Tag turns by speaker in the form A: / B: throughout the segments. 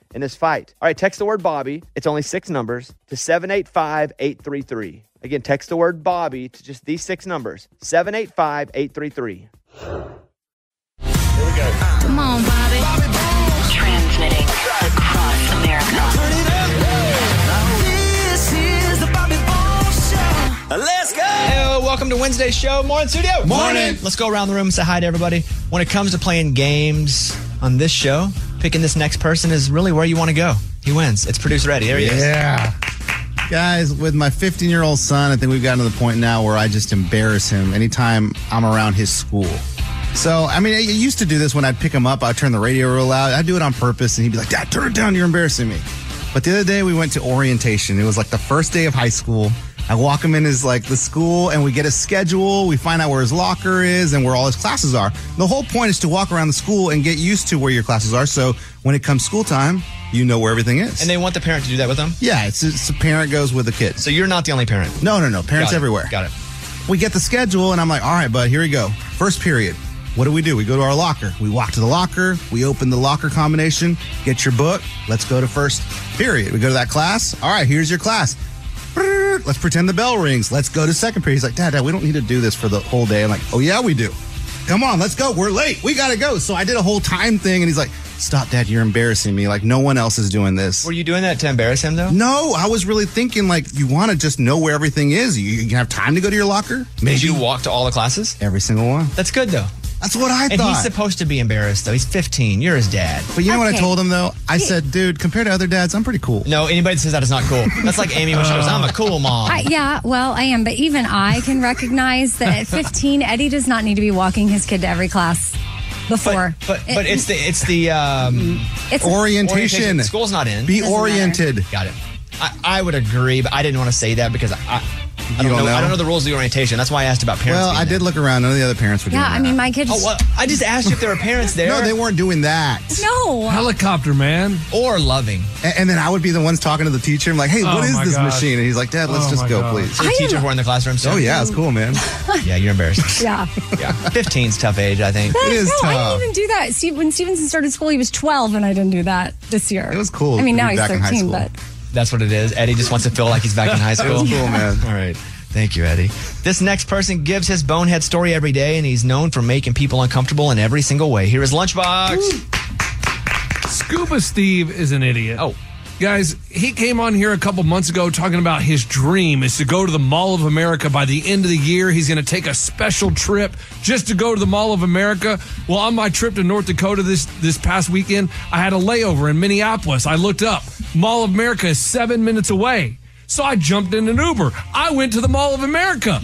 A: in this fight. All right, text the word Bobby. It's only six numbers to 785 833. Again, text the word Bobby to just these six numbers 785 833.
B: Come on, Bobby.
C: Transmitting across America.
B: This is the Bobby Bones Show.
D: Let's go.
A: Hello, welcome to Wednesday's show. Morning studio.
D: Morning.
A: Let's go around the room and say hi to everybody. When it comes to playing games on this show, picking this next person is really where you want to go. He wins. It's producer Eddie. There he is.
E: Yeah. Guys, with my 15 year old son, I think we've gotten to the point now where I just embarrass him anytime I'm around his school. So, I mean, I used to do this when I'd pick him up, I'd turn the radio real loud. I'd do it on purpose, and he'd be like, Dad, turn it down, you're embarrassing me. But the other day, we went to orientation. It was like the first day of high school. I walk him in his like the school, and we get a schedule. We find out where his locker is and where all his classes are. The whole point is to walk around the school and get used to where your classes are. So when it comes school time, you know where everything is.
A: And they want the parent to do that with them.
E: Yeah, it's, it's a parent goes with the kid.
A: So you're not the only parent.
E: No, no, no. Parents
A: Got it.
E: everywhere.
A: Got it.
E: We get the schedule, and I'm like, all right, bud, here we go. First period. What do we do? We go to our locker. We walk to the locker. We open the locker combination. Get your book. Let's go to first period. We go to that class. All right, here's your class. Brrr, Let's pretend the bell rings. Let's go to second period. He's like, Dad, Dad, we don't need to do this for the whole day. I'm like, Oh yeah, we do. Come on, let's go. We're late. We gotta go. So I did a whole time thing, and he's like, Stop, Dad, you're embarrassing me. Like no one else is doing this.
A: Were you doing that to embarrass him though?
E: No, I was really thinking like you want to just know where everything is. You, you can have time to go to your locker.
A: Did you walk to all the classes?
E: every single one.
A: That's good though.
E: That's what I
A: And
E: thought.
A: he's supposed to be embarrassed though. He's 15. You're his dad.
E: but you know what I
F: Okay.
E: told him though? I said, dude, compared to other dads, I'm pretty cool.
A: No, anybody that says that is not cool. That's like Amy when she goes, "I'm a cool mom."
E: Um,
F: I, yeah, well, I am, but even I can recognize that at 15, Eddie does not need to be walking his kid to every class before.
A: but but, but it's the it's the um,
F: Mm-hmm. it's
E: Orientation.
A: orientation. School's not in.
E: Be
F: Doesn't matter.
E: oriented.
A: Got it. I, I would agree, but I didn't want to say that because I I, I don't,
E: don't
A: know,
E: know?
A: I don't know the rules of the orientation. That's why I asked about parents.
E: Well,
A: being
E: I
A: there.
E: did look around. None of the other parents were doing
F: Yeah, I
E: that.
F: mean, my kids.
A: Oh, well, I just asked you if there were parents there.
E: no, they weren't doing that.
F: no.
G: Helicopter man.
A: Or loving.
E: A- And, then I would be the ones talking to the teacher. I'm like, hey,
G: Oh
E: what is
G: my
E: this
G: gosh.
E: machine? And he's like, Dad, let's
G: Oh
E: just
G: my
E: go,
G: gosh.
E: please.
A: So the teachers were in the classroom. So
E: Oh yeah, it's cool, man.
A: yeah. You're embarrassed.
F: Yeah.
A: yeah, 15's tough age, I think.
E: It is
F: no, I
E: tough.
F: didn't even do that. Steve, when Stevenson started school, he was 12, and I didn't do that this year.
E: It was cool
F: I mean,
E: to
F: now
E: be
F: he's
E: back in high
F: 13,
E: school.
F: but
A: That's what it is. Eddie just wants to feel like he's back in high school.
E: cool, man.
A: All right. Thank you, Eddie. This next person gives his bonehead story every day, and he's known for making people uncomfortable in every single way. Here is Lunchbox.
G: Scuba Steve is an idiot.
A: Oh.
G: Guys, he came on here a couple months ago talking about his dream is to go to the Mall of America by the end of the year. He's going to take a special trip just to go to the Mall of America. Well, on my trip to North Dakota this this past weekend, I had a layover in Minneapolis. I looked up. Mall of America is 7 minutes away. So I jumped in an Uber. I went to the Mall of America.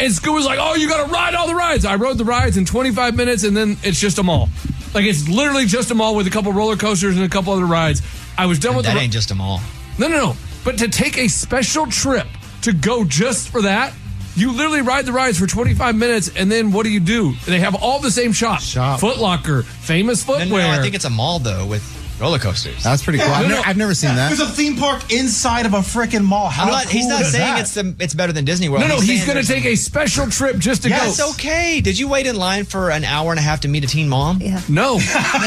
G: And Scoot was like, "Oh, you got to ride all the rides." I rode the rides in 25 minutes, and then it's just a mall. Like it's literally just a mall with a couple roller coasters and a couple other rides. I was done with
A: That
G: the ri-
A: ain't just them all.
G: no, no, no. But to take a special trip to go just for that, you literally ride the rides for 25 minutes, and then what do you do? They have all the same shops:
E: Shop.
G: Foot Locker, Famous
A: No,
G: Footwear.
A: no, no, I think it's a mall though. With Roller coasters.
E: That's pretty cool. I've,
G: No,
E: ne-
G: no.
E: I've never seen
H: There's
E: that.
H: a theme park inside of a freaking mall. How
A: I'm not, he's
H: cool
A: not
H: is
A: saying
H: that?
A: it's the, it's better than Disney World.
G: No, no, he's
A: saying
G: going to
A: there's-
G: take a special trip just to
A: That's
G: go.
A: okay. Did you wait in line for an hour and a half to meet a teen mom?
F: Yeah.
G: No,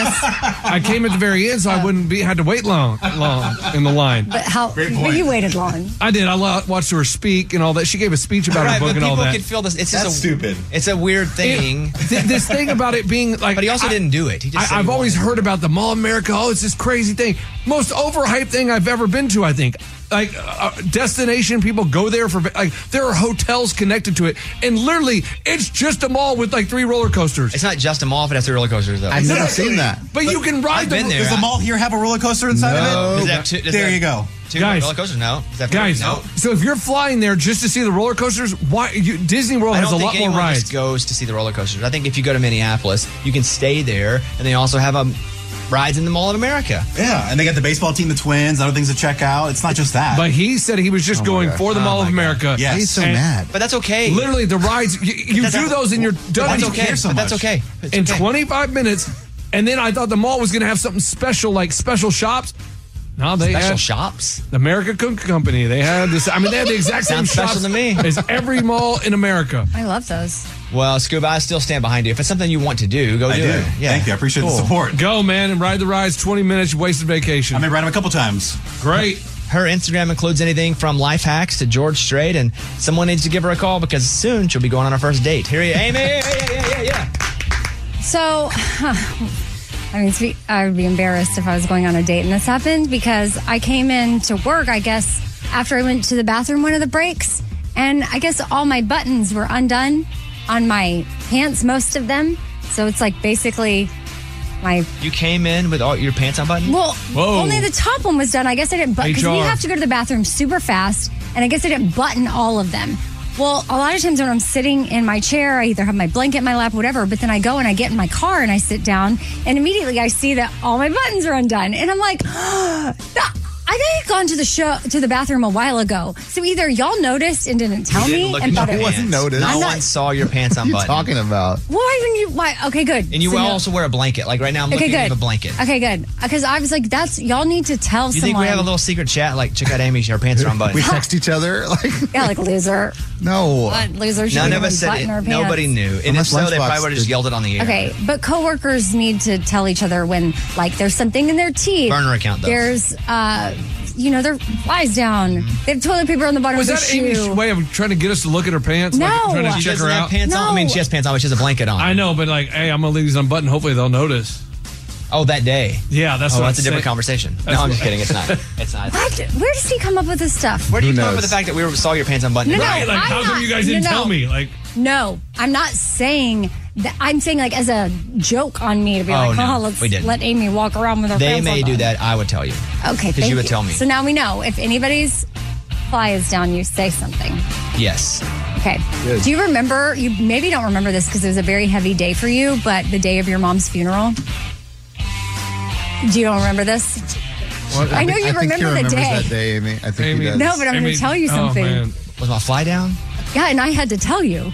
G: I came at the very end, so I wouldn't be had to wait long, long in the line.
E: Uh,
F: But how? But you waited long.
G: I did. I lo- watched her speak and all that. She gave a speech about
A: Right,
G: her
A: but
G: book and
A: people
G: all that.
A: could feel this. It's just
H: That's
A: a,
H: stupid.
A: It's a weird thing.
G: Th- this thing about it being like,
A: But he also
G: I-
A: didn't do it. He just said
G: I,
A: he
G: I've always
A: wanted
G: heard about the Mall of America. Oh, it's this crazy thing. Most overhyped thing I've ever been to. I think like uh, destination people go there for like there are hotels connected to it, and literally it's just a mall with like three roller coasters.
A: It's not just a mall if it has three roller coasters though.
E: I've never seen that.
G: But, you can ride
A: I've
G: the
A: been there.
H: Does the mall here have a roller coaster inside
E: No.
H: of
A: Does
H: it?
A: it have two- does
H: there
A: it have
H: you go.
A: Two
G: Guys.
A: roller coasters? No. Does that-
G: Guys,
A: no.
G: so if you're flying there just to see the roller coasters, why you, Disney World
A: I
G: Oh, has a
A: don't think
G: lot more
A: anyone
G: rides.
A: just goes to see the roller coasters. I think if you go to Minneapolis, you can stay there, and they also have um, rides in the Mall of America.
H: Yeah, and they got the baseball team, the twins, other things to check out. It's not just that.
G: But he said he was
H: Oh
G: just going
E: God.
G: for
A: Oh
G: the Mall of America.
H: Yes.
E: He's so
G: And-
E: mad.
A: But that's okay.
G: Literally, the rides you, you
A: That's
G: do
A: not-
G: those and you're done.
H: why
A: that's
H: do you
A: okay.
H: care so
A: but that's
H: much?
A: okay. It's
G: in
A: okay.
G: 25 minutes, and then I thought the mall was going to have something special like special shops. No, they
A: special
G: had
A: shops.
G: the America Cook Company. They had this. I mean, they had the exact same
A: Sounds special
G: shops
A: to me.
G: as every mall in America.
F: I love those.
A: Well, Scuba, I still stand behind you. If it's something you want to do, go
H: I
A: do,
H: do.
A: it. Yeah.
H: Thank you. I appreciate
A: Cool.
H: the support.
G: Go man and ride the rides. 20 minutes you wasted vacation.
H: I may ride him a couple times.
G: Great.
A: Her Instagram includes anything from life hacks to George Strait, and someone needs to give her a call because soon she'll be going on her first date. Here you, Amy. yeah, yeah, yeah, yeah.
F: So, I mean, spe- I would be embarrassed if I was going on a date and this happened because I came in to work, I guess, after I went to the bathroom one of the breaks. And I guess all my buttons were undone on my pants, most of them. So it's like basically my,
A: You came in with all your pants unbuttoned.
F: well,
G: Whoa.
F: only the top one was done. I guess I didn't button because we
G: HR.
F: have to go to the bathroom super fast. And I guess I didn't button all of them. Well, a lot of times when I'm sitting in my chair, I either have my blanket in my lap, whatever, but then I go and I get in my car and I sit down, and immediately I see that all my buttons are undone. And I'm like, I had gone to the show to the bathroom a while ago. So either y'all noticed and didn't tell
A: You didn't
F: me
A: look
F: and
A: at
F: thought
A: your
F: it was
A: pants.
E: noticed.
A: No
F: I'm not-
A: one saw your pants
E: What are you
A: unbuttoned.
E: talking about?
F: Why even you why okay, good.
A: And you
F: So no-
A: also wear a blanket. Like right now, I'm
F: Okay,
A: looking
F: good.
A: at a blanket.
F: Okay, good. Because I was like, that's y'all need to tell
A: You
F: someone.
A: think we have a little secret chat? Like, check out Amy's. Her pants are
E: We
A: unbuttoned.
E: text each other like
F: yeah, like loser.
E: no.
F: But losers should
A: None
F: have
A: of us
F: been
A: said it.
F: button our pants.
A: Nobody knew. And if
E: Unless
A: so, they
E: Lunchbox
A: probably would have just
E: did.
A: yelled it on the air.
F: Okay, but coworkers need to tell each other when, like, there's something in their teeth.
A: Burner account, though.
F: There's, uh, you know, their flies down.
A: Mm-hmm.
F: They have toilet paper on the bottom
G: Was
F: of
G: that
F: their shoe.
G: Amy's way of trying to get us to look at her pants?
F: No.
G: Like, trying to
F: She
A: She
G: check
A: doesn't
G: her
A: have
G: out?
A: pants on. I mean,
F: No.
A: she has pants on, but she has a blanket on.
G: I know, but like, hey, I'm going to leave these unbuttoned. Hopefully they'll notice.
A: Oh, that day.
G: Yeah, that's
A: Oh,
G: what
A: that's a
G: I'm
A: different
G: saying.
A: conversation. No,
G: That's
A: I'm
G: what-
A: just kidding. It's not. It's not.
F: What? Where does he come up with this stuff?
A: Where do you
E: Who
A: come up with
E: knows?
A: the fact that we were, saw your pants unbuttoned?
F: No,
G: Right, like,
F: I'm
G: how come
F: not-
G: you guys didn't
F: no, no.
G: tell me? Like,
F: No, I'm not saying that. I'm saying, like, as a joke on me to be
A: Oh,
F: like,
A: no,
F: oh, let's
A: we didn't.
F: let Amy walk around with her
A: They
F: pants
A: may
F: on
A: do
F: down."
A: that. I would tell you.
F: Okay,
A: Because
F: thank
A: you would tell me.
F: So now we know. If anybody's fly is down, you say something.
A: Yes.
F: Okay. Do you remember? You maybe don't remember this because it was a very heavy day for you, but the day of your mom's funeral. Do you don't remember this? I know you
E: I think he
F: remember the
E: remembers
F: day.
E: that day, Amy. I think
G: Amy,
E: he does.
F: No, but I'm gonna
G: Amy-
F: tell you
G: oh,
F: something.
G: man.
A: Was my fly down?
F: Yeah, and I had to tell you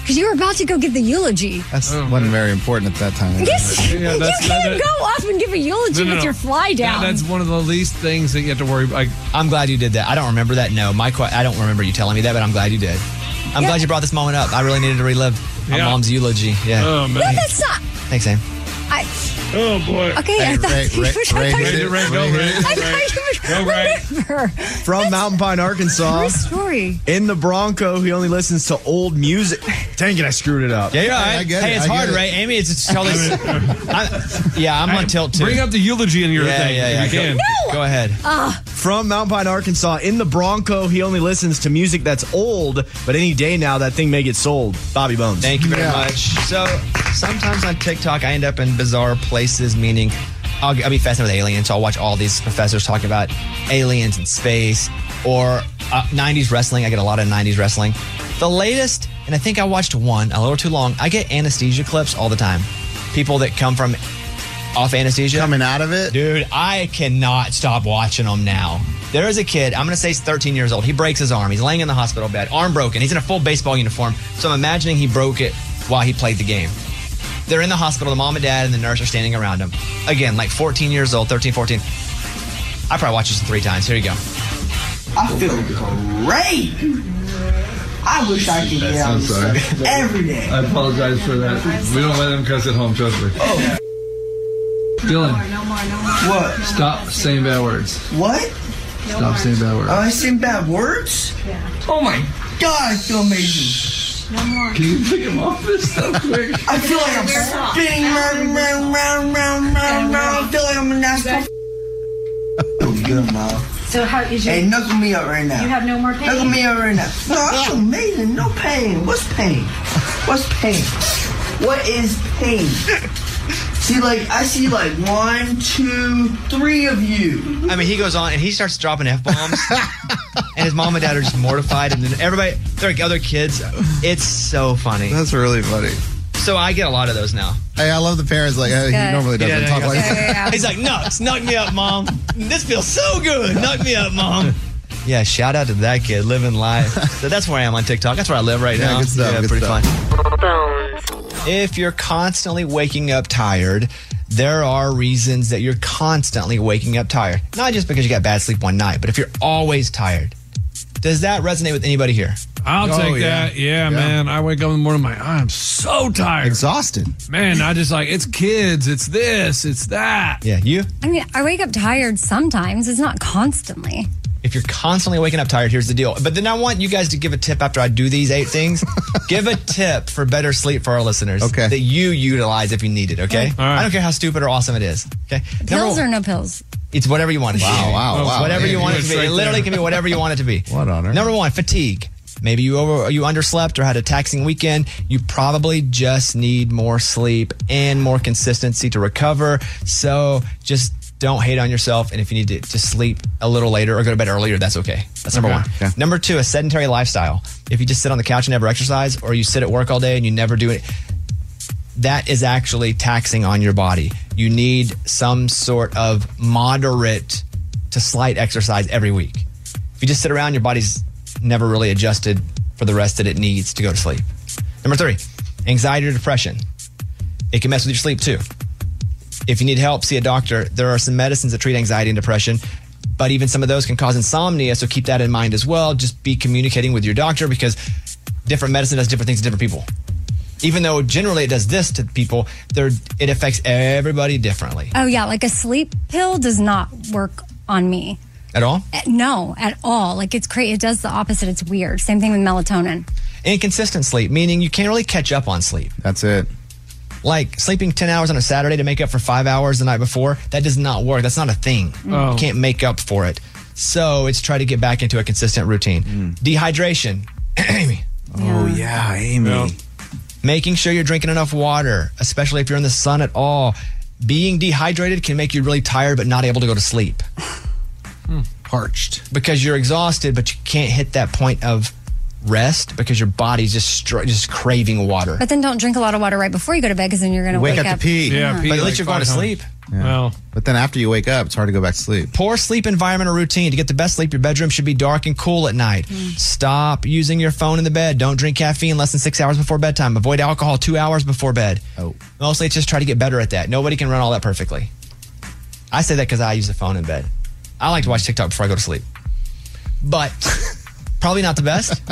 F: because you were about to go give the eulogy.
E: That's wasn't very important at that time.
F: Yes,
G: Oh, Yeah,
F: you
G: that's-
F: can't
G: that-
F: go up and give a eulogy with your fly down.
G: That- that's one of the least things that you have to worry about. Like,
A: I'm glad you did that. I don't remember that. No, my que- I don't remember you telling me that, but I'm glad you did. I'm
F: Yeah.
A: glad you brought this moment up. I really needed to relive my
G: Yeah.
A: mom's eulogy. Yeah.
G: oh,
F: no,
G: man.
F: that's not.
A: Thanks, Sam.
F: I,
G: Oh, boy.
F: okay, I
E: Hey,
F: thought
E: Ray-
F: you
E: Ray-
F: would. I
E: Ray
F: thought
E: hit
F: you
E: it.
F: would-
G: Ray, go, Ray.
F: I thought you would
G: Go, Ray.
F: remember.
I: From Mountain Pine, Arkansas.
F: True story.
I: In the Bronco, he only listens to old music. Dang it, I screwed it up.
A: Yeah, you're all
E: I
A: right.
E: get
A: hey,
E: it.
A: it's
E: I get
A: hard,
E: it.
A: right? Amy, it's just all this. I'm- yeah, I'm on tilt too.
G: Bring up the eulogy in your
A: yeah,
G: thing.
A: yeah, yeah.
G: if you
A: Go-
G: can.
A: Go, ahead.
F: Ah,
I: From Mountain Pine, Arkansas. In the Bronco, he only listens to music that's old, but any day now, that thing may get sold. Bobby Bones.
A: Thank you very
E: Yeah.
A: much. So sometimes on TikTok, I end up in bizarre places, meaning I'll, I'll be fascinated with aliens. So I'll watch all these professors talk about aliens and space or uh, 90s wrestling. I get a lot of 90s wrestling. The latest, and I think I watched one a little too long, I get anesthesia clips all the time. People that come from off anesthesia.
E: Coming out of it,
A: Dude, I cannot stop watching them now. There is a kid, I'm going to say he's 13 years old. He breaks his arm. He's laying in the hospital bed, arm broken. He's in a full baseball uniform. So I'm imagining he broke it while he played the game. They're in the hospital. The mom and dad and the nurse are standing around them. Again, like 14 years old, 13, 14. I probably watched this three times. Here you go.
J: I feel great. I wish I could get out
K: I'm
J: and
K: sorry.
J: stuff every day.
K: I apologize for that. We don't let them cuss at home, trust me. Oh. Dylan,
J: No more, no more. What?
K: stop saying bad words.
J: What?
K: Stop saying bad
J: Oh, I
K: words.
J: seen bad words? Yeah. Oh my god, I feel amazing. No more. Can you pick him off this so quick? I feel like I'm spinning round, round, round, round, round, round. I feel like I'm a NASCAR. Oh, good, Mom.
L: So how is your?
J: Hey, knuckle me up right now.
L: You have no more pain?
J: Knuckle me up right now. No, that's amazing. No pain. What's pain? What's pain? What is pain? See, like I see, like one, two, three of you.
A: I mean, he goes on and he starts dropping f bombs, and his mom and dad are just mortified, and then everybody, they're like other kids. It's so funny. That's
E: really funny.
A: So I get a lot of those now.
E: Hey, I love the parents. Like, hey, he
A: Good.
E: normally doesn't
A: Yeah,
E: talk like
A: yeah,
E: that.
A: He's like, nuts, knock me up, mom. This feels so good. Knock me up, mom. Yeah, shout out to that kid living life. so that's where I am on TikTok. That's where I live right
E: Yeah,
A: now.
E: good stuff,
A: yeah,
E: good
A: pretty
E: stuff.
A: fun. If you're constantly waking up tired, there are reasons that you're constantly waking up tired. Not just because you got bad sleep one night, but if you're always tired. Does that resonate with anybody here?
G: I'll
A: Oh,
G: take that. Yeah, man. I wake up in the morning, I'm like, I'm so tired.
E: Exhausted.
G: Man, I just like, it's kids, it's this, it's that.
A: Yeah, you?
F: I mean, I wake up tired sometimes. It's not constantly.
A: If you're constantly waking up tired, here's the deal. But then I want you guys to give a tip after I do these eight things. give a tip for better sleep for our listeners okay. that you utilize if you need it, okay?
F: All right.
A: I don't care how stupid or awesome it is, okay? Number
F: Pills
A: one-
F: or no pills?
A: it's whatever you want it to
E: Wow,
A: be.
E: wow, wow.
A: Whatever
E: Yeah,
A: you want
E: you
A: it to
E: went
A: be. It
E: straight
A: literally
E: there.
A: can be whatever you want it to be.
E: What on earth?
A: Number one, fatigue. Maybe you over you underslept or had a taxing weekend. You probably just need more sleep and more consistency to recover. So just don't hate on yourself. And if you need to just sleep a little later or go to bed earlier, that's okay. That's number
M: Okay.
A: one. Number two, a sedentary lifestyle. If you just sit on the couch and never exercise, or you sit at work all day and you never do it, that is actually taxing on your body. You need some sort of moderate to slight exercise every week. If you just sit around, your body's never really adjusted for the rest that it needs to go to sleep. Number three, anxiety or depression. It can mess with your sleep too. If you need help, see a doctor. There are some medicines that treat anxiety and depression, but even some of those can cause insomnia. So keep that in mind as well. Just be communicating with your doctor because different medicine does different things to different people. Even though generally it does this to people, there it affects everybody differently.
F: Oh, yeah. Like a sleep pill does not work on me.
A: At all?
F: Eh, No, at all. Like it's crazy. It does the opposite. It's weird. Same thing with melatonin.
A: Inconsistent sleep, meaning you can't really catch up on sleep.
E: That's it.
A: Like sleeping 10 hours on a Saturday to make up for five hours the night before, that does not work. That's not a thing.
M: Oh.
A: You can't make up for it. So it's try to get back into a consistent routine. Dehydration. Amy.
E: Mm. Oh, yeah, Amy.
A: Making sure you're drinking enough water, especially if you're in the sun at all. Being dehydrated can make you really tired but not able to go to sleep. Parched. Because you're exhausted, but you can't hit that point of rest because your body's just str- just craving water.
F: But then don't drink a lot of water right before you go to bed because then you're going to wake, up. Uh-huh.
A: but at least you're going to sleep.
G: Well,
E: but then after you wake up, it's hard to go back to sleep.
A: Poor sleep environment or routine. To get the best sleep, your bedroom should be dark and cool at night. Stop using your phone in the bed. Don't drink caffeine less than six hours before bedtime. Avoid alcohol two hours before bed. Oh. Mostly it's just try to get better at that. Nobody can run all that perfectly. I say that because I use the phone in bed. I like to watch TikTok before I go to sleep. But probably not the best.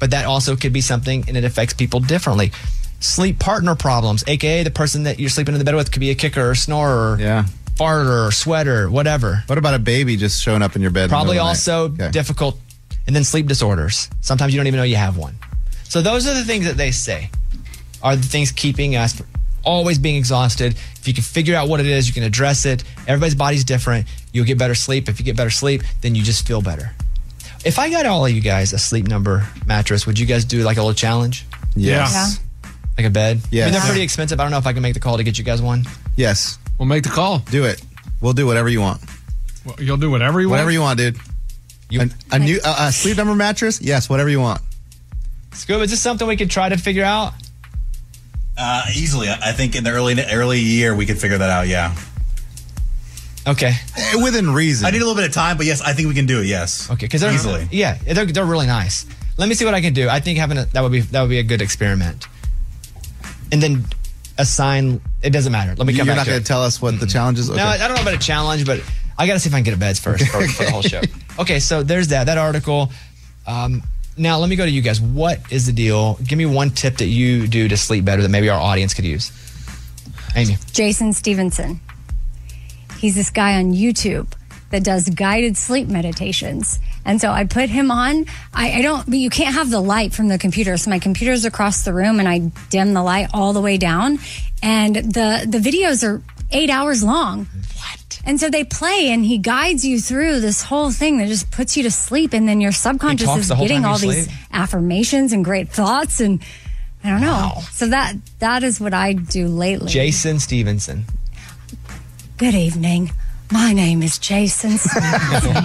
A: but that also could be something and it affects people differently. Sleep partner problems, aka the person that you're sleeping in the bed with could be a kicker or snorer, yeah. farter or sweater, whatever.
E: What about a baby just showing up in your bed? in the
A: Probably
E: middle of the
A: also
E: night? Okay.
A: difficult. And then sleep disorders. Sometimes you don't even know you have one. So those are the things that they say are the things keeping us from always being exhausted. If you can figure out what it is, you can address it. Everybody's body's different. You'll get better sleep. If you get better sleep, then you just feel better. If I got all of you guys a sleep number mattress, would you guys do like a little challenge?
E: Yes. Yeah.
A: Like a bed? I mean,
E: Yes.
A: they're pretty expensive. I don't know if I can make the call to get you guys one.
E: Yes.
G: We'll make the call.
E: Do it. We'll do whatever you want.
G: you'll do whatever you want.
E: Whatever you want, dude. An- a new a, a sleep number mattress? Yes, whatever you want.
A: Scoob, is this something we could try to figure out?
H: Uh, easily, I I think in the early early year we could figure that out. Yeah.
A: Okay.
E: Eh, Within reason.
H: I need a little bit of time, but yes, I think we can do it. Yes.
A: Okay, because they're
H: easily.
A: Yeah, they're, they're really nice. Let me see what I can do. I think having a, that would be that would be a good experiment. And then assign. It doesn't matter. Let me
E: You're
A: come back
E: not
A: to
E: going
A: it.
E: to tell us what the challenge is?
A: No, I don't know about a challenge, but I got to see if I can get a beds first for, for the whole show. Okay, so there's that that article. Um, now let me go to you guys. What is the deal? Give me one tip that you do to sleep better that maybe our audience could use. Amy,
F: Jason Stevenson. He's this guy on YouTube that does guided sleep meditations. And so I put him on. I, I don't, but you can't have the light from the computer. So my computer's across the room and I dim the light all the way down. And the, the videos are eight hours long. What? And so they play and he guides you through this whole thing that just puts you to sleep. And then your subconscious
L: talks
F: is
L: the whole
F: getting
L: time you
F: all these
L: sleep?
F: affirmations and great thoughts. And I don't know. So that, that is what I do lately.
A: Jason Stevenson.
F: Good evening. My name is Jason. Stevenson."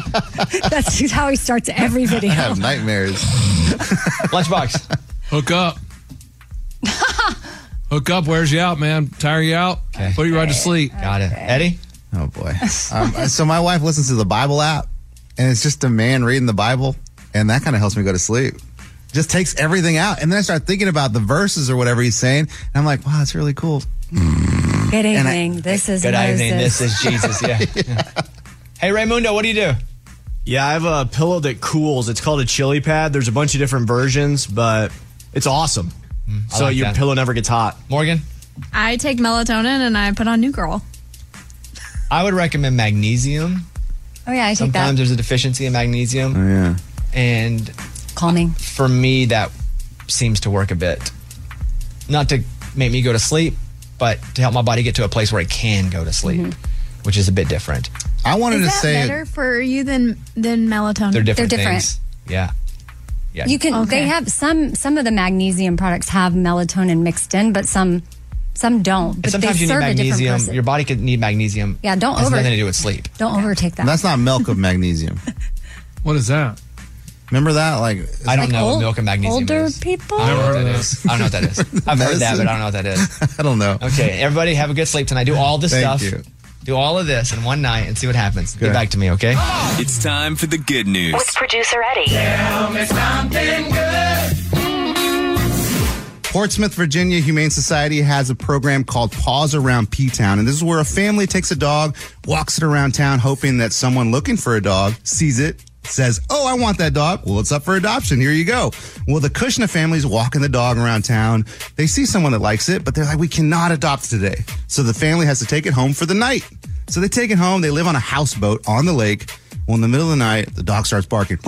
F: That's how he starts every video.
A: Um,
E: nightmares.
A: Lunchbox.
G: Hook up. Hook up wears you out, man. Tire you out. Put you right to sleep.
A: Got it. Eddie?
E: Oh, boy. um, so my wife listens to the Bible app, and it's just a man reading the Bible, and that kind of helps me go to sleep. Just takes everything out, and then I start thinking about the verses or whatever he's saying, and I'm like, wow, that's really cool.
F: Good
E: And I-
F: evening. this is
A: Good
F: Moses.
A: evening. This is Jesus. Yeah. Hey, Raymundo, what do you do?
I: Yeah, I have a pillow that cools. It's called a chili pad. There's a bunch of different versions, but it's awesome.
A: Hmm, I
I: so
A: like
I: your
A: that.
I: pillow never gets hot.
A: Morgan?
L: I take melatonin and I put on New Girl.
A: I would recommend magnesium.
F: Oh yeah, I take
A: Sometimes
F: that.
A: there's a deficiency in magnesium.
E: Oh, yeah.
A: And
F: calming.
A: For me, that seems to work a bit. Not to make me go to sleep, but to help my body get to a place where it can go to sleep,
F: Mm-hmm.
A: which is a bit different.
E: I
L: Is that better for you than than melatonin?
A: they're different things. Yeah. Yeah.
F: You can.
L: Okay.
F: They have some. Some of the magnesium products have melatonin mixed in, but some some don't. But
A: and sometimes
F: they
A: you need
F: serve a different
A: magnesium.
F: person.
A: Your body could need magnesium.
F: Yeah, don't
A: It has
F: over-
A: nothing to do with sleep.
F: Don't overtake that.
E: That's not milk of magnesium.
G: what is that?
E: Remember that? Like
A: I don't Like know what old- milk and magnesium
F: older people.
A: I don't know what that is. I don't know what that is. I've heard that, but I don't know what that is.
E: I don't know.
A: Okay, everybody have a good sleep tonight. Do all this
N: Thank
A: stuff.
N: you.
A: Do all of this in one night and see what happens. Get back to me, okay?
N: It's time for the good news.
C: With producer Eddie.
O: Tell me something good.
E: Portsmouth, Virginia Humane Society has a program called Paws Around P Town. And this is where a family takes a dog, walks it around town, hoping that someone looking for a dog sees it, says, Oh, I want that dog. Well, it's up for adoption. Here you go. Well, the Kushner family's walking the dog around town. They see someone that likes it, but they're like, We cannot adopt it today. So the family has to take it home for the night. So they take it home. They live on a houseboat on the lake. Well, in the middle of the night, the dog starts barking.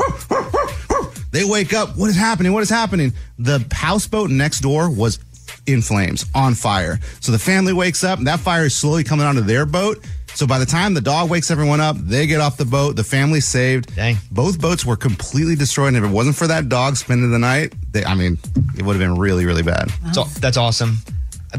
E: They wake up. What is happening? What is happening? The houseboat next door was in flames, on fire. So the family wakes up. and That fire is slowly coming onto their boat. So by the time the dog wakes everyone up, they get off the boat. The family's saved. Dang. Both boats were completely destroyed. And if it wasn't for that dog spending the night, they, I mean, it would have been really, really bad.
A: So that's awesome.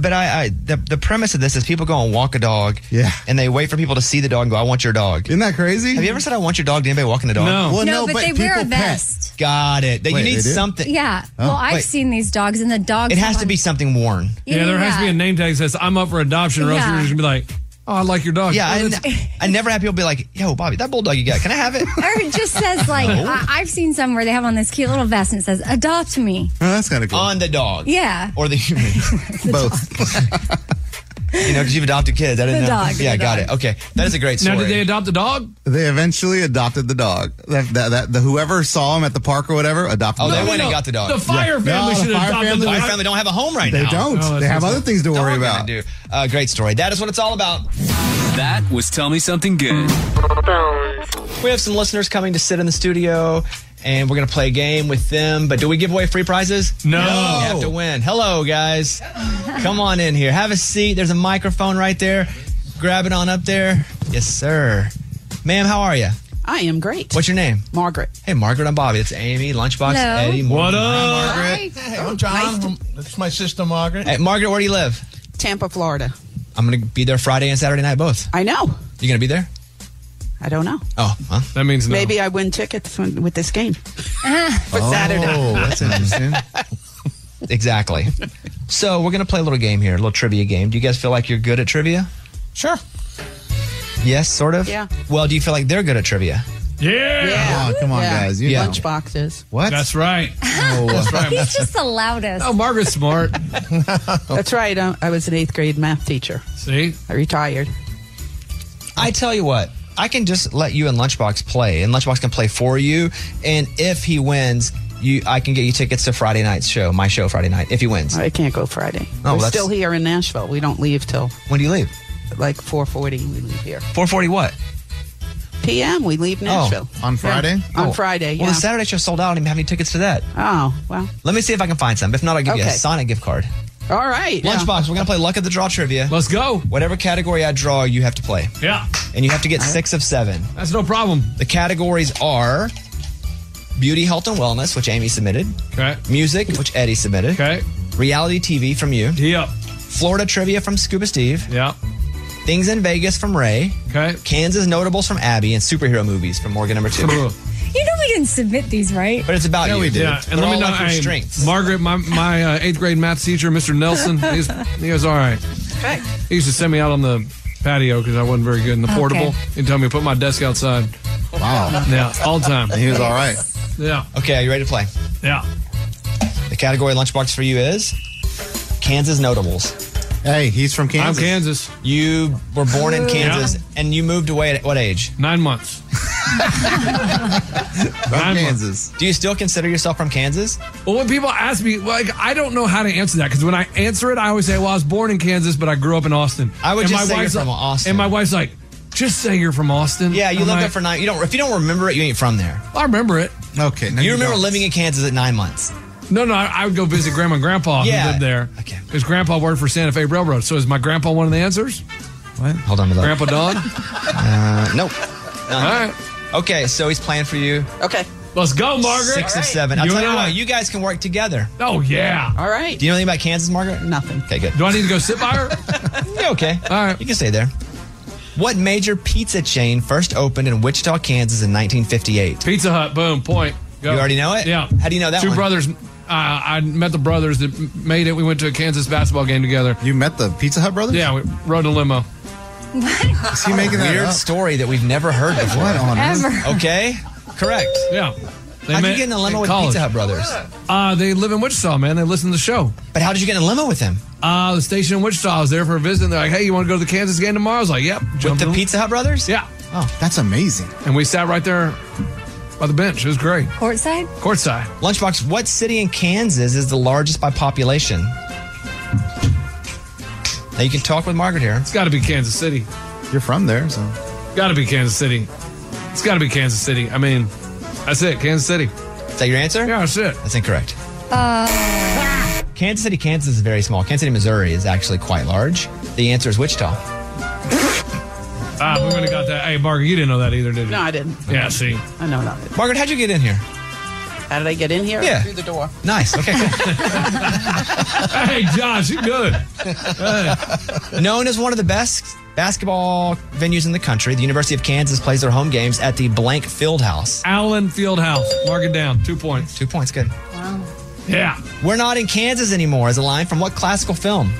A: But I, I the, the premise of this is people go and walk a dog, yeah, and they wait for people to see the dog and go, "I want your dog." Isn't
E: that crazy?
A: Have you ever said, "I want your dog"? to anybody walking the dog?
F: No. Well, No, no, but but they wear a people pet. vest.
A: Got it. That
F: Wait,
A: you need
F: they do?
A: something.
F: Yeah. Well, I've
A: Wait.
F: seen these dogs, and the dogs.
A: It has
F: have
A: to be something worn.
F: Yeah, Yeah, there has to be
G: a name tag that says I'm up for adoption, or else
F: Yeah.
G: you're just gonna be like, oh, I like your dog.
A: Yeah,
G: Oh,
A: I,
G: that's-
A: I never have people be like, "Yo, Bobby, that bulldog you got, can I have it?"
F: on- or it just says like
A: No.
F: I, I've seen some where they have on this cute little vest and it says "Adopt me."
E: Oh, that's kind of cool.
A: On the dog.
F: Yeah.
A: Or the human.
E: Both.
A: you know, because you've adopted kids. I didn't
F: The
A: know.
F: dog,
A: Yeah,
F: the
A: got
F: dog.
A: it. Okay, that is a great story.
E: Now, did they
G: adopt the dog?
E: They eventually adopted the dog. That, that, that, the whoever saw him at the park or whatever adopted.
A: Oh,
E: the
A: they
E: dog.
A: went and got the dog.
E: No, the Oh, fire family
A: The
E: was-
A: fire family don't have a home right
E: They
A: now.
E: don't. they have other things to worry about.
A: do. Uh, great story. That is what it's all about.
N: That was Tell Me Something Good.
A: We have some listeners coming to sit in the studio, and we're going to play a game with them. But do we give away free prizes?
G: No.
A: You have to win. Hello, guys. Come on in here. Have a seat. There's a microphone right there. Grab it on up there. Yes, sir. Ma'am, how are you?
P: I am great.
A: What's your name?
P: Margaret.
A: Hey, Margaret. I'm Bobby. It's Amy, Lunchbox,
P: Hello.
A: Eddie.
P: What
A: Morgan.
P: up?
A: Margaret.
P: Hi. I'm John.
A: That's my sister, Margaret. Hey, Margaret, where do you live?
P: Tampa, Florida.
A: I'm going to be there Friday and Saturday night both.
P: I know.
A: You going to be there?
P: I don't know.
A: Oh, well. That means
P: Maybe I win tickets when- with this game
F: Uh-huh.
P: for Saturday.
A: Oh, that's interesting. exactly. So we're gonna play a little game here, a little trivia game. Do you guys feel like you're good at trivia?
P: Sure.
A: Yes, sort of.
P: Yeah.
A: Well, do you feel like they're good at trivia?
G: Yeah.
E: Come on, Oh, come on,
P: Yeah.
E: guys. You know.
P: Lunchboxes.
E: What?
G: That's right.
E: Oh. That's right.
F: He's just the loudest.
G: Oh, Margaret's smart.
P: That's right. Uh, I, I was an eighth grade math teacher.
G: See?
P: I retired.
A: I tell you what, I can just let you and Lunchbox play, and Lunchbox can play for you. And if he wins, you, I can get you tickets to Friday night's show, my show Friday night. If he wins,
P: I can't go Friday.
A: Oh,
P: We're
A: that's
P: still here in Nashville. We don't leave till
A: when do you leave?
P: like 4:40. We leave here.
A: 4:40 what?
P: p.m. We leave Nashville Yeah. On
A: Oh.
P: Friday. Yeah.
A: Well, the Saturday show sold out. I don't even have any tickets to that.
P: Oh well.
A: Let me see if I can find some. If not, I'll give you a
P: Okay.
A: Sonic gift card.
P: All right. yeah.
A: Lunchbox, we're gonna play luck of the draw trivia.
G: Let's go.
A: Whatever category I draw, you have to play.
G: Yeah.
A: And you have to get six of seven.
G: That's no problem.
A: The categories are beauty, health, and wellness, which Amy submitted.
G: Okay.
A: Music, which Eddie submitted.
G: Okay.
A: Reality TV from you.
G: Yep.
A: Florida trivia from Scuba Steve.
G: Yeah.
A: Things in Vegas from Ray.
G: Okay.
A: Kansas notables from Abby and superhero movies from Morgan number two.
F: You know we didn't submit these, right?
A: But it's about you.
G: Yeah,
A: They're
G: and let me
A: all
G: know
A: up for
G: hey,
A: strength.
G: Margaret, my, my uh, eighth grade math teacher, Mr. Nelson, he's, he was all right.
P: Okay.
G: He used to send me out on the patio because I wasn't very good in the
P: Okay.
G: portable. He'd tell me to put my desk outside.
E: Wow.
G: Yeah, all the time.
E: He was all right.
G: Yeah.
A: Okay, are you ready to play?
G: Yeah.
A: The category lunchbox for you is Kansas notables.
E: Hey, he's from Kansas.
G: I'm Kansas.
A: You were born in
G: Yeah.
A: Kansas and you moved away at what age?
G: Nine months.
A: From Kansas. Do you still consider yourself from Kansas?
G: Well, when people ask me, like, I don't know how to answer that because when I answer it, I always say, "Well, I was born in Kansas, but I grew up in Austin."
A: I would
G: and
A: just say you're
G: wife's
A: from
G: like-
A: Austin.
G: and my wife's like, "Just say you're from Austin."
A: Yeah, you
G: I'm
A: lived
G: like,
A: there for nine. You don't. If you don't remember it, you ain't from there.
G: I remember it.
E: Okay.
A: you, remember living in Kansas at nine months.
G: No, no, I, I would go visit grandma and grandpa
A: Yeah.
G: who lived there. Okay. Because grandpa worked for Santa Fe Railroad. So is my grandpa one of the answers?
A: What? Hold on a
G: Grandpa Don?
A: Uh, nope. All
G: right.
A: Okay, so he's playing for you.
P: Okay.
G: Let's go, Margaret.
A: Six of seven. I'll
G: You
A: tell you
G: and I.
A: what, you guys can work together.
G: Oh, yeah.
P: All right.
A: Do you know anything about Kansas, Margaret?
P: Nothing.
A: Okay, good.
G: Do I need to go sit by her?
A: Yeah, okay. All right. You can stay there. What major pizza chain first opened in Wichita, Kansas in 1958?
G: Pizza Hut, boom, point. Go.
A: You already know it?
G: Yeah.
A: How do you know that
G: Two
A: one?
G: brothers. Uh, I met the brothers that m- made it. We went to a Kansas basketball game together.
E: You met the Pizza Hut brothers?
G: Yeah, we rode in a limo.
E: Is he making that
A: Weird
E: up?
A: story that we've never heard before.
E: What on earth?
F: Ever.
A: Okay. Correct.
G: Yeah. They
A: How'd you
G: met
A: get in a limo with
G: college.
A: Pizza Hut brothers?
G: Uh, they live in Wichita, man. They listen to the show.
A: But how did you get in a limo with them?
G: Uh, the station in Wichita. I was there for a visit. And they're like, "Hey, you want to go to the Kansas game tomorrow?" I was like, "Yep."
A: With
G: Jumped
A: the
G: in-
A: Pizza Hut brothers?
G: Yeah,
E: Oh, that's amazing.
G: and we sat right there by the bench. It was great.
F: Courtside?
G: Courtside.
A: Lunchbox, what city in Kansas is the largest by population? Now you can talk with Margaret here.
G: It's got to be Kansas City.
E: You're from there, so.
G: Got to be Kansas City. It's got to be Kansas City. I mean, that's it, Kansas City.
A: Is that your answer?
G: Yeah, that's it.
A: That's incorrect.
C: Uh.
A: Kansas City, Kansas is very small. Kansas City, Missouri is actually quite large. The answer is Wichita.
G: Ah, we would have got that. Hey, Margaret, you didn't know that either, did you?
P: No, I didn't.
G: Yeah, see.
P: I know nothing.
A: Margaret, how'd you get in here?
P: How did I get in here?
A: Yeah.
P: Through the door.
A: Nice. Okay. cool.
G: hey, Josh, you good? Hey.
A: Known as one of the best basketball venues in the country, the University of Kansas plays their home games at the Blank Fieldhouse.
G: Allen Fieldhouse. Mark it down. Two points.
A: Two points. Good.
G: Yeah.
A: We're not in Kansas anymore is a line from what classical film?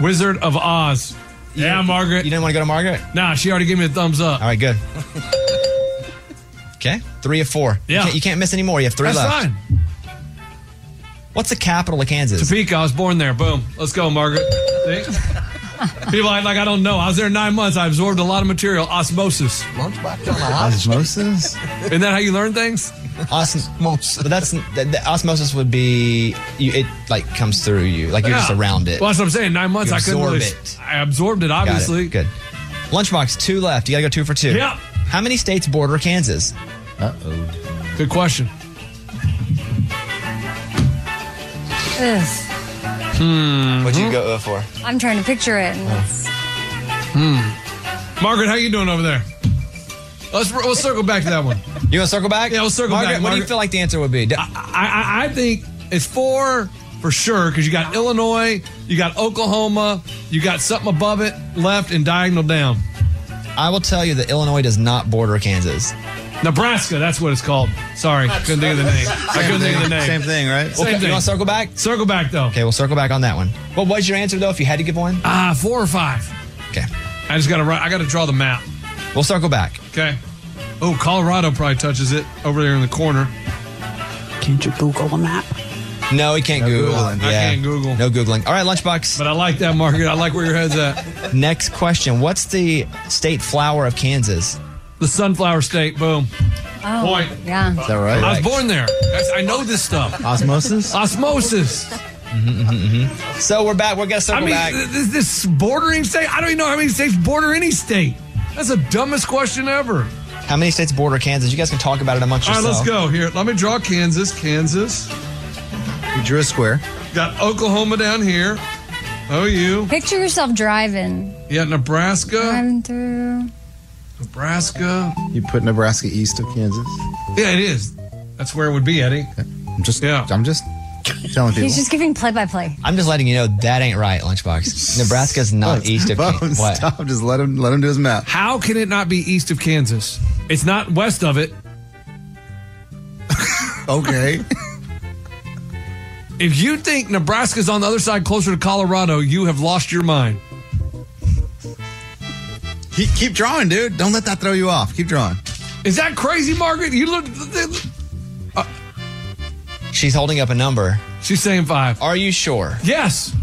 G: Wizard of Oz. Yeah, Margaret.
A: You didn't want to go to Margaret?
G: Nah, she already gave me a thumbs up.
A: All right, good. Okay. Three of four. You
G: Yeah.
A: can't, you can't miss any more. You have three
G: That's
A: left.
G: fine.
A: What's the capital of Kansas?
G: Topeka, I was born there. Boom. Let's go, Margaret. See? People act like I don't know. I was there nine months. I absorbed a lot of material. Osmosis.
E: Osmosis?
G: Isn't that how you learn things?
A: Osmosis. But that's the, the osmosis would be you, it like comes through you, like you're just
G: Yeah.
A: around it.
G: Well, that's what I'm saying. Nine months.
A: You
G: I couldn't
A: absorb
G: really.
A: it.
G: I absorbed it,
A: Got it.
G: obviously.
A: Good. Lunchbox, two left. You gotta go two for two.
G: Yeah.
A: How many states border Kansas?
E: Uh oh.
G: Good question.
F: Ugh.
G: Hmm.
A: What'd you go uh, for?
F: I'm trying to picture it. And it's-
G: Hmm. Margaret, how you doing over there? Let's we'll circle back to that one.
A: You wanna circle back?
G: Yeah, we'll circle
A: Margaret,
G: back,
A: What do you
G: Margaret.
A: feel like the answer would be? D-
G: I, I, I think it's four for sure because you got Illinois, you got Oklahoma, you got something above it, left and diagonal down.
A: I will tell you that Illinois does not border Kansas.
G: Nebraska, that's what it's called. Sorry, couldn't think of the name. I couldn't think of the name.
E: Same thing, right?
G: Same
A: You
G: thing.
A: wanna circle back?
G: Circle back though.
A: Okay, we'll circle back on that one. What was your answer though if you had to give one?
G: Ah, four or five.
A: Okay.
G: I just gotta. ri- I gotta draw the map.
A: We'll circle back.
G: Okay. Oh, Colorado probably touches it over there in the corner.
P: Can't you Google a map?
A: No, he can't Google.
G: Googling. I
A: Yeah.
G: can't Google.
A: No Googling. All right, Lunchbox.
G: But I like that, Margaret. I like where your head's at.
A: Next question. What's the state flower of Kansas?
G: The sunflower state. Boom.
F: Oh,
G: Point.
F: Yeah.
A: Is that right?
G: I was born there. That's- I know this stuff.
A: Osmosis?
G: Osmosis.
A: So we're back. We're going to circle
G: I mean,
A: back.
G: th- This, this bordering state, I don't even know how many states border any state. That's the dumbest question ever.
A: How many states border Kansas? You guys can talk about it amongst
G: All right,
A: yourselves.
G: let's go here. Let me draw Kansas. Kansas.
A: We drew a square.
G: Got Oklahoma down here. OU.
F: Picture yourself driving.
G: Yeah, Nebraska.
F: Driving through.
G: Nebraska.
E: You put Nebraska east of Kansas.
G: Yeah, it is. That's where it would be, Eddie.
E: I'm just, yeah. I'm just telling people.
F: He's just giving play by play.
A: I'm just letting you know that ain't right, Lunchbox. Nebraska's not
E: Bones,
A: east of Kansas.
E: Bones,
A: What?
E: Stop. Just let him let him do his math.
G: How can it not be east of Kansas? It's not west of it.
E: okay.
G: If you think Nebraska's on the other side closer to Colorado, you have lost your mind.
E: Keep, keep drawing, dude. Don't let that throw you off. Keep drawing.
G: Is that crazy, Margaret? You look.
A: She's holding up a number.
G: She's saying five.
A: Are you sure?
G: Yes.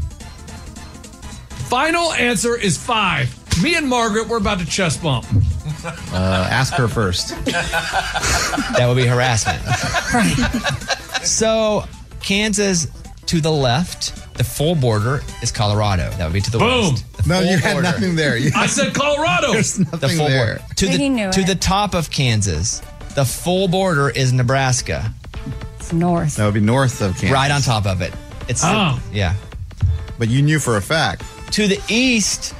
G: Final answer is five. Me and Margaret, we're about to chest bump.
A: Uh, ask her first. that would be harassment. so, Kansas to the left, the full border is Colorado. That would be to the
E: Boom.
A: west.
E: No, you had nothing there. You- I
G: said Colorado.
E: There's
A: the
E: nothing
A: full
E: there.
A: border. To the
F: He knew
A: to
F: it.
A: the top of Kansas, the full border is Nebraska.
F: It's north.
E: That would be north of Kansas.
A: Right on top of it. It's
E: Oh.
A: yeah.
E: But you knew for a fact.
A: To the east,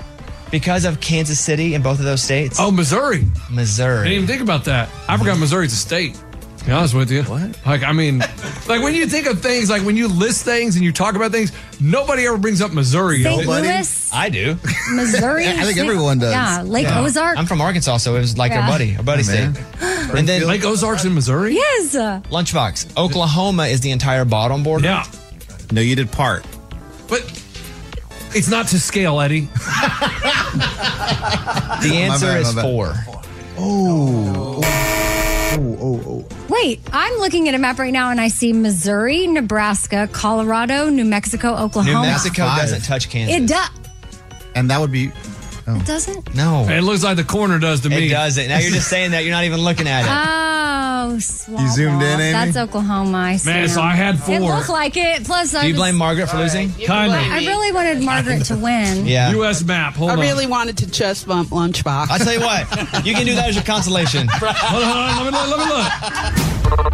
A: because of Kansas City and both of those states. Oh,
G: Missouri.
A: Missouri.
G: I didn't even think about that. I forgot Missouri's a state. To be honest with you. What? Like, I mean, like when you think of things, like when you list things and you talk about things, nobody ever brings up Missouri.
F: St. Nobody? Louis?
A: I do.
F: Missouri. Yeah, Lake Ozark.
A: I'm from Arkansas, so it was like
F: Yeah.
A: a buddy, a buddy
G: Hey, man.
A: state. and then
G: Lake Ozark's in Missouri.
F: Yes. Uh,
A: Lunchbox. Oklahoma is the entire bottom border.
G: Yeah.
A: No, you did part.
G: But it's not to scale, Eddie.
A: The
G: My
A: answer
G: bad,
A: is
G: my bad.
A: four.
E: Oh. Oh, oh, oh.
F: Wait, I'm looking at a map right now and I see Missouri, Nebraska, Colorado, New Mexico, Oklahoma.
A: New Mexico
E: Five.
A: doesn't touch Kansas.
F: It, does.
E: And that would be.
F: it doesn't.
A: No.
G: It looks like the corner does to me.
A: It doesn't. Now you're just saying that. You're not even looking at it.
F: Uh, Oh,
A: You zoomed in, Amy?
F: That's Oklahoma. I see
A: Man, so
F: now.
A: I had four.
F: It looked like it. Plus, I
A: Do you
F: was-
A: blame Margaret for losing?
G: Kinda.
F: I really wanted Margaret to win.
A: Yeah.
G: U.S. map. Hold
P: I
G: on.
P: really wanted to chest bump lunchbox.
A: I'll tell you what. You can do that as your consolation.
G: Hold on, let me look, let me look.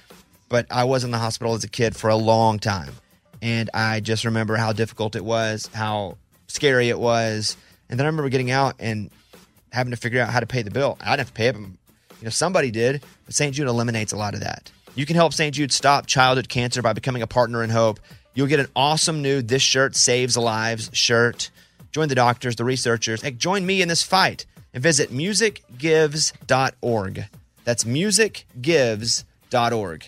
M: but I was in the hospital as a kid for a long time. And I just remember how difficult it was, how scary it was. And then I remember getting out and having to figure out how to pay the bill. I didn't have to pay it, but you know, somebody did. But St. Jude eliminates a lot of that. You can help St. Jude stop childhood cancer by becoming a partner in hope. You'll get an awesome new This Shirt Saves Lives shirt. Join the doctors, the researchers. Hey, join me in this fight and visit musicgives.org. That's musicgives.org.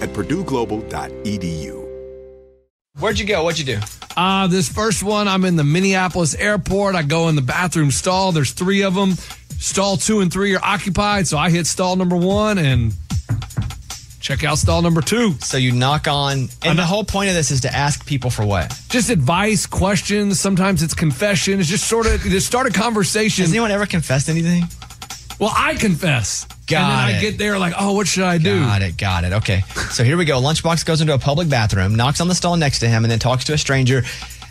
Q: at E purdueglobal.edu.
R: Where'd you go? What'd you do?
S: Uh, this first one, I'm in the Minneapolis airport. I go in the bathroom stall. There's three of them. Stall two and three are occupied, so I hit stall number one and check out stall number two.
A: So you knock on, and the whole point of this is to ask people for what?
S: Just advice, questions. Sometimes it's confession. It's just sort of just start a conversation.
A: Has anyone ever confessed anything?
S: Well, I confess.
A: Got
S: and then I
A: it.
S: get there like, oh, what should I do?
A: Got it. Got it. Okay. So here we go. Lunchbox goes into a public bathroom, knocks on the stall next to him, and then talks to a stranger,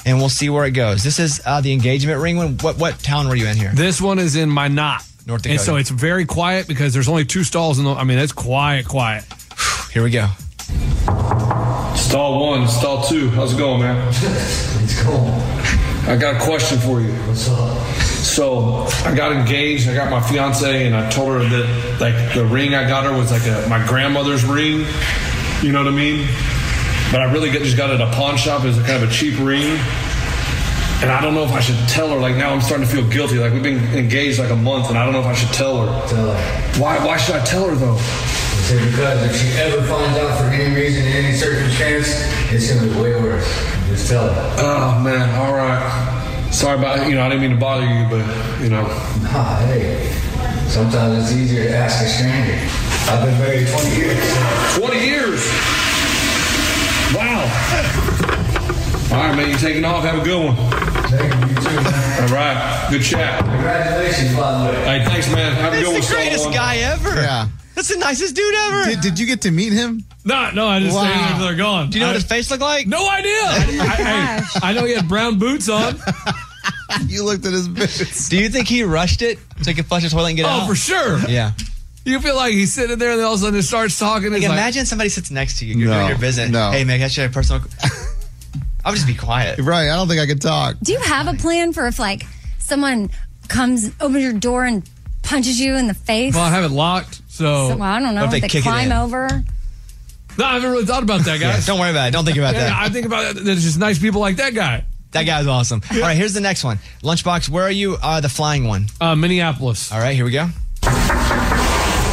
A: and we'll see where it goes. This is uh, the engagement ring one. What what town were you in here?
S: This one is in my knot,
A: North Dakota.
S: and so it's very quiet because there's only two stalls in the. I mean, it's quiet, quiet.
A: Here we go.
G: Stall one, stall two. How's it going, man? it's cool. I got a question for you. What's up? So I got engaged. I got my fiance, and I told her that like the ring I got her was like a, my grandmother's ring. You know what I mean? But I really got, just got it at a pawn shop. It was kind of a cheap ring. And I don't know if I should tell her. Like now, I'm starting to feel guilty. Like we've been engaged like a month, and I don't know if I should tell her. Tell her. Why? Why should I tell her though?
C: So because if she ever finds out for any reason, in any circumstance, it's gonna be way worse. Just tell her.
G: Oh man, all right. Sorry about you know I didn't mean to bother you, but you know.
C: Nah, hey. Sometimes it's easier to ask a stranger. I've been married 20 years.
G: 20 years. Wow. All right, man, you taking off. Have a good one. Thank you, too. All right, good chat.
C: Congratulations, by the way.
G: Hey, thanks, man. Have a
A: That's
G: good one.
A: the greatest
G: Solomon.
A: guy ever.
E: Yeah.
A: That's the nicest dude ever.
E: Did, did you get to meet him?
S: No, no, I just
E: Wow.
S: wow. after they're gone.
A: Do you know
S: I-
A: what his face looked like?
S: No idea. I, I- I know he had brown boots on.
E: You looked at his boots.
A: Do you think he rushed it so he could flush the toilet and get out?
S: Oh, for sure.
A: Yeah.
S: You feel like he's sitting there, and all of a sudden it starts talking.
A: Like,
S: It's like,
A: imagine somebody sits next to you. You're
E: No,
A: doing your business.
E: no.
A: Hey, man, I should have personal. I'll just be quiet.
E: Right. I don't think I could talk.
F: Do you have a plan for if like someone comes opens your door and punches you in the face?
S: well, I have it locked, so,
F: So, well, I don't know.
A: What if they
F: they
A: kick it
F: climb
A: in?
F: over.
S: no, I haven't really thought about that,
A: Yeah,
S: guys.
A: don't worry about it. Don't think about
S: Yeah,
A: that.
S: I think about that. There's just nice people like that guy.
A: That guy was awesome. All right, here's the next one. Lunchbox, where are you? Uh, the flying one.
S: Uh, Minneapolis.
A: All right, here we go.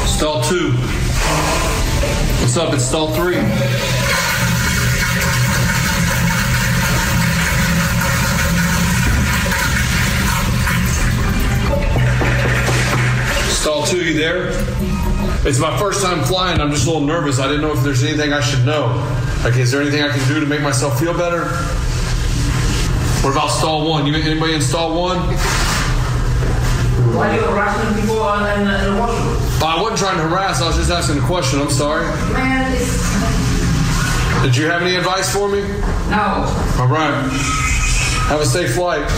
G: Stall two. What's up? It's stall three. Stall two, you there? It's my first time flying. I'm just a little nervous. I didn't know if there's anything I should know. Like, is there anything I can do to make myself feel better? What about stall one? You anybody in stall one?
T: Why are you harassing people on in the, in the washroom?
G: I wasn't trying to harass. I was just asking a question. I'm sorry.
T: Man, it's
G: Did you have any advice for me?
T: no.
G: All right. Have a safe flight.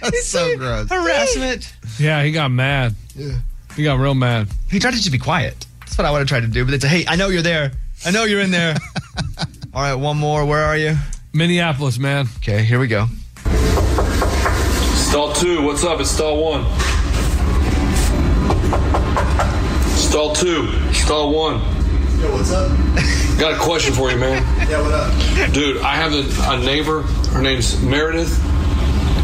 E: That's so gross.
A: Harassment.
S: Yeah, he got mad.
E: Yeah.
S: He got real mad.
A: He tried to just be quiet. That's what I would have tried to do. But it's a, hey, I know you're there. I know you're in there. All right, one more. Where are you?
S: Minneapolis, man.
A: Okay, here we go.
G: Stall two. What's up? It's stall one. Stall two. Stall one.
C: Yo, what's up?
G: Got a question for you, man.
C: Yeah, what up?
G: Dude, I have a, a neighbor. Her name's Meredith.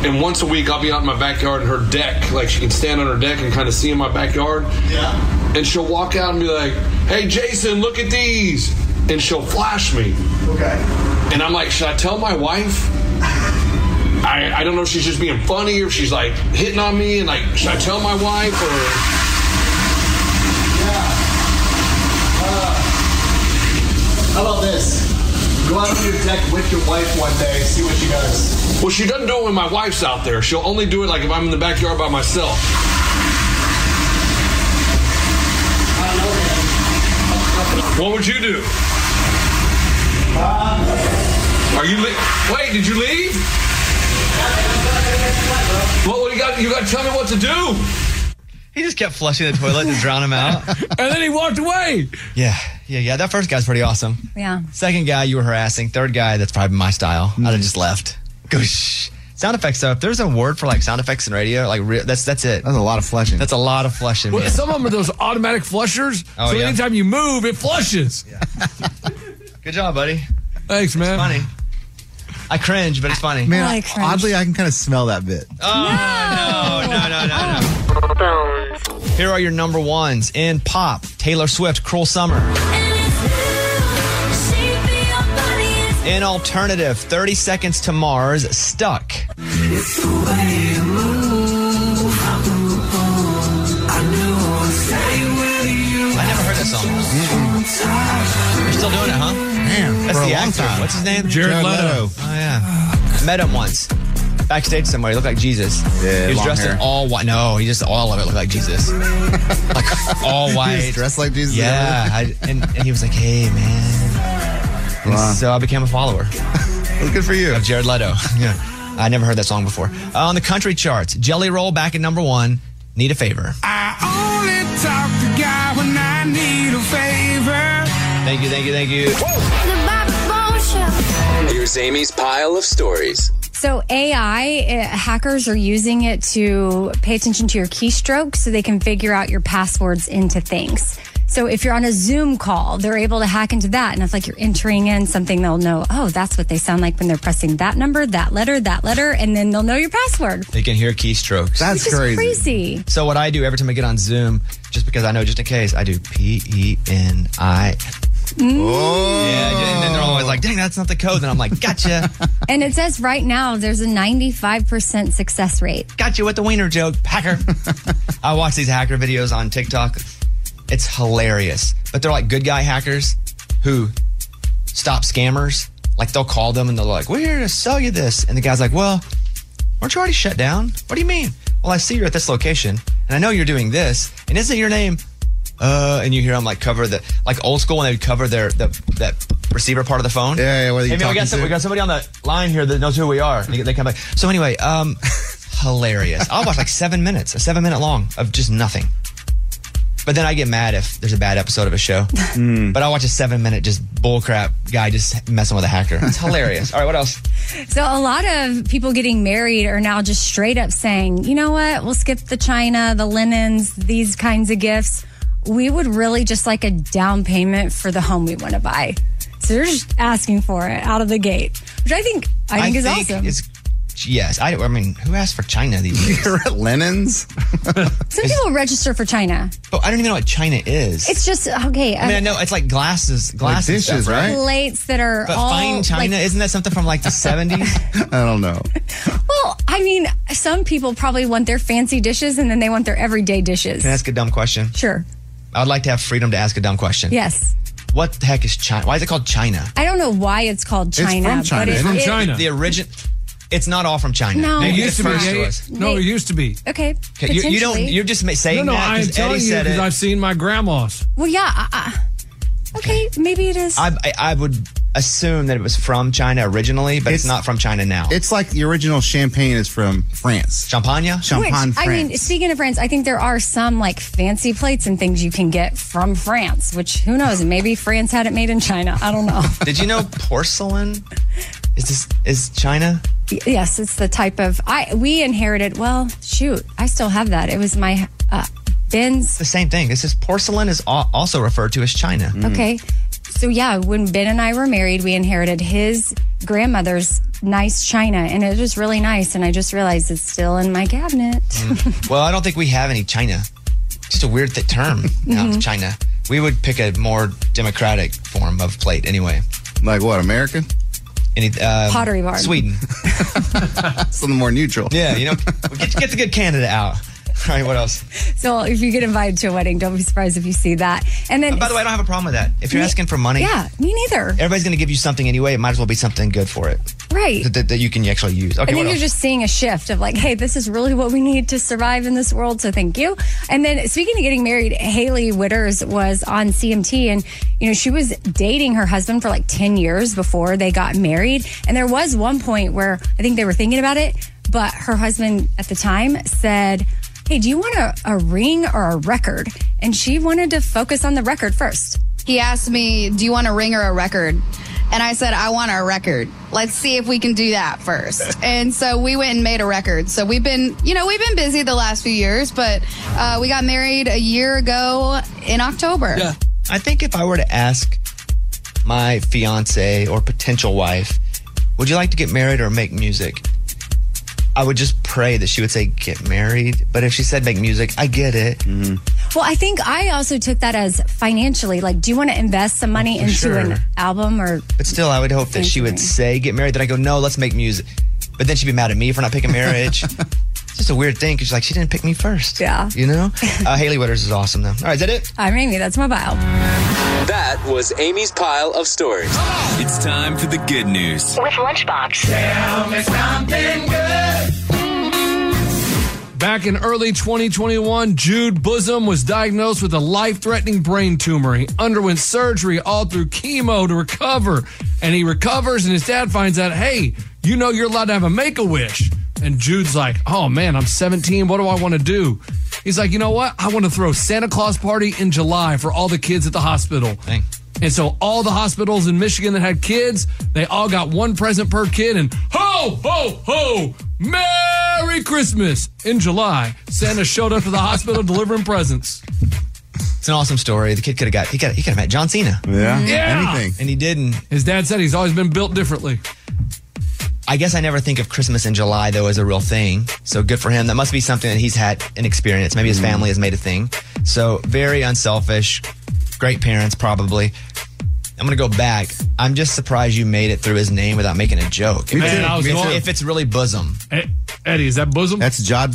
G: And once a week, I'll be out in my backyard and her deck. Like, she can stand on her deck and kind of see in my backyard.
C: Yeah.
G: And she'll walk out and be like, hey, Jason, look at these. And she'll flash me.
C: Okay.
G: And I'm like, should I tell my wife? I, I don't know if she's just being funny or if she's like hitting on me and like, should I tell my wife or.
C: Uh, How about this? Go out on your deck with your wife one day, see what she does.
G: Well, she doesn't do it when my wife's out there. She'll only do it like if I'm in the backyard by myself. What would you do?
K: Are you li- Wait, did you leave? What, what do you got? You got to tell me what to do.
M: He just kept flushing the toilet to drown him out.
G: and then he walked away.
A: Yeah, yeah, yeah. That first guy's pretty awesome.
F: Yeah.
A: Second guy, you were harassing. Third guy, that's probably my style. I'd
E: Mm.
A: have just left. Go shh. Sound effects, though. If there's a word for like sound effects in radio, like re- that's that's it. That's
E: a lot of flushing.
A: That's a lot of flushing.
G: Well,
A: man.
G: some of them are those automatic flushers.
A: Oh,
G: so
A: yeah.
G: anytime you move, it flushes.
A: Good job, buddy.
G: Thanks, man.
A: funny. I cringe, but it's funny.
E: Man, oddly, I can kind of smell that bit.
A: Oh, no, no, no, no, no. Here are your number ones in pop Taylor Swift, Cruel Summer. In alternative, 30 Seconds to Mars, Stuck. I never heard that song. You're still doing it, huh? Man, That's
E: for a
A: the
E: long
A: actor.
E: time.
A: What's his name?
E: Jared Jared Leto. Leto.
A: Oh yeah. Met him once. Backstage somewhere, he looked like Jesus.
E: Yeah,
A: he was
E: long
A: dressed in
E: hair.
A: all white. No, he just all of it looked like Jesus, like all
E: He was
A: white,
E: dressed like Jesus.
A: Yeah, I, and, and he was like, "Hey, man." And
E: Wow.
A: so I became a follower.
E: good for you.
A: Of Jared Leto. yeah, I never heard that song before. Uh, on the country charts, Jelly Roll back at number one. Need a favor.
O: Only talk to God when I need a favor.
A: Thank you, thank you, thank you.
O: The Bobby Bones Show.
N: Here's Amy's pile of stories.
F: So AI uh, hackers are using it to pay attention to your keystrokes so they can figure out your passwords into things. So if you're on a Zoom call, they're able to hack into that. And if like you're entering in something, they'll know, oh, that's what they sound like when they're pressing that number, that letter, that letter, and then they'll know your password.
A: They can hear keystrokes.
F: Which is crazy.
A: So what I do every time I get on Zoom, just because I know, just in case, I do P E N I. Oh. Yeah, and then they're always like, "Dang, that's not the code." And I'm like, "Gotcha,
F: And it says right now there's a 95% success rate.
A: gotcha." With the wiener joke, hacker. I watch these hacker videos on TikTok. It's hilarious, but they're like good guy hackers who stop scammers. Like they'll call them and they're like, "We're here to sell you this," and the guy's like, "Well, aren't you already shut down? What do you mean? Well, I see you're at this location, and I know you're doing this, and isn't your name?" Uh, and you hear them like cover the like old school when they would cover their the that receiver part of the phone. Yeah, yeah.
E: what are you
A: hey, man, we
E: talking
A: got some,
E: to?
A: we got somebody on the line here that knows who we are. They, they come back. So anyway, um, hilarious. I'll watch like seven minutes, a seven minute long of just nothing. But then I get mad if there's a bad episode of a show. But I watch a seven minute just bullcrap guy just messing with a hacker. It's hilarious. All right, what else?
F: So a lot of people getting married are now just straight up saying, you know what, we'll skip the china, the linens, these kinds of gifts. We would really just like a down payment for the home we want to buy. So they're just asking for it out of the gate, which I think I think is awesome.
A: it's- yes, I, I mean, who asked for China these days? You're at Lennon's.
F: Some people register for china.
A: But I don't even know what China is.
F: It's just okay. uh,
A: I mean, I know it's like glasses, glasses, and stuff,
F: Plates that are
A: But
F: all
A: fine China,
F: like-
A: isn't that something from like the 70s? I don't know.
F: well, I mean, some people probably want their fancy dishes and then they want their everyday dishes.
A: Can I ask a dumb question?
F: Sure.
A: I'd like to have freedom to ask a dumb question.
F: Yes.
A: What the heck is China? Why is it called China?
F: I don't know why it's called China. But it, it-
A: The origin. It's not all from China.
F: No. It
A: Maybe
F: used
A: it's
F: to be.
A: first
F: Yeah, yeah.
A: us.
F: No, it used
G: to be.
F: Okay.
A: Okay, you, you don't.
F: potentially.
A: You're just ma- saying
G: no, no,
A: that
G: I'm
A: because Eddie
G: telling you
A: said
G: because
A: it.
G: I've seen my grandma's.
F: Well, yeah. I, I, okay, maybe it is.
A: I, I, I would assume that it was from China originally, but it's,
E: It's-
A: not from China now.
E: It's like the original champagne is from France.
A: Champagne?
E: Champagne, France.
F: I mean, speaking of France, I think there are some like fancy plates and things you can get from France, which who knows? Maybe France had it made in China. I don't know.
A: Did you know porcelain is this is China?
F: Y- yes, it's the type of I we inherited. Well, shoot, I still have that. It was my uh, Ben's.
A: The same thing. This is porcelain is al- also referred to as China.
F: Okay. So yeah, when Ben and I were married, we inherited his grandmother's nice china, and it was really nice. And I just realized it's still in my cabinet.
A: Mm. Well, I don't think we have any China. Just a weird th- term now,
F: Mhm.
A: China. We would pick a more democratic form of plate anyway. Like what, American? Any, um,
F: Pottery Barn.
A: Sweden. Something more neutral. Yeah, you know, get, get the good Canada out. All right, what else?
F: So if you get invited to a wedding, don't be surprised if you see that. And then,
A: By the way, I don't have a problem with that. If you're
F: Me-
A: asking for money,
F: yeah, me neither.
A: everybody's going to give you something anyway. It might as well be something good for it
F: Right.
A: that, that, that you can actually use. Okay,
F: and then
A: what
F: you're
A: else?
F: just seeing a shift of like, hey, this is really what we need to survive in this world. So thank you. And then speaking of getting married, Haley Witters was on CMT and, you know, she was dating her husband for like 10 years before they got married. And there was one point where I think they were thinking about it, but her husband at the time said, hey, do you want a, a ring or a record? And she wanted to focus on the record first.
U: He asked me, Do you want a ring or a record? And I said, I want a record. Let's see if we can do that first. And so we went and made a record. So we've been, you know, we've been busy the last few years, but uh, we got married a year ago in October.
A: I think if I were to ask my fiance or potential wife, would you like to get married or make music? I would just pray that she would say get married. But if she said make music, I get it.
F: Well, I think I also took that as financially. Like, do you want to invest some money
A: Oh, For
F: into
A: sure.
F: an album or
A: But still, I would hope that she would say get married. Then I go, no, let's make music. But then she'd be mad at me for not picking marriage. it's just a weird thing because she's like, she didn't pick me first. Yeah. You know? uh, Haley Witters is awesome, though. All right, is that it?
F: I'm Amy. That's my bio.
N: That was Amy's pile of stories.
V: It's time for the good news.
C: With Lunchbox.
V: Tell me something
C: good.
G: Back in early 2021, Jude Bosom was diagnosed with a life threatening brain tumor. He underwent surgery all through chemo to recover. And he recovers, and his dad finds out, hey, you know you're allowed to have a make a wish. And Jude's like, oh man, I'm 17. What do I want to do? He's like, you know what? I want to throw Santa Claus party in July for all the kids at the hospital. And so all the hospitals in Michigan that had kids, they all got one present per kid and ho, ho, ho, Merry Christmas. In July, Santa showed up to the hospital delivering presents.
A: It's an awesome story. The kid could have got, he could have he could have met John Cena.
G: Yeah.
A: Ah. And he didn't.
G: His dad said he's always been built differently.
A: I guess I never think of Christmas in July though as a real thing. So good for him. That must be something that he's had an experience. Maybe his
G: Mm-hmm.
A: family has made a thing. So very unselfish, great parents probably. I'm gonna go back. I'm just surprised you made it through his name without making a joke.
G: Me Man, too. I was Me going- Eh, too.
A: if it's really bosom.
G: Eddie, is that bosom?
A: That's Jod,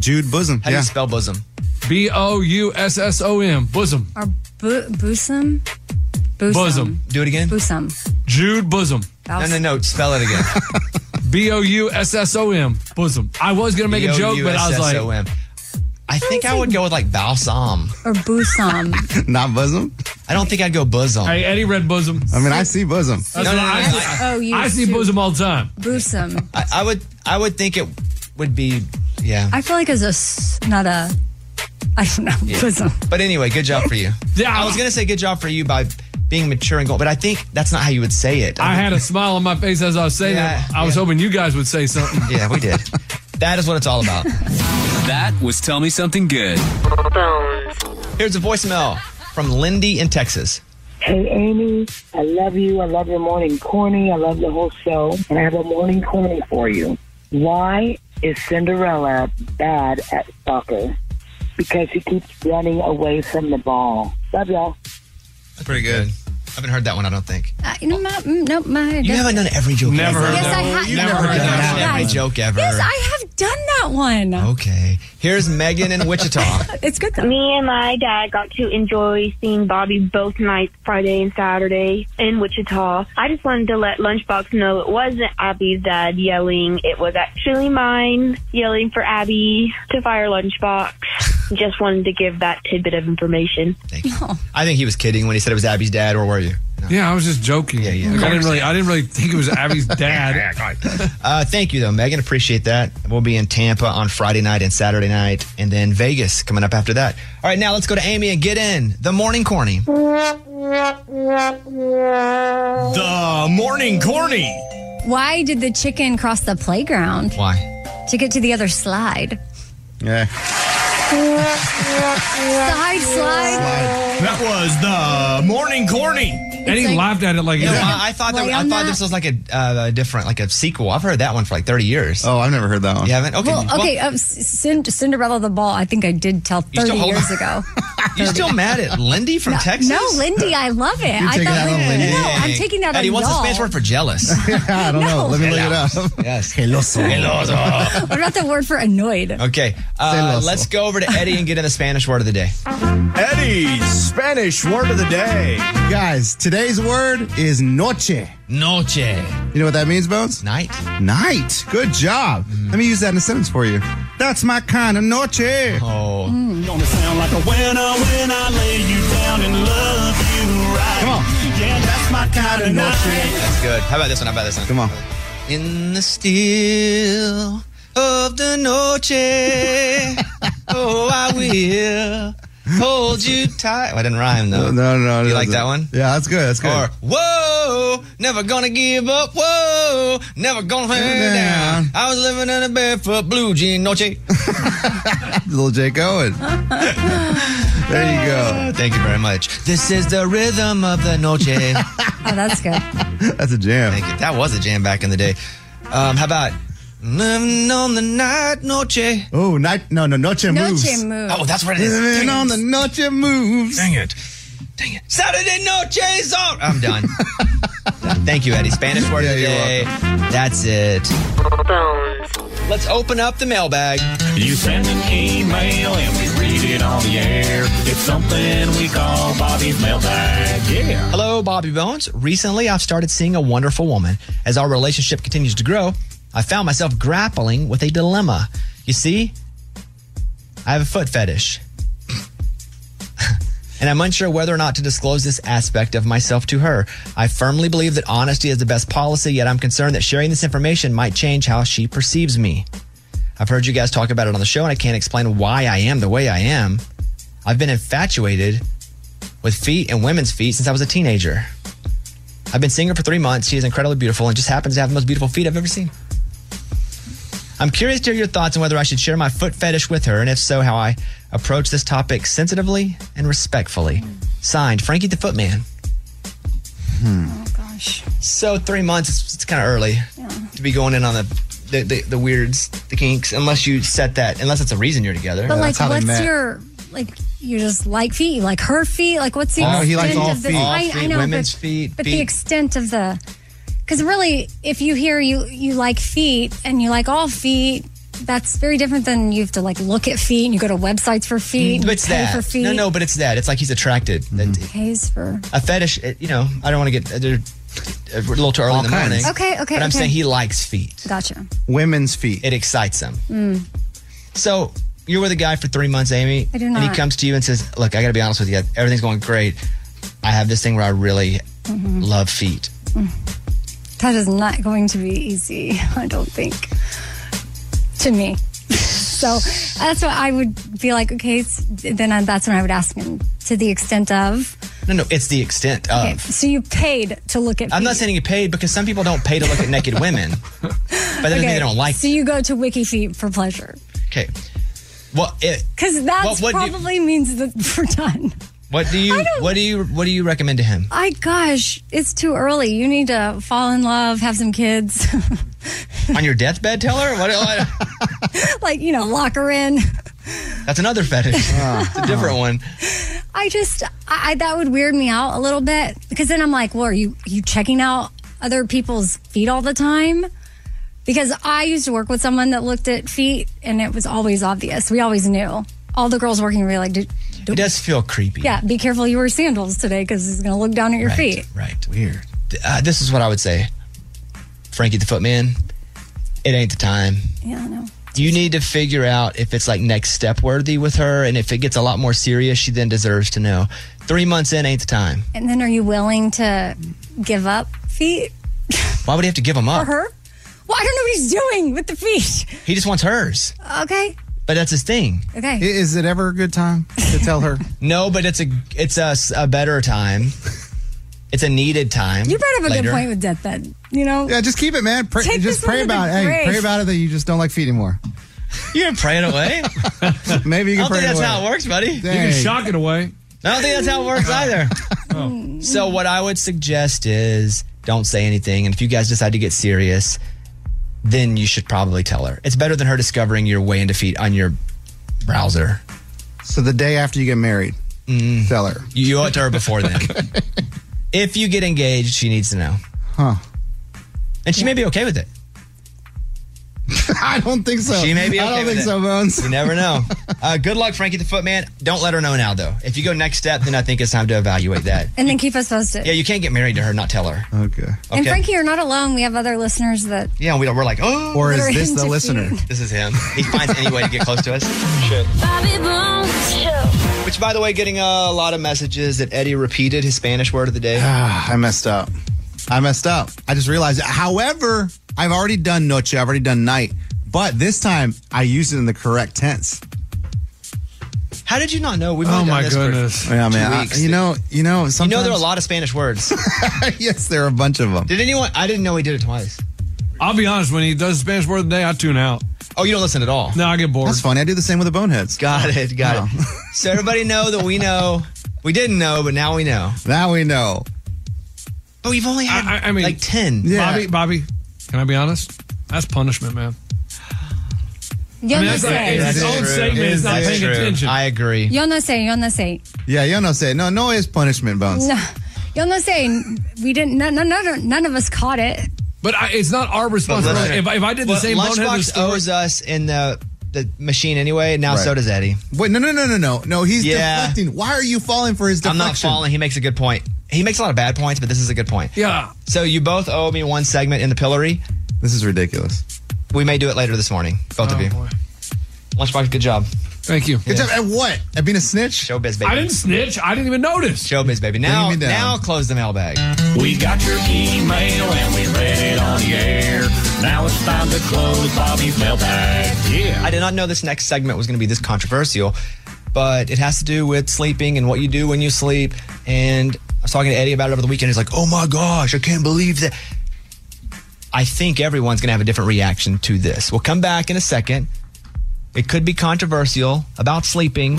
A: Jude Bosom. How do
G: yeah.
A: you spell bosom?
G: B O U S S O M, bosom.
F: or bo- bosom? Bosom.
G: Bosom.
A: Do it again.
F: Bosom.
G: Jude Bosom.
A: No, no, no. Spell it again.
G: B O U S S O M, bosom. I was going to make a joke, but I was like,
A: B-O-U-S-S-O-M. I think I would go with like balsam
F: Or bosom.
A: Not bosom. I don't think I'd go bosom.
G: hey, Eddie read bosom.
A: I mean, I see bosom.
G: No, no, I, I see bosom all the time.
F: Bosom.
A: I, I would I would think it would be yeah.
F: I feel like it's a, s- not a, I don't know,
A: Yeah.
F: bosom.
A: But anyway, good job for you. yeah, I was gonna say good job for you by being mature and going, but I think that's not how you would say it.
G: I had a smile on my face as I was saying
A: Yeah,
G: that. I was hoping you guys would say something.
A: yeah, we did. That is what it's all about.
V: That was Tell Me Something Good.
A: Here's a voicemail from Lindy in Texas.
W: Hey, Amy, I love you. I love your morning corny. I love the whole show. And I have a morning corny for you. Why is Cinderella bad at soccer? Because she keeps running away from the ball. Love y'all.
A: That's pretty good. I haven't heard that one, I don't think.
F: I, no, my, mm, nope, my.
A: You haven't done every joke
F: Never
A: ever.
F: heard Yes, that I one. have.
A: You've
F: Never
A: never
F: heard
A: done
F: that one.
A: every joke ever.
F: Yes, I have done that one.
A: Okay. Here's Megan in Wichita.
F: It's good.
X: Me and my dad got to enjoy seeing Bobby both nights, Friday and Saturday, in Wichita. I just wanted to let Lunchbox know it wasn't Abby's dad yelling. It was actually mine yelling for Abby to fire Lunchbox. just wanted to give that tidbit of information.
A: I think he was kidding when he said it was Abby's dad, or were you?
G: Yeah, I was just joking. Yeah, yeah. I didn't really, I didn't really think it was Abby's dad.
A: Uh, thank you, though, Megan. Appreciate that. We'll be in Tampa on Friday night and Saturday night, and then Vegas coming up after that. All right, now let's go to Amy and get in the morning corny.
C: The
F: Why did the chicken cross the playground
A: Why?
F: to get to the other slide?
A: Yeah.
F: Side slide.
I: That was the morning corny. And
A: It's
I: he
A: like-
I: laughed
G: at it like
A: No, I, I thought that,
I: Play
A: I
I: on
A: thought
I: that.
A: this was like a uh, different, like a sequel. I've heard that one for like thirty years. Oh,
E: I've never heard that one.
A: You haven't? Okay.
F: Well, okay, um, C- Cin- Cinderella the Ball, I think I did tell
A: You still
F: 30
A: hold-
F: years ago.
A: You still mad at Lindy from
F: no,
A: Texas?
F: No, Lindy, I love it.
A: You're
F: I
A: taking that on Lindy.
F: No, I'm
A: Dang.
F: taking that
A: Eddie,
F: on
A: what's the
F: y'all.
A: Spanish word for jealous?
E: I don't know. Let me look it up.
A: Yes.
E: Geloso.
A: Geloso.
F: what about the word for annoyed?
A: Okay. Uh,
I: Celoso.
A: let's go over to Eddie and get in the Spanish word of the day.
I: Eddie's Spanish word of the day.
E: Guys, today's word is noche.
A: Noche.
E: You know what that means, Bones?
A: Night. Mm.
E: Night. Good job. Let me use that in a sentence for you. That's my kind of noche.
A: Oh.
C: Mm, Gonna sound like a winner when I lay you down and love you right. Come on. Yeah, that's my kind of night.
A: That's good. How about this one? How about this one? Oh, Come on. In the still of the noche, oh, I will hold you tight. Oh, I didn't rhyme though.
E: No, no, no.
A: You like that one?
E: Yeah, that's good. That's good.
A: Or whoa, never gonna give up. Whoa, never gonna hang down. I was living in a barefoot blue jean noche.
E: Little Jake Owen. there you go.
A: Thank you very much. This is the rhythm of the noche.
F: Oh, that's good.
A: That's a jam. Thank you. That was a jam back in the day. Um, how about living on the night noche?
E: Oh, night. No, no, noche moves.
A: Oh, that's what it is.
E: Living
A: Dang it.
E: on the noche moves.
A: Dang it. Saturday noche is on. I'm done. Thank you, Eddie. Spanish word of the day. That's it. Let's open up the mailbag.
C: You send an email and we read it on the air. It's something we call Bobby's mailbag. Yeah.
A: Hello, Bobby Bones. Recently, I've started seeing a wonderful woman. As our relationship continues to grow, I found myself grappling with a dilemma. You see, I have a foot fetish. and I'm unsure whether or not to disclose this aspect of myself to her. I firmly believe that honesty is the best policy, yet I'm concerned that sharing this information might change how she perceives me. I've heard you guys talk about it on the show, and I can't explain why I am the way I am. I've been infatuated with feet and women's feet since I was a teenager. I've been seeing her for three months. She is incredibly beautiful and just happens to have the most beautiful feet I've ever seen. I'm curious to hear your thoughts on whether I should share my foot fetish with her, and if so, how I approach this topic sensitively and respectfully. Signed, Frankie the Footman.
F: Oh, gosh.
A: So three months, it's, it's kind of early to be going in on the, the, the, the weirds, the kinks, unless you set that, unless it's a reason you're together.
F: But, like, what's your, like, you just like feet? You like her feet? Like, what's the
A: Oh,
F: extent
A: he likes all
F: of the
A: feet. All
F: I, I
A: feet,
F: know,
A: women's
F: but,
A: feet,
F: but
A: feet.
F: the extent of the. Because really, if you hear you you like feet and you like all feet, that's very different than you have to like look at feet and you go to websites for feet. and you
A: It's
F: pay
A: Mm, that.
F: for feet.
A: No, no, but it's that. It's like he's attracted. That-
F: Pays for.
A: a fetish. it- You know, I don't want to get uh, they're a little too early in the
F: kinds.
A: morning.
F: Okay, okay,
A: But I'm
F: okay.
A: saying he likes feet,
F: Gotcha.
A: women's feet. It excites him.
F: Mm.
A: So you're with a guy for three months, Amy.
F: I do
A: And
F: not.
A: he comes to you and says, "Look, I got to be honest with you. Everything's going great. I have this thing where I really
F: Mhm.
A: love feet.
F: That is not going to be easy, I don't think, to me. so that's what I would be like, okay, it's, then I, that's when I would ask him to the extent of,
A: No, no, it's the extent of.
F: okay, so you paid to look at
A: Uh. I'm not
F: feet.
A: saying you paid because some people don't pay to look at naked women, but that doesn't mean
F: Okay,
A: they don't like.
F: So you go to Wiki Feet for pleasure.
A: Okay. Well, it,
F: Because that
A: What- what do you-
F: probably means that we're done.
A: what do you what do you what do you recommend to him?
F: I gosh, it's too early. You need to fall in love, have some kids,
A: On your deathbed, tell her what, what
F: like you know, lock her in.
A: That's another fetish.
F: Ah.
A: it's a different one.
F: I just I, I that would weird me out a little bit because then I'm like, well, are you you checking out other people's feet all the time? Because I used to work with someone that looked at feet, and it was always obvious. We always knew. All the girls working were like, "Dude,
A: It does feel creepy.
F: yeah, be careful you wear sandals today because he's gonna look down at your
A: Right,
F: feet.
A: Right. Weird. Uh, this is what I would say, Frankie the Footman. It ain't the time.
F: Yeah, I know.
A: You need to figure out if it's like next step worthy with her, and if it gets a lot more serious, she then deserves to know. Three months in ain't the time.
F: And then, are you willing to give up feet
A: Why would he have to give them
F: for
A: up?
F: her? Well, I don't know what he's doing with the feet.
A: He just wants hers,
F: Okay,
A: but that's his thing.
F: okay.
A: Is it ever a good time to tell her? no, but it's a it's a, s- a better time. It's a needed time.
F: you brought up a
A: later.
F: good point with deathbed. You know,
E: Yeah, just keep it, man. Pray,
F: Take
E: just
F: this
E: pray
F: one to the
E: about it. Hey,
F: grave.
E: pray about it that you just don't like feet anymore.
A: You can pray it away.
E: Maybe you can
A: I don't
E: pray
A: think
E: it
A: that's
E: away.
A: how it works, buddy. You
G: can Dang. shock it away. Oh.
A: I don't think that's how it works either. So what I would suggest is don't say anything, and if you guys decide to get serious, then you should probably tell her. It's better than her discovering your way in defeat on your browser. Mm.
E: So the day after you get married, tell her.
A: You owe it to her before then. if you get engaged, she needs to know.
E: Huh.
A: And she may be okay with it.
E: I don't think so.
A: She may be okay
E: I don't
A: with
E: think
A: it.
E: so, Bones.
A: You never know. Uh, good luck, Frankie the Footman. Don't let her know now, though. If you go next step, then I think it's time to evaluate that.
F: And then keep us posted.
A: Yeah, you can't get married to her, not tell her.
E: Okay.
F: And Frankie, you're not alone. We have other listeners that
A: Yeah, we don't, we're like, oh.
F: Or is They're this the into listener? feud.
A: This is him. He finds any way to get close to us. Shit. Which, by the way, getting a lot of messages that Eddie repeated his Spanish word of the day.
E: I messed up. I messed up. I just realized it. However, I've already done noche. I've already done night. But this time, I used it in the correct tense.
G: Oh
A: How did you not know? We've
E: Oh,
A: only done
E: my
A: this for
E: goodness. Yeah,
A: two
E: man, I-
A: weeks.
E: you know- you know,
A: you know, there are a
E: sometimes-
A: lot of Spanish words.
E: yes, there are a bunch of them.
A: Did anyone? I didn't know he did it twice.
G: I'll be honest. When he does Spanish word of the day, I tune out.
A: Oh, you don't listen at all?
G: No, I get bored.
E: That's funny. I do the same with the boneheads.
A: Got it. Got it. So everybody know that we know. We didn't know, but now we know.
E: Now we know.
A: But we've Oh, only had
G: I, I mean,
A: like ten.
G: Bobby, Bobby, can I be honest? That's punishment, man.
F: Yo
G: I mean,
F: no
G: that's like-
F: sé.
G: it's his own segment. It's not
E: That's
G: paying
E: true.
G: attention.
A: I agree.
F: Yo no sé. Yo no sé.
E: Yeah, you don't say no. No is punishment, Bones.
F: No. Yo no sé. We didn't. None, none, none, none of us caught it.
G: But I, it's not our responsibility. if, I- if I did the
A: Well,
G: same boneheaded
A: Lunchbox
G: story,
A: owes us in the the machine anyway. Now
E: Right.
A: so does Eddie.
E: Wait, no, no, no, no, no, no. He's
A: Yeah.
E: deflecting. Why are you falling for his
A: I'm
E: deflection?
A: not falling. He makes a good point. He makes a lot of bad points, but this is a good point.
G: Yeah.
A: So you both owe me one segment in the pillory.
E: This is ridiculous.
A: We may do it later this morning, both of you. Lunchbox, good job.
G: Oh, Thank you.
E: Good job. At what? At being a snitch?
A: Showbiz, baby.
G: I didn't snitch. I didn't even notice.
A: Showbiz, baby. Now,
G: me down.
A: now close the mailbag.
C: We got your email and we read it on the air. Now it's time to close Bobby's mailbag. Yeah.
A: I did not know this next segment was going to be this controversial, but it has to do with sleeping and what you do when you sleep. And I was talking to Eddie about it over the weekend. He's like, oh my gosh, I can't believe that. I think everyone's going to have a different reaction to this. We'll come back in a second. It could be controversial about sleeping.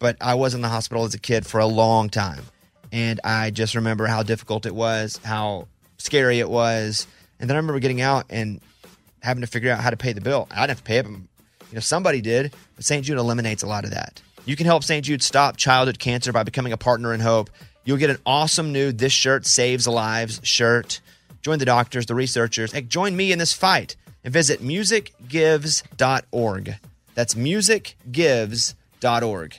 M: but I was in the hospital as a kid for a long time. And I just remember how difficult it was, how scary it was. And then I remember getting out and having to figure out how to pay the bill. I didn't have to pay it, but you know, somebody did. But St. Jude eliminates a lot of that. You can help St. Jude stop childhood cancer by becoming a partner in hope. You'll get an awesome new This Shirt Saves Lives shirt. Join the doctors, the researchers. Hey, join me in this fight and visit musicgives.org. That's musicgives.org.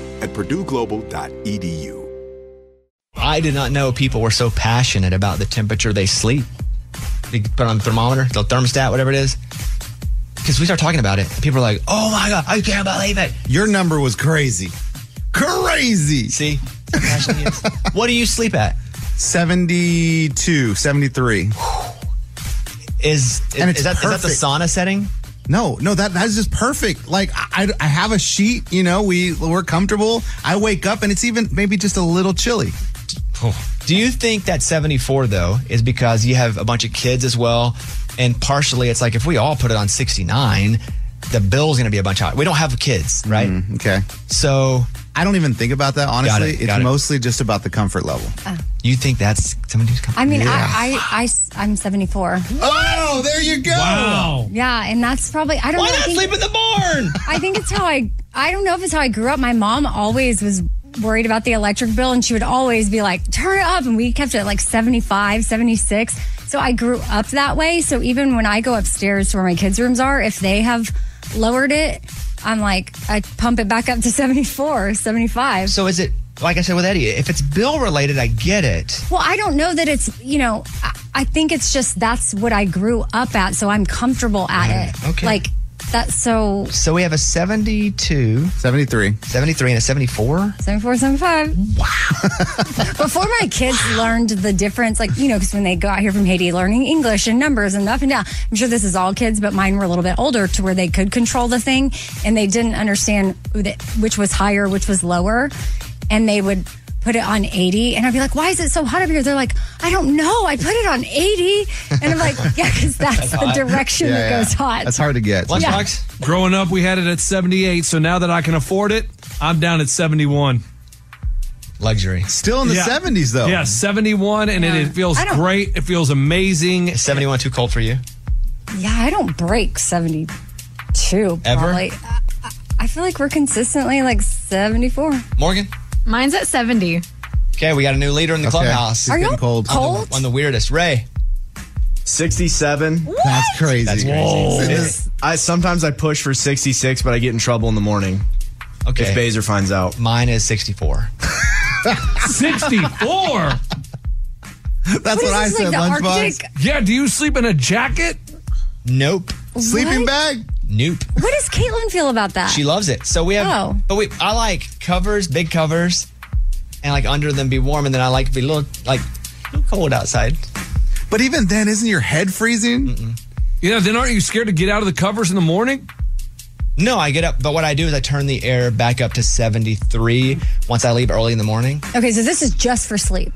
Q: at purdueglobal.edu.
A: I did not know people were so passionate about the temperature they sleep. They put on the thermometer, the thermostat, whatever it is. Because we start talking about it, and people are like, "Oh my god, I can't believe it!"
E: Your number was crazy, crazy.
A: See, what do you sleep at?
E: 72, 73.
A: Is
E: and
A: is that- is that the sauna setting?
E: No, no, that that's just perfect. Like I, I have a sheet, you know, we we're comfortable. I wake up and it's even maybe just a little chilly.
A: Do you think that 74 though is because you have a bunch of kids as well, and partially it's like if we all put it on 69, the bill's going to be a bunch higher. We don't have kids, right?
E: okay.
A: So
E: I don't even think about that. Honestly, it's mostly just about the comfort level.
F: Oh.
A: You think that's somebody's comfort?
F: I mean,
E: Yeah.
F: I, I, I, am 74.
E: Oh, there you go.
A: Wow.
F: Yeah, and that's probably I don't.
A: Why
F: know,
A: not
F: I think,
A: sleep in the barn?
F: I think it's how I. I don't know if it's how I grew up. My mom always was worried about the electric bill, and she would always be like, "Turn it up," and we kept it at like 75, 76. So I grew up that way. So even when I go upstairs to where my kids' rooms are, if they have lowered it, I'm like, I pump it back up to 74, 75.
A: So is it like I said with Eddie? If it's bill related, I get it.
F: Well, I don't know that it's, you know, I, I think it's just that's what I grew up at, so I'm comfortable at it.
A: okay.
F: Like that's so
A: So we have a 72,
E: 73,
A: 73, and a 74.
F: 74, 75. Wow. Before my kids learned the difference, like, you know, because when they got here from Haiti, learning English and numbers and up and down. I'm sure this is all kids, but mine were a little bit older to where they could control the thing and they didn't understand that- which was higher, which was lower. And they would put it on 80. And I'd be like, why is it so hot up here? They're like, I don't know. I put it on 80. And I'm like, yeah, because that's,
G: That's
F: the
G: hot.
F: direction
G: Yeah,
F: that
G: yeah.
F: goes hot.
E: hard to get.
F: Yeah.
G: Growing up, we had it at 78. So now that I can afford it, I'm down at 71.
A: Luxury.
E: Still in the 70s, though.
G: Yeah, 71, and it, it feels
F: I don't-
G: great. It feels amazing.
A: 71 too cold for you?
F: Yeah, I don't break 72.
A: Ever?
F: Probably. I- I- I feel like we're consistently like 74.
A: Morgan.
L: Mine's at 70.
A: Okay, we got a new leader in the
L: Okay.
A: clubhouse.
L: Are He's getting y'all cold.
A: I'm the-
L: cold?
A: I'm the weirdest. Ray.
I: 67. That's
E: crazy.
I: That's crazy.
A: Whoa.
I: I sometimes I push for 66, but I get in trouble in the morning.
A: Okay.
I: If Baser finds out.
A: Mine is 64.
G: 64?
E: That's
G: what,
E: I this, said, like the Lunchbox. Arctic?
G: Yeah, do you sleep in a jacket?
A: Nope.
F: Sleeping What?
E: bag?
A: Nope.
F: What does Caitlin feel about
L: Ah.
F: that?
A: She loves it. So we have,
F: Oh.
A: but we, I like covers, big covers, and like under them be warm, and then I like to be a little like a little cold outside.
E: But even then, isn't your head freezing?
G: Yeah, then aren't you scared to get out of the covers in the morning?
A: No, I get up, but what I do is I turn the air back up to 73 once I leave early in the morning.
F: Okay, so this is just for sleep.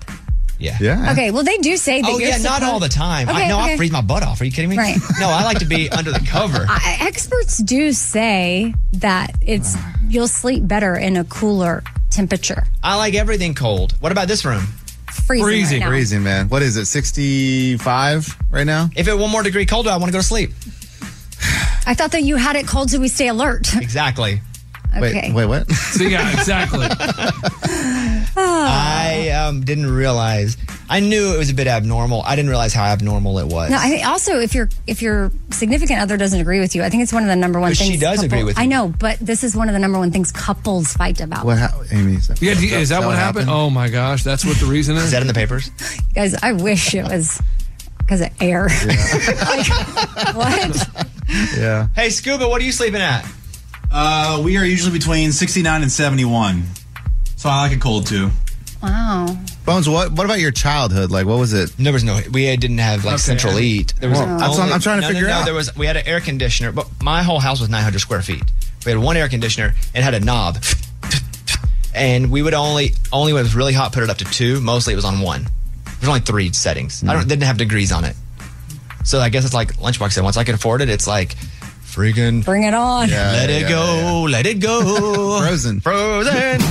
A: Yeah. Yeah.
F: Okay, well, they do say that
A: Oh
F: you're
A: yeah, not
F: supposed-
A: all the time. I
F: Okay,
A: know I
F: okay.
A: freeze my butt off. Are you kidding me?
F: Right.
A: No, I like to be under the cover.
F: I- experts do say that
A: Uh.
F: it's you'll sleep better in a cooler temperature.
A: I like everything cold. What about this room?
F: Freezing. Freezing. Right now.
E: Freezing, man. What is it, 65 right now?
A: If it one more degree colder, I want to go to sleep.
F: I thought that you had it cold, so we stay alert.
A: Exactly.
F: Okay.
E: Wait, what?
G: See, yeah, exactly.
A: I um, didn't realize. I knew it was a bit abnormal. I didn't realize how abnormal it was.
F: No, I think also if your if your significant other doesn't agree with you, I think it's one of the number one
A: But she
F: things.
A: does
F: couple-
A: agree with
F: I
A: you.
F: know, but this is one of the number one things couples fight about.
E: What happened, Amy? Is that,
G: Yeah, do you- is that what happened? Oh my gosh, that's what the reason is. is
A: that in the papers?
F: Guys, I wish it was because of air. what?
E: Yeah.
A: Hey, Scuba, what are you sleeping at?
Y: Uh, we are usually between 69 and 71. So I like a cold too.
F: Wow.
E: Bones, what what about your childhood? Like, what was it?
A: There was no. We didn't have like central heat. There was
E: that's what I'm,
A: only-
E: I'm trying to
A: no, no,
E: figure
A: no,
E: out.
A: There was. We had an air conditioner, but my whole house was 900 square feet. We had one air conditioner and it had a knob, and we would only only when it was really hot put it up to two. Mostly it was on one. There's only three settings. I don't they didn't have degrees on it. So I guess it's like lunchbox said. Once I can afford it, it's like freaking
F: bring it on.
A: let it go. Oh, Let it go.
E: Frozen.
A: Frozen.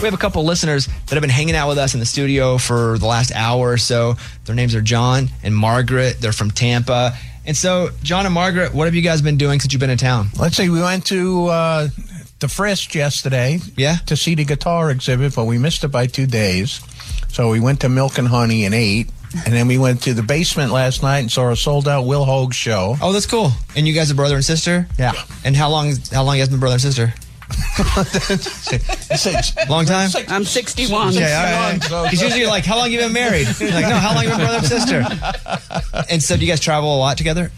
A: We have a couple listeners that have been hanging out with us in the studio for the last hour or so. Their names are John and Margaret. They're from Tampa. And so, John and Margaret, what have you guys been doing since you've been in town?
H: Let's see, we went to uh, the Frisk yesterday. Yeah. To see the guitar exhibit, but we missed it by two days. So we went to Milk and Honey and ate. And then we went to the basement last night and saw a sold out Will Hogue show.
A: Oh, that's cool. And you guys are brother and sister? Yeah. And how long how long you guys been brother and sister? Long time?
J: I'm 61.
A: Okay, all right. Because usually you're like, how long you been married? You're like, no, how long you been brother and sister? And so do you guys travel a lot together?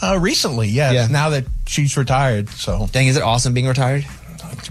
H: Uh, recently, yes. Now that she's retired, so.
A: Dang, is it awesome being retired?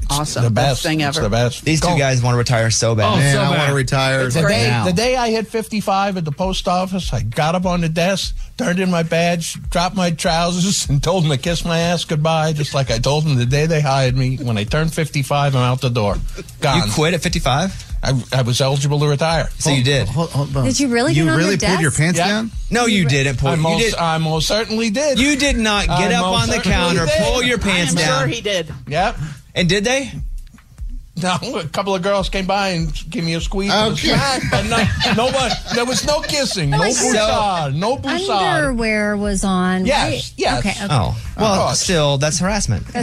J: awesome. The best, thing ever.
A: These two guys want to retire so bad.
J: Oh, Man, so I bad. wanna retire
H: The day, the day I hit 55 at the post office, I got up on the desk, turned in my badge, dropped my trousers, and told them to kiss my ass goodbye, just like I told them the day they hired me. When I turned 55, I'm out the door. Gone. You
A: quit at 55?
H: I, I was eligible to retire.
A: So you did.
F: Did you really You get on really the pulled your desk? pants
A: down? No, you didn't pull-
H: I
A: you
H: most,
A: did-
H: I most certainly did.
A: You did not get up on the counter, pull your pants
J: I'm
A: down.
J: sure he did.
H: Yep.
A: And did they?
H: No, a couple of girls came by and gave me a squeeze. and a smack, but no, no one. There was no kissing, no
F: So-
H: bussard, no bussard.
F: Underwear was on.
H: Yes,
F: right?
H: yes.
F: Okay. okay.
A: Oh, well, still, that's harassment.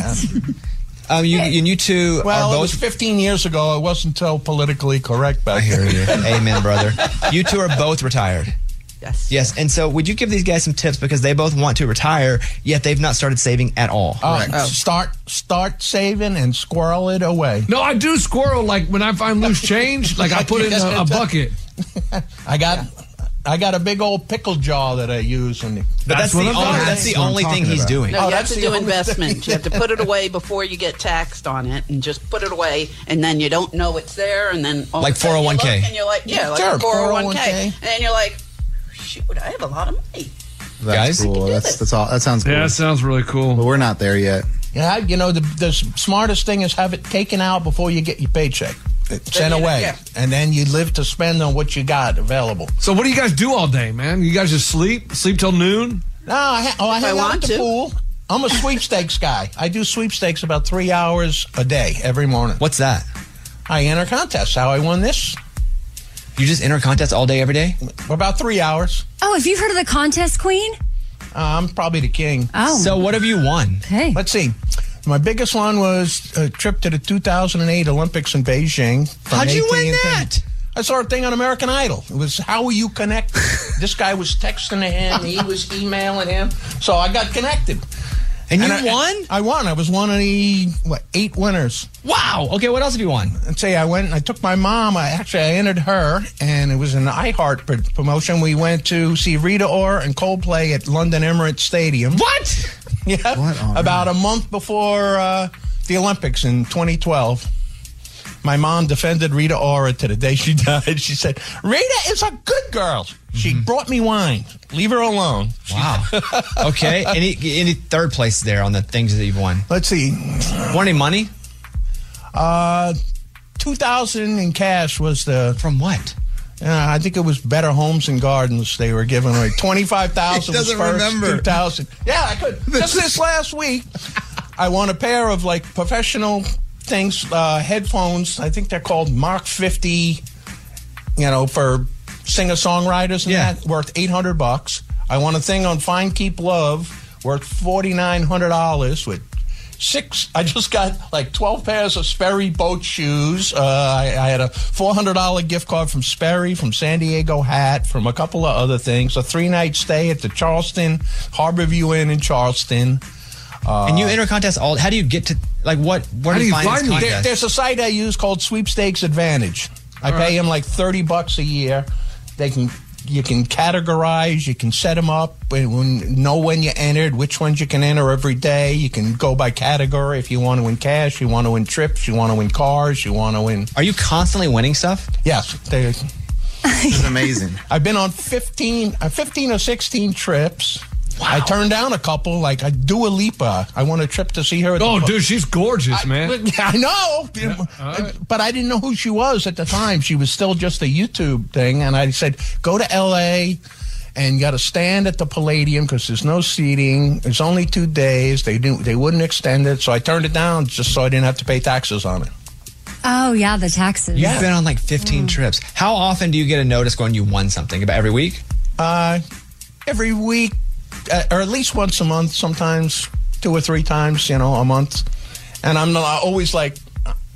A: Um, you, and you two
H: Well,
A: are
H: it
A: both
H: was 15 years ago. It wasn't so politically correct back
A: I
H: then.
A: hear you. Amen, brother. You two are both retired.
J: Yes.
A: Yes. And so, would you give these guys some tips because they both want to retire, yet they've not started saving at all?
H: Oh, Start start saving and squirrel it away.
G: No, I do squirrel like when I find loose change, like I put it in a, a bucket.
H: I got I got a big old pickle jaw that I use, and
A: But that's That's what the I'm only- talking- that's the that's what I'm only thing talking he's about. doing.
J: No,
H: Oh,
J: you have
H: that's
J: to
H: the
J: do
H: only
J: investment.
H: thing.
J: you have to put it away before you get taxed on it, and just put it away, and then you don't know it's there, and then all of a
A: Like
J: sudden you look
A: 401k.
J: and you're like, yeah, like
A: Sure,
J: a 401k,
A: 401k.
J: and then you're like, shoot, I have a lot of money.
E: That's
A: Guys?
E: cool. That's that's all. That sounds. Cool. Yeah, that
G: sounds really cool.
E: But we're not there yet.
H: Yeah, you know the, the smartest thing is have it taken out before you get your paycheck. Sent
G: you-
H: away,
G: yeah.
H: and then you live to spend on what you got available.
G: So what do you guys do all day, man? You guys just sleep, sleep till noon.
H: No, I, ha- oh, I
G: If I
H: hang out
G: want
H: at the
G: to.
H: pool. I'm a sweepstakes guy. I do sweepstakes about three hours a day every morning.
A: What's that?
H: I enter contests. How I won this?
A: You just enter contests all day, every day?
H: About three hours.
F: Oh, have you heard of the contest queen?
H: Uh, I'm probably the king.
F: Oh. So
A: what have you won?
F: Hey.
H: Let's see. My biggest one was a trip to the 2008 Olympics in Beijing. from
A: How'd you win
H: AT&T.
A: that?
H: I saw a thing on American Idol. It was how are you connected? this guy was texting him, he was emailing him, so I got connected.
A: And you
H: I-
A: won?
H: I won. I was one of the what eight winners.
A: Wow. Okay. What else have you won?
H: Let's say I went. and I took my mom. I actually I entered her, and it was an iHeart pr- promotion. We went to see Rita Ora and Coldplay at London Emirates Stadium.
A: What?
H: yeah. about a month before uh, the Olympics in 2012. My mom defended Rita Ora to the day she died. She said, "Rita is a good girl. She brought me wine. Leave her alone."
A: Wow. Okay. Any any third place there on the things that you've won?
H: Let's see.
A: Won any money?
H: Uh, two thousand in cash was the
A: from what?
H: Uh, I think it was Better Homes and Gardens. They were giving away twenty five thousand.
E: He doesn't
H: was first,
E: remember.
H: Two thousand. Yeah, I could. Just this last week, I won a pair of like professional things uh, headphones. I think they're called Mark fifty. You know, for singer songwriters and that worth eight hundred bucks. I won a thing on Find Keep Love worth forty nine hundred dollars with six. I just got like twelve pairs of Sperry boat shoes. Uh, I, I had a four hundred dollar gift card from Sperry, from San Diego Hat, from a couple of other things. A three night stay at the Charleston Harborview Inn in Charleston. Uh,
A: and you enter contests all. How do you get to like what? Where do you find, these
H: There-
A: contests?
H: there's a site I use called Sweepstakes Advantage. I
A: All
H: pay
A: right.
H: them like thirty bucks a year. They can you can categorize, you can set them up, and when, know when you entered, which ones you can enter every day. You can go by category if you want to win cash, you want to win trips, you want to win cars, you want to win.
A: Are you constantly winning stuff?
H: Yes, they.
E: It's amazing.
H: I've been on 15, uh, 15 or 16 trips. I turned down a couple. Like, I do a Lipa. I want a trip to see her. At
G: Oh,
H: the
G: dude, she's gorgeous, man.
H: But- I know, but I didn't know who she was at the time. She was still just a YouTube thing, and I said, "Go to L.A. and got to stand at the Palladium because there's no seating. It's only two days. They didn't, they wouldn't extend it, so I turned it down just so I didn't have to pay taxes on it.
F: Oh yeah, the taxes.
A: You've been on like 15 trips. How often do you get a notice when you won something? About every week?
H: Uh, every week, uh, or at least once a month, sometimes two or three times, you know, a month. And I'm not always like,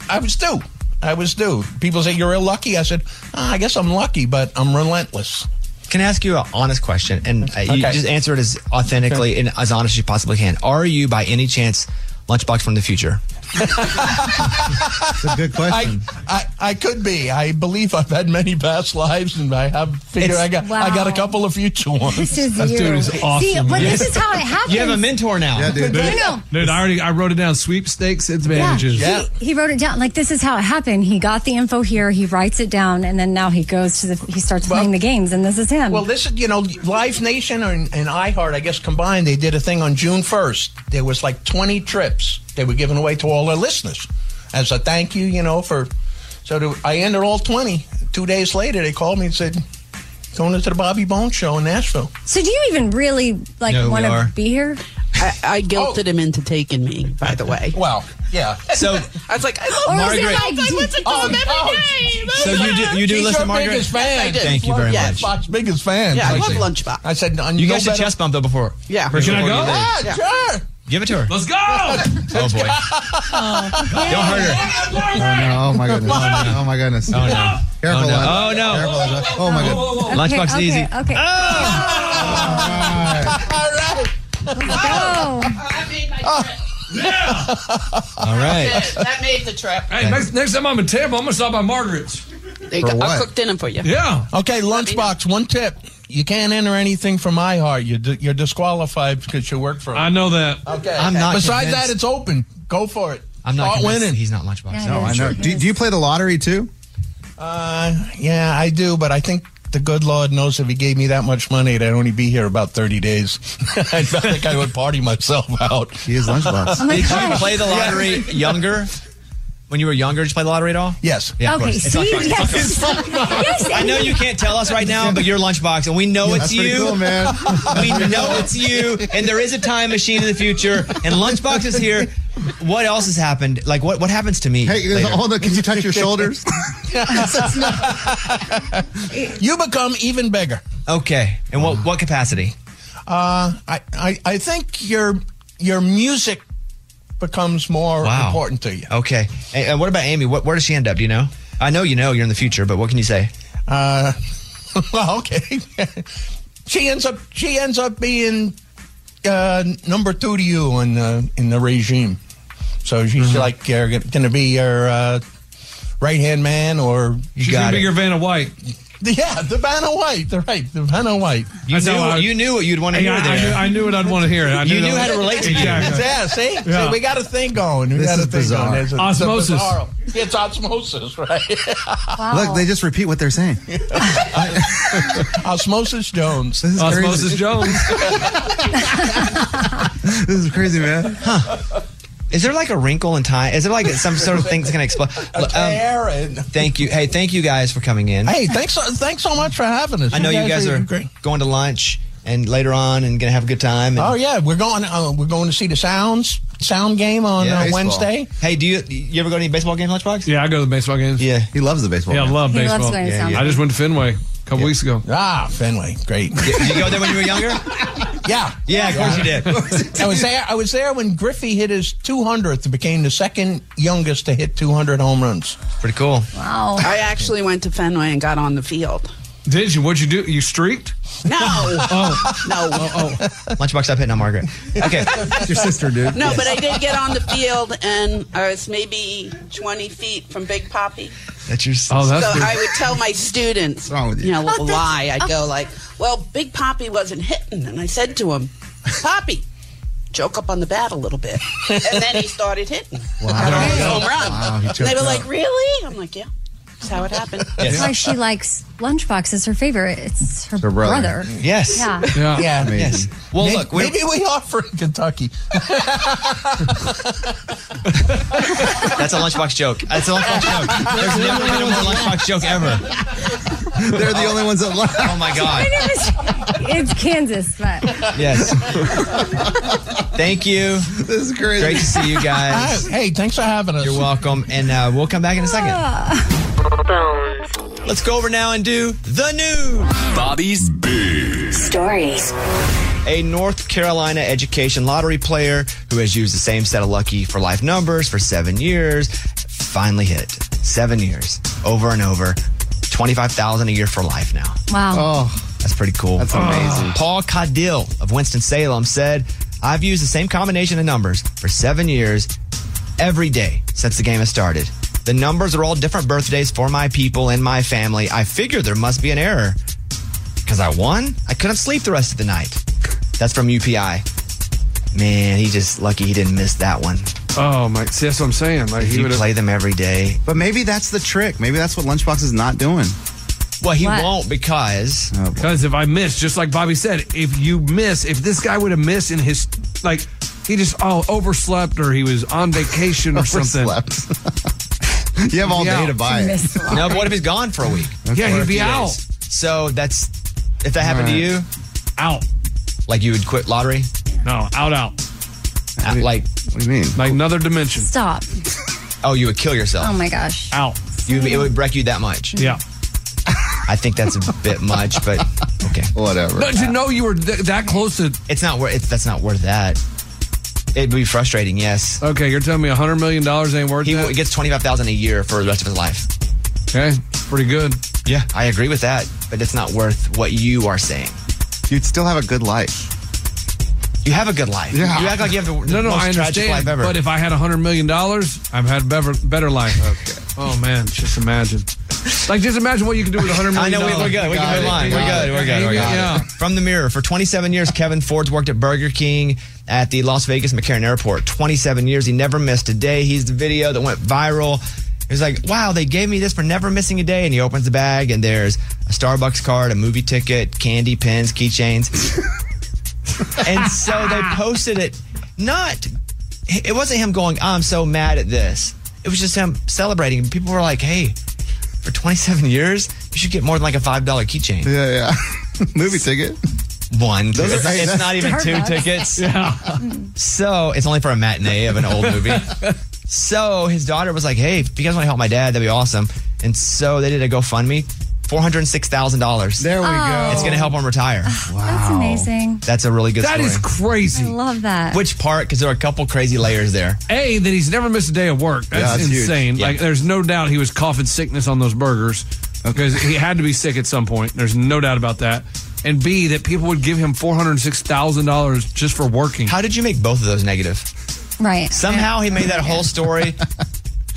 H: I was due. I was due. People say you're lucky. I said, "Ah, I guess I'm lucky, but I'm relentless.
A: Can I ask you an honest question? And uh, you
H: Okay.
A: just answer it as authentically and as honest as you possibly can. Are you, by any chance, Lunchbox from the future?
H: That's a good question. I, I, I could be. I believe I've had many past lives, and I have figured
A: It's-
H: I got I got a couple of future ones.
F: This is That you. dude is awesome, but man. this is how it happens. You have a mentor
A: now.
F: Yeah, dude. No, no.
G: Dude, I already I wrote it down. Sweepstakes advantages.
F: Yeah. He, he wrote it down. Like this is how it happened. He got the info here. He writes it down, and then now he goes to the. He starts playing the games, and this is him.
H: Well, this is, you know, Live Nation and, and iHeart, I guess, combined, they did a thing on June 1st. There was like 20 trips they were giving away to all their listeners as a thank you, you know, for. So to, I entered all 20. Two days later, they called me and said, going to the Bobby Bones show in Nashville.
F: so do you even really like
H: No, we
F: want
H: are.
F: to be here?
J: I, I guilted him into taking me, by the way.
H: Well, yeah.
A: So
J: I was like, I love
A: Margaret- Oh,
J: Margaret. I listen to him every day.
A: So you do- you do
H: She's
A: listen
H: your
A: to Margaret?
H: biggest fan.
A: Yes, I do. Thank you very
H: yeah,
A: much.
H: Fox biggest fan.
A: Yeah, I love
H: Lunchbox. I said, no,
A: You,
H: no
A: guys should
H: better-
A: chest bump though before.
J: Yeah.
H: Can I go?
A: Yeah.
H: Yeah, sure.
A: Give it to her.
G: Let's go. Oh
A: boy. Don't hurt her.
E: Oh, no. oh my goodness. Oh my goodness. Oh no. Careful.
A: Oh, no.
E: Lon.
A: Oh, no.
E: Careful, Lon. Oh my goodness.
F: Okay, okay, Okay.
A: Oh!
H: All right.
F: Oh.
A: All
J: That, that made the trip.
G: Hey, next, next time I'm in Tampa, I'm gonna stop by Margaret's.
J: There you go. I'll cook dinner for you.
G: Yeah.
H: Okay, lunchbox. One tip: you can't enter anything from iHeart. You di- you're disqualified because you work for. I
G: know that.
H: Okay.
A: I'm not
H: Besides
A: convinced.
H: that, it's open. Go for it.
A: I'm not
H: Start
A: convinced
H: winning.
A: He's not Lunchbox.
E: No, I know. Do, do you play the lottery too?
H: Uh, yeah, I do, but I think the good Lord knows if He gave me that much money, I'd only be here about thirty days. Uh, I don't think I would party myself out.
E: He is lunchbox.
A: Did you play the lottery younger? When you were younger, did you play the lottery at all?
H: Yes.
A: Yeah, of
E: Okay,
A: course.
E: see?
A: Lunchbox.
E: Yes.
A: It's Lunchbox.
E: Yes,
A: I know you can't tell us right now, but you're Lunchbox, and we know it's
E: That's pretty
A: you.
E: cool, man.
A: We know it's you, and there is a time machine in the future, and Lunchbox is here. What else has happened? Like, what, what happens to me?
E: Hey,
A: later?
E: hold on. Can you touch your shoulders?
H: you become even bigger.
A: Okay. And what what capacity?
H: Uh, I, I I think your your music becomes more
A: Wow.
H: important to you.
A: Okay. And, and what about Amy? What, where does she end up? Do you know? I know you know you're in the future, but what can you say?
H: Uh, well, okay. she ends up she ends up being uh, number two to you in the in the regime. So she's like you're going to be your uh, right hand man, or you
G: She's gonna be your Vanna White.
H: yeah, the Vanna White. The right, the Vanna White.
G: That's how I- Hey, I, I knew, I knew what I'd want to hear. I
H: You
G: that
H: knew
G: was-
H: how to relate to you.
G: Exactly.
H: Yeah, see? See, we got a thing going. We
E: This
H: got
E: is
H: a thing
E: bizarre.
H: Going. It's a- it's a
E: Osmosis.
H: bizarro. It's osmosis, right?
E: Look, they just repeat what they're saying.
H: Osmosis Jones.
E: This is crazy.
A: this
E: is crazy, man.
A: Huh. Is there like a wrinkle in time? Is there like some sort of thing that's going to explode? Um, thank you. Hey, thank you guys for coming in.
H: Hey, thanks, so- thanks so much for having us.
A: I know you guys, are going to lunch and later on and going to have a good time. and-
H: Oh yeah, we're going. Uh, we're going to see the Sounds Sound game on
A: Yeah,
H: uh,
A: baseball.
H: Wednesday.
A: Hey, do you you ever go to any baseball games, Lunchbox?
G: Yeah, I go to the baseball games.
A: Yeah,
E: he loves the baseball.
G: Yeah, I love
A: He loves
G: baseball.
A: going to Yeah, yeah.
G: I just went to Fenway a couple weeks ago.
H: Ah, Fenway, great.
A: Did you go there when you were younger?
H: Yeah,
A: Yeah, of course you did.
H: I was there. I was there when Griffey hit his 200th. and Became the second youngest to hit 200 home runs.
A: Pretty cool.
J: Wow. I actually went to Fenway and got on the field.
G: Did you? What'd you do? You streaked? Oh.
J: No. No.
A: Lunchbox, stop hitting on Margaret. Okay,
E: your sister, dude.
J: No, but I did get on the field, and I was maybe 20 feet from Big Poppy.
A: That's your sister.
G: Oh, that's
J: so
G: good.
J: I would tell my students,
G: with
J: you?
G: you?
J: know,
G: Oh, that's-
J: lie. I'd
G: oh.
J: go like, "Well, Big Poppy wasn't hitting," and I said to him, "Poppy, joke up on the bat a little bit," and then he started hitting.
E: Wow.
J: And I hit a home run.
E: Wow, he
J: and they
E: choked
J: were
E: up.
J: like, "Really?" I'm like, "Yeah." That's how it happened.
F: That's why she likes Lunchbox as her favorite. It's her, brother.
A: Yes.
F: Yeah.
G: Yeah.
A: Amazing. yes. Well,
H: May-
A: look, we're-
H: maybe we are from Kentucky.
A: That's a lunchbox joke. That's a lunchbox joke. There's never been a lunchbox joke ever.
E: They're the only ones that laugh.
A: Oh my god.
F: It is, it's Kansas, but
A: Yes. Thank you. This
E: is crazy.
A: Great to see you guys.
H: hey, thanks for having us.
A: You're welcome, and uh, we'll come back in a second. Let's go over now and do the news.
V: Bobby's Big
A: Stories. A North Carolina education lottery player who has used the same set of lucky for life numbers for seven years finally hit. Seven years, over and over. 25000 a year for life now.
F: Wow.
A: Oh, that's pretty cool. That's amazing. Paul Cadill of Winston-Salem said, I've used the same combination of numbers for seven years every day since the game has started. The numbers are all different birthdays for my people and my family. I figure there must be an error. Because I won, I couldn't sleep the rest of the night. That's from UPI. Man, he's just lucky he didn't miss that one.
G: Oh my! See, that's what I'm saying. Like
A: he would
G: would've-
A: play them every day.
E: But maybe that's the trick. Maybe that's what Lunchbox is not doing.
A: Well, he won't because
E: Oh,
G: because if I miss, just like Bobby said, if you miss, if this guy would have missed in his like, he just oh overslept or he was on vacation or something.
E: you have all day to buy it.
A: no, but what if he's gone for a week?
E: Yeah,
A: Or
E: he'd
A: a
E: be
A: few
E: out.
A: days. So that's if that happened to
E: Alright.
A: you,
G: out.
A: Like you would quit lottery?
G: No, out, out.
A: like
E: what do you mean?
G: Like another dimension.
F: Stop.
A: Oh, you would kill yourself.
F: Oh my gosh.
G: Out.
A: You it would wreck you that much.
G: Yeah.
A: I think that's a bit much, but okay,
E: whatever.
G: But to know you were th- that close to
A: it's not worth. It's, that's not worth that. It'd be frustrating, yes.
G: Okay, you're telling me hundred million dollars ain't worth
A: he that. He gets twenty five thousand a year for the rest of his life.
G: Okay, pretty good.
A: Yeah, I agree with that, but it's not worth what you are saying.
E: You'd still have a good life.
A: You have a good life.
G: Yeah.
A: You act like you have the, the
G: no, no, I
A: most tragic
G: understand.
A: life ever.
G: But if I had hundred million dollars, I've had better better life. Okay. Oh man, just imagine. Like, just imagine what you can do with hundred
A: I
G: million.
A: know we, we're good. We can move on. We're good. We're good. We're good.
G: Yeah.
A: From the mirror for 27 years, Kevin Ford's worked at Burger King at the Las Vegas McCarran Airport. 27 years, he never missed a day. He's the video that went viral. It was like, wow, they gave me this for never missing a day. And he opens the bag, and there's a Starbucks card, a movie ticket, candy, pens, keychains. and so they posted it. Not, it wasn't him going, I'm so mad at this. It was just him celebrating. People were like, hey, for 27 years, you should get more than like a $5 keychain.
E: Yeah, yeah. Movie ticket.
A: One.
E: Those
A: it's,
E: are-
A: it's not even two
E: Starbucks.
A: tickets.
E: Yeah.
A: So it's only for a matinee of an old movie. so his daughter was like, hey, if you guys want to help my dad, that'd be awesome. And so they did a GoFundMe. $406,000. There
F: we go.
A: It's going to help him retire.
F: That's amazing.
A: That's a really good
F: That
A: story.
F: is
G: crazy.
F: I love that.
A: Which part? Because there are a couple crazy layers there.
G: A that he's never missed a day of work.
A: Yeah,
G: That's,
A: that's huge.
G: insane.
A: Yeah.
G: Like, there's no doubt he was coughing sickness on those burgers because he had to be sick at some point. There's no doubt about that. And B that people would give him four hundred six thousand dollars just for working.
A: How did you make both of those negative?
F: Right.
A: Somehow he made that whole story.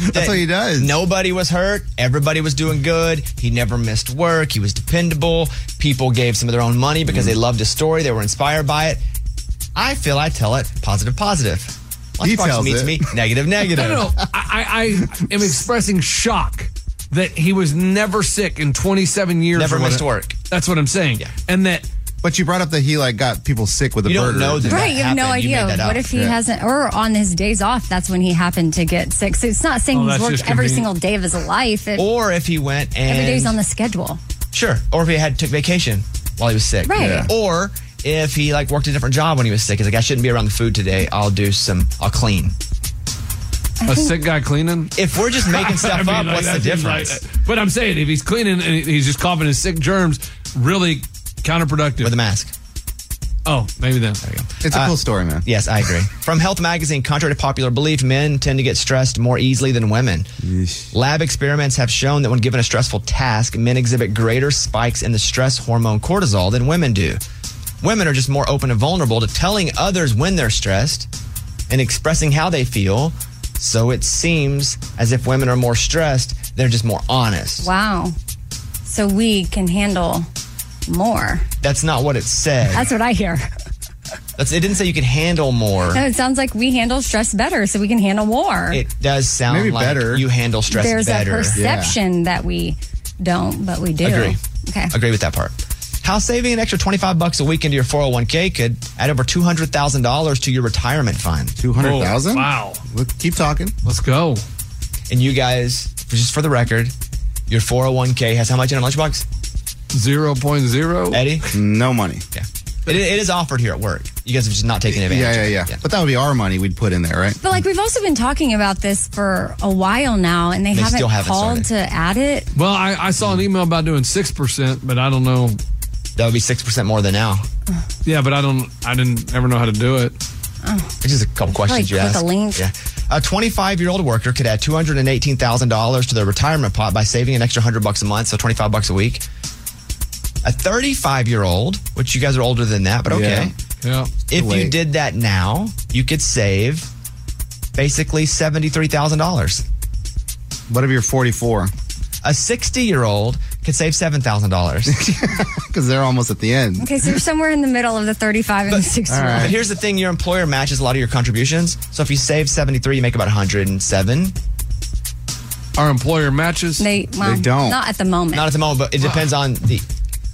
A: That's what he does. Nobody was hurt. Everybody was doing good. He never missed work. He was dependable. People gave some of their own money because they loved his story. They were inspired by it. I feel I tell it positive, positive.
G: He
A: Lunchbox
G: tells
A: meets
G: it.
A: me negative, negative.
G: No, no, no. I, I, I am expressing shock that he was never sick in 27 years.
A: Never
G: or what-
A: missed work.
G: That's what I'm saying. And that.
E: But you brought up that he like got people sick with a
A: You don't
E: burger.
A: know that
F: Right, you have no idea. What if he hasn't, or on his days off, that's when he happened to get sick. So it's not saying
A: Oh,
F: he's
A: that's
F: worked
A: just
F: every
A: convenient.
F: single day of his life. It,
A: Or if he went and
F: every day's on the schedule.
A: Sure. Or if he had took vacation while he was sick.
F: Right. Yeah.
A: Or if he like worked a different job when he was sick. He's like, I shouldn't be around the food today. I'll do some. I'll clean.
G: A sick guy cleaning?
A: If we're just making stuff
G: I mean,
A: up,
G: like,
A: what's the
G: that's just like-
A: difference?
G: but I'm saying if he's cleaning and he- he's just coughing his sick germs, really counterproductive. With
A: a mask.
G: Oh, maybe then.
E: It's a cool story, man.
A: Uh, Yes, I agree. From Health Magazine, contrary to popular belief, men tend to get stressed more easily than women. Lab experiments have shown that when given a stressful task, men exhibit greater spikes in the stress hormone cortisol than women do. Women are just more open and vulnerable to telling others when they're stressed and expressing how they feel. So it seems as if women are more stressed, they're just more honest.
F: Wow. So we can handle more.
A: That's not what it said.
F: That's what I hear.
A: That's, it didn't say you could handle more.
F: No, it sounds like we handle stress better, so we can handle more.
A: It does sound
F: Maybe
A: like
F: better.
A: you handle stress
F: There's
A: better.
F: a perception that we don't, but we do.
A: Agree.
F: Okay.
A: Agree with that part. How saving an extra 25 bucks a week into your 401k could add over $200,000 to your retirement fund.
E: 200,000?
G: Oh, Wow.
E: keep talking.
G: Let's go.
A: And you guys, just for the record, your 401k has how much in a lunchbox?
G: 0.0.
A: Eddie?
E: No money.
A: Yeah. It, it is offered here at work. You guys have just not taken advantage.
E: Yeah, yeah, yeah, But that would be our money we'd put in there, right?
F: But like we've also been talking about this for a while now, and they,
G: They
F: haven't,
G: still haven't
F: called to add it.
G: Well, I, I saw an email about doing 6%, but I don't know.
A: That would be 6% more than now.
G: Yeah, but I don't, I didn't ever know how to do it.
A: Oh. It's just a couple
F: questions Probably you click a ask. link.
A: Yeah. A 25 year old worker could add $218,000 to their retirement pot by saving an extra 100 bucks a month, so 25 bucks a week. A 35 year old, which you guys are older than that, but okay.
G: Yeah.
A: If you did that now, you could save basically $73,000.
E: What if you're 44?
A: A 60 year old could save $7,000.
E: Because they're almost at the end.
F: Okay, so you're somewhere in the middle of the 35 and the 60.
A: But here's the thing: your employer matches a lot of your contributions. So if you save seventy three, you make about one hundred and seven.
G: Our employer matches.
F: They, well, Not at the moment.
A: Not at the moment, but it depends on the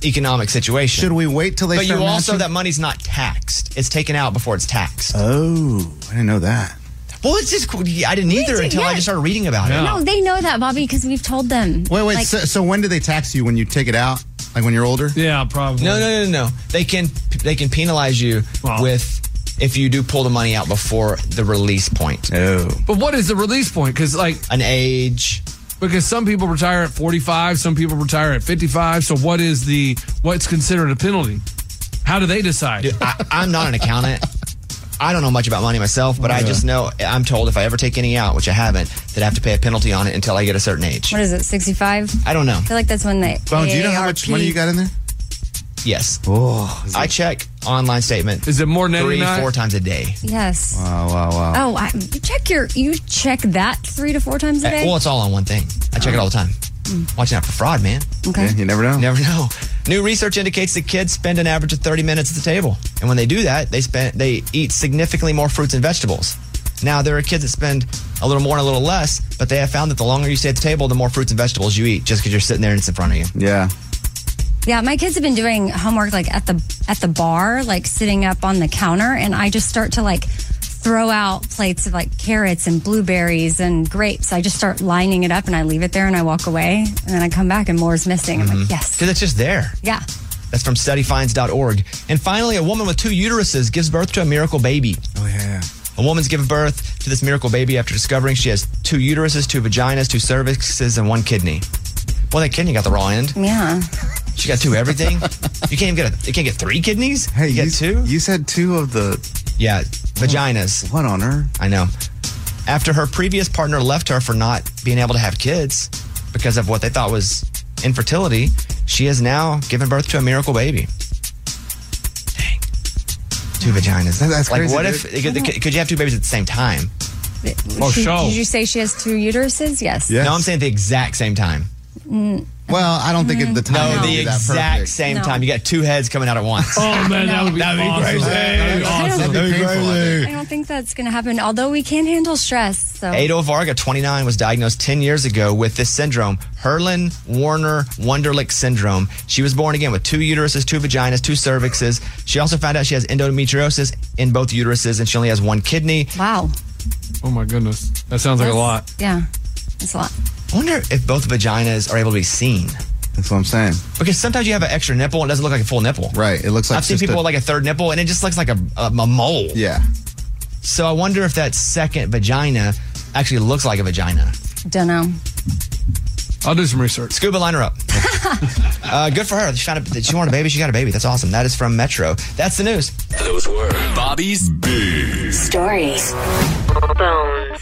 A: economic situation. Should
E: we wait till they
A: But
E: start
A: you also
E: matching?
A: that money's not taxed; it's taken out before it's taxed.
E: Oh, I didn't know that.
A: Well, it's just cool. I didn't either
F: did,
A: until I
F: yeah.
A: just started reading about it.
F: No, they know that, Bobby, because we've told them.
E: Wait, wait.
F: Like,
E: so, so when do they tax you? When you take it out? Like when you're older?
G: Yeah, probably.
A: No, no, no, no. They can they can penalize you with if you do pull the money out before the release point.
E: Oh.
G: But what is the release point? Because like
A: an age.
G: Because some people retire at 45, some people retire at 55. So what is the what's considered a penalty? How do they decide?
A: I, I'm not an accountant. I don't know much about money myself, but I
G: Yeah.
A: just know I'm told if I ever take any out, which I haven't, that I have to pay a penalty on it until I get a certain age.
F: what is it, 65?
A: I don't know.
F: I feel like that's when they.
A: Bones, do you know how much
F: AARP
A: money you got
E: in there?
A: Yes. Oh, I check online statement.
G: Is it more than
A: three,
G: 89?
A: four times a day?
F: Yes.
A: Wow, wow, wow.
F: Oh, I, you check your you check that three to four times a day.
A: Uh, well, it's all on one thing. I check it all the time.
F: Mm.
A: Watching out for fraud, man.
F: Okay. Yeah,
E: you never know.
A: Never know. New research indicates that kids spend an average of 30 minutes at the table, and when they do that, they spend they eat significantly more fruits and vegetables. Now there are kids that spend a little more and a little less, but they have found that the longer you stay at the table, the more fruits and vegetables you eat, just because you're sitting there and it's in front of you.
E: Yeah.
F: Yeah, my kids have been doing homework like at the at the bar, like sitting up on the counter, and I just start to like throw out plates of like carrots and blueberries and grapes. I just start lining it up and I leave it there and I walk away and then I come back and more's missing. I'm like, yes.
A: Because Mm-hmm. it's just there.
F: Yeah.
A: That's from studyfinds.org. And finally, a woman with two uteruses gives birth to a miracle baby. Oh, yeah. A woman's given birth to this miracle baby after discovering she has two uteruses, two vaginas, two cervixes, and one kidney. Well, that kidney got the raw end.
F: Yeah.
A: She got two everything. you can't even get a, you can't get three kidneys. Hey, you, get two.
E: You said two of the Oh,
A: yeah vaginas.
E: What on earth?
A: I know. After her previous partner left her for not being able to have kids because of what they thought was infertility, she has now given birth to a miracle baby. Two vaginas.
E: That- that's
A: like,
E: crazy,
A: what
E: dude.
A: if could, could- could you have two babies at the same time? Oh,
F: She-
A: show.
F: Did you say she has two uteruses? Yes.
A: No, I'm saying at the exact same time.
F: Mm,
E: Well, I don't think at the time.
A: no,
E: would
A: the
E: be that
A: exact
E: perfect.
A: same time. You got two heads coming out at once.
G: Oh man, that would be
A: That'd be
G: awesome.
A: crazy.
G: That'd be awesome.
A: That'd be crazy.
F: I don't think that's going to happen, although we can handle stress. So
A: Adol Varga, 29, was diagnosed 10 years ago with this syndrome, Herlin Warner Wunderlich syndrome. She was born again with two uteruses, two vaginas, two cervixes. She also found out she has endometriosis in both uteruses, and she only has one kidney.
F: Wow.
G: Oh my goodness, that sounds like a lot.
F: Yeah. It's a lot.
A: I wonder if both vaginas are able to be seen.
E: That's what I'm saying.
A: Because sometimes you have an extra nipple and it doesn't look like a full nipple.
E: Right. It looks like
A: I've seen
E: just
A: people
E: a-
A: with like a third nipple and it just looks like a, a, a mole.
E: Yeah.
A: So I wonder if that second vagina actually looks like a vagina.
F: Don't know.
G: I'll do some research.
A: Scuba, line her up. uh, good for her. She, found a, she wanted a baby. She got a baby. That's awesome. That is from Metro. That's the news.
V: Those were Bobby's Big
Z: Stories.
V: Bones.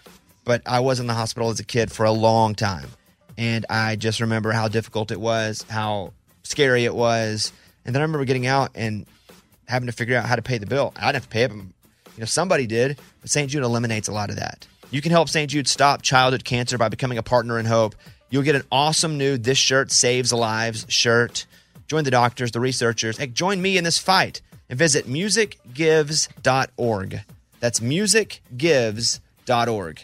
M: but I was in the hospital as a kid for a long time. And I just remember how difficult it was, how scary it was. And then I remember getting out and having to figure out how to pay the bill. I didn't have to pay it, but you know, somebody did. But St. Jude eliminates a lot of that. You can help St. Jude stop childhood cancer by becoming a partner in hope. You'll get an awesome new This Shirt Saves Lives shirt. Join the doctors, the researchers, and join me in this fight and visit musicgives.org. That's musicgives.org.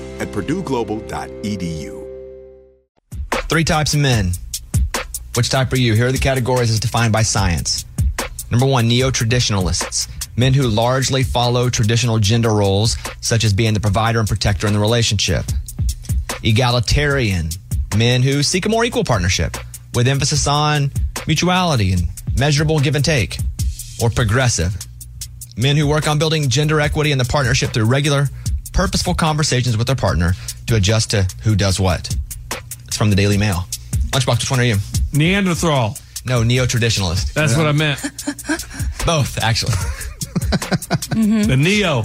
Q: at purdueglobal.edu.
A: Three types of men. Which type are you? Here are the categories as defined by science. Number one, neo traditionalists, men who largely follow traditional gender roles, such as being the provider and protector in the relationship. Egalitarian, men who seek a more equal partnership with emphasis on mutuality and measurable give and take. Or progressive, men who work on building gender equity in the partnership through regular, purposeful conversations with their partner to adjust to who does what. It's from the Daily Mail. Lunchbox, which one are you?
G: Neanderthal.
A: No, neo traditionalist.
G: That's what I meant.
A: Both, actually.
F: Mhm.
G: The neo.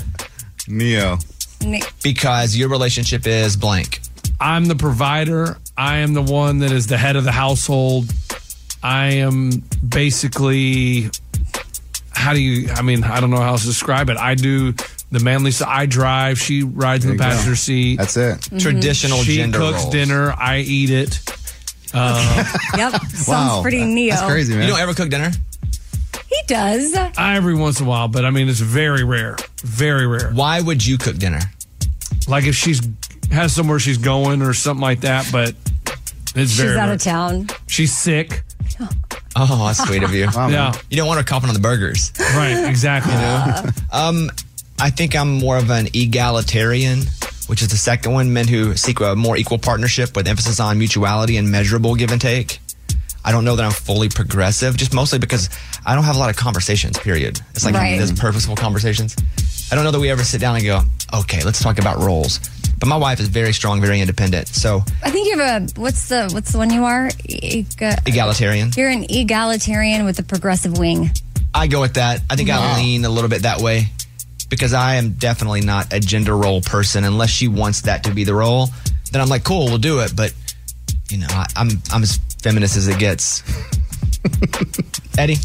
A: Neo.
F: Ne-
A: Because your relationship is blank.
G: I'm the provider. I am the one that is the head of the household. I am basically how do you I mean, I don't know how else to describe it. I do the manly side. I drive, she rides in the
E: There you go.
G: passenger seat.
E: That's it. Mhm. Traditional
G: she
E: gender
G: cooks
E: roles.
G: dinner, I eat it. Uh,
F: Yep. Sounds pretty neo.
A: You don't ever cook dinner?
F: He does.
G: Every once in a while, but I mean, it's very rare. Very rare.
A: Why would you cook dinner?
G: Like if she's has somewhere she's going or something like that, but it's
F: She's
G: very
F: out
G: rare.
F: of town.
G: She's sick.
A: Oh, that's sweet of you.
G: Wow, man. Yeah.
A: You don't want her coughing on the burgers.
G: Right, exactly.
A: um, I think I'm more of an egalitarian, which is the second one. Men who seek a more equal partnership with emphasis on mutuality and measurable give and take. I don't know that I'm fully progressive, just mostly because I don't have a lot of conversations, period. It's like
P: Right.
A: those purposeful conversations. I don't know that we ever sit down and go, okay, let's talk about roles. But my wife is very strong, very independent. So
F: I think you have a what's the what's the one you are? Ega-
A: egalitarian.
F: You're an egalitarian with a progressive wing.
A: I go with that. I think I
F: Wow.
A: lean a little bit that way because I am definitely not a gender role person unless she wants that to be the role. Then I'm like, cool, we'll do it. But you know, I, I'm I'm as feminist as it gets. Eddie,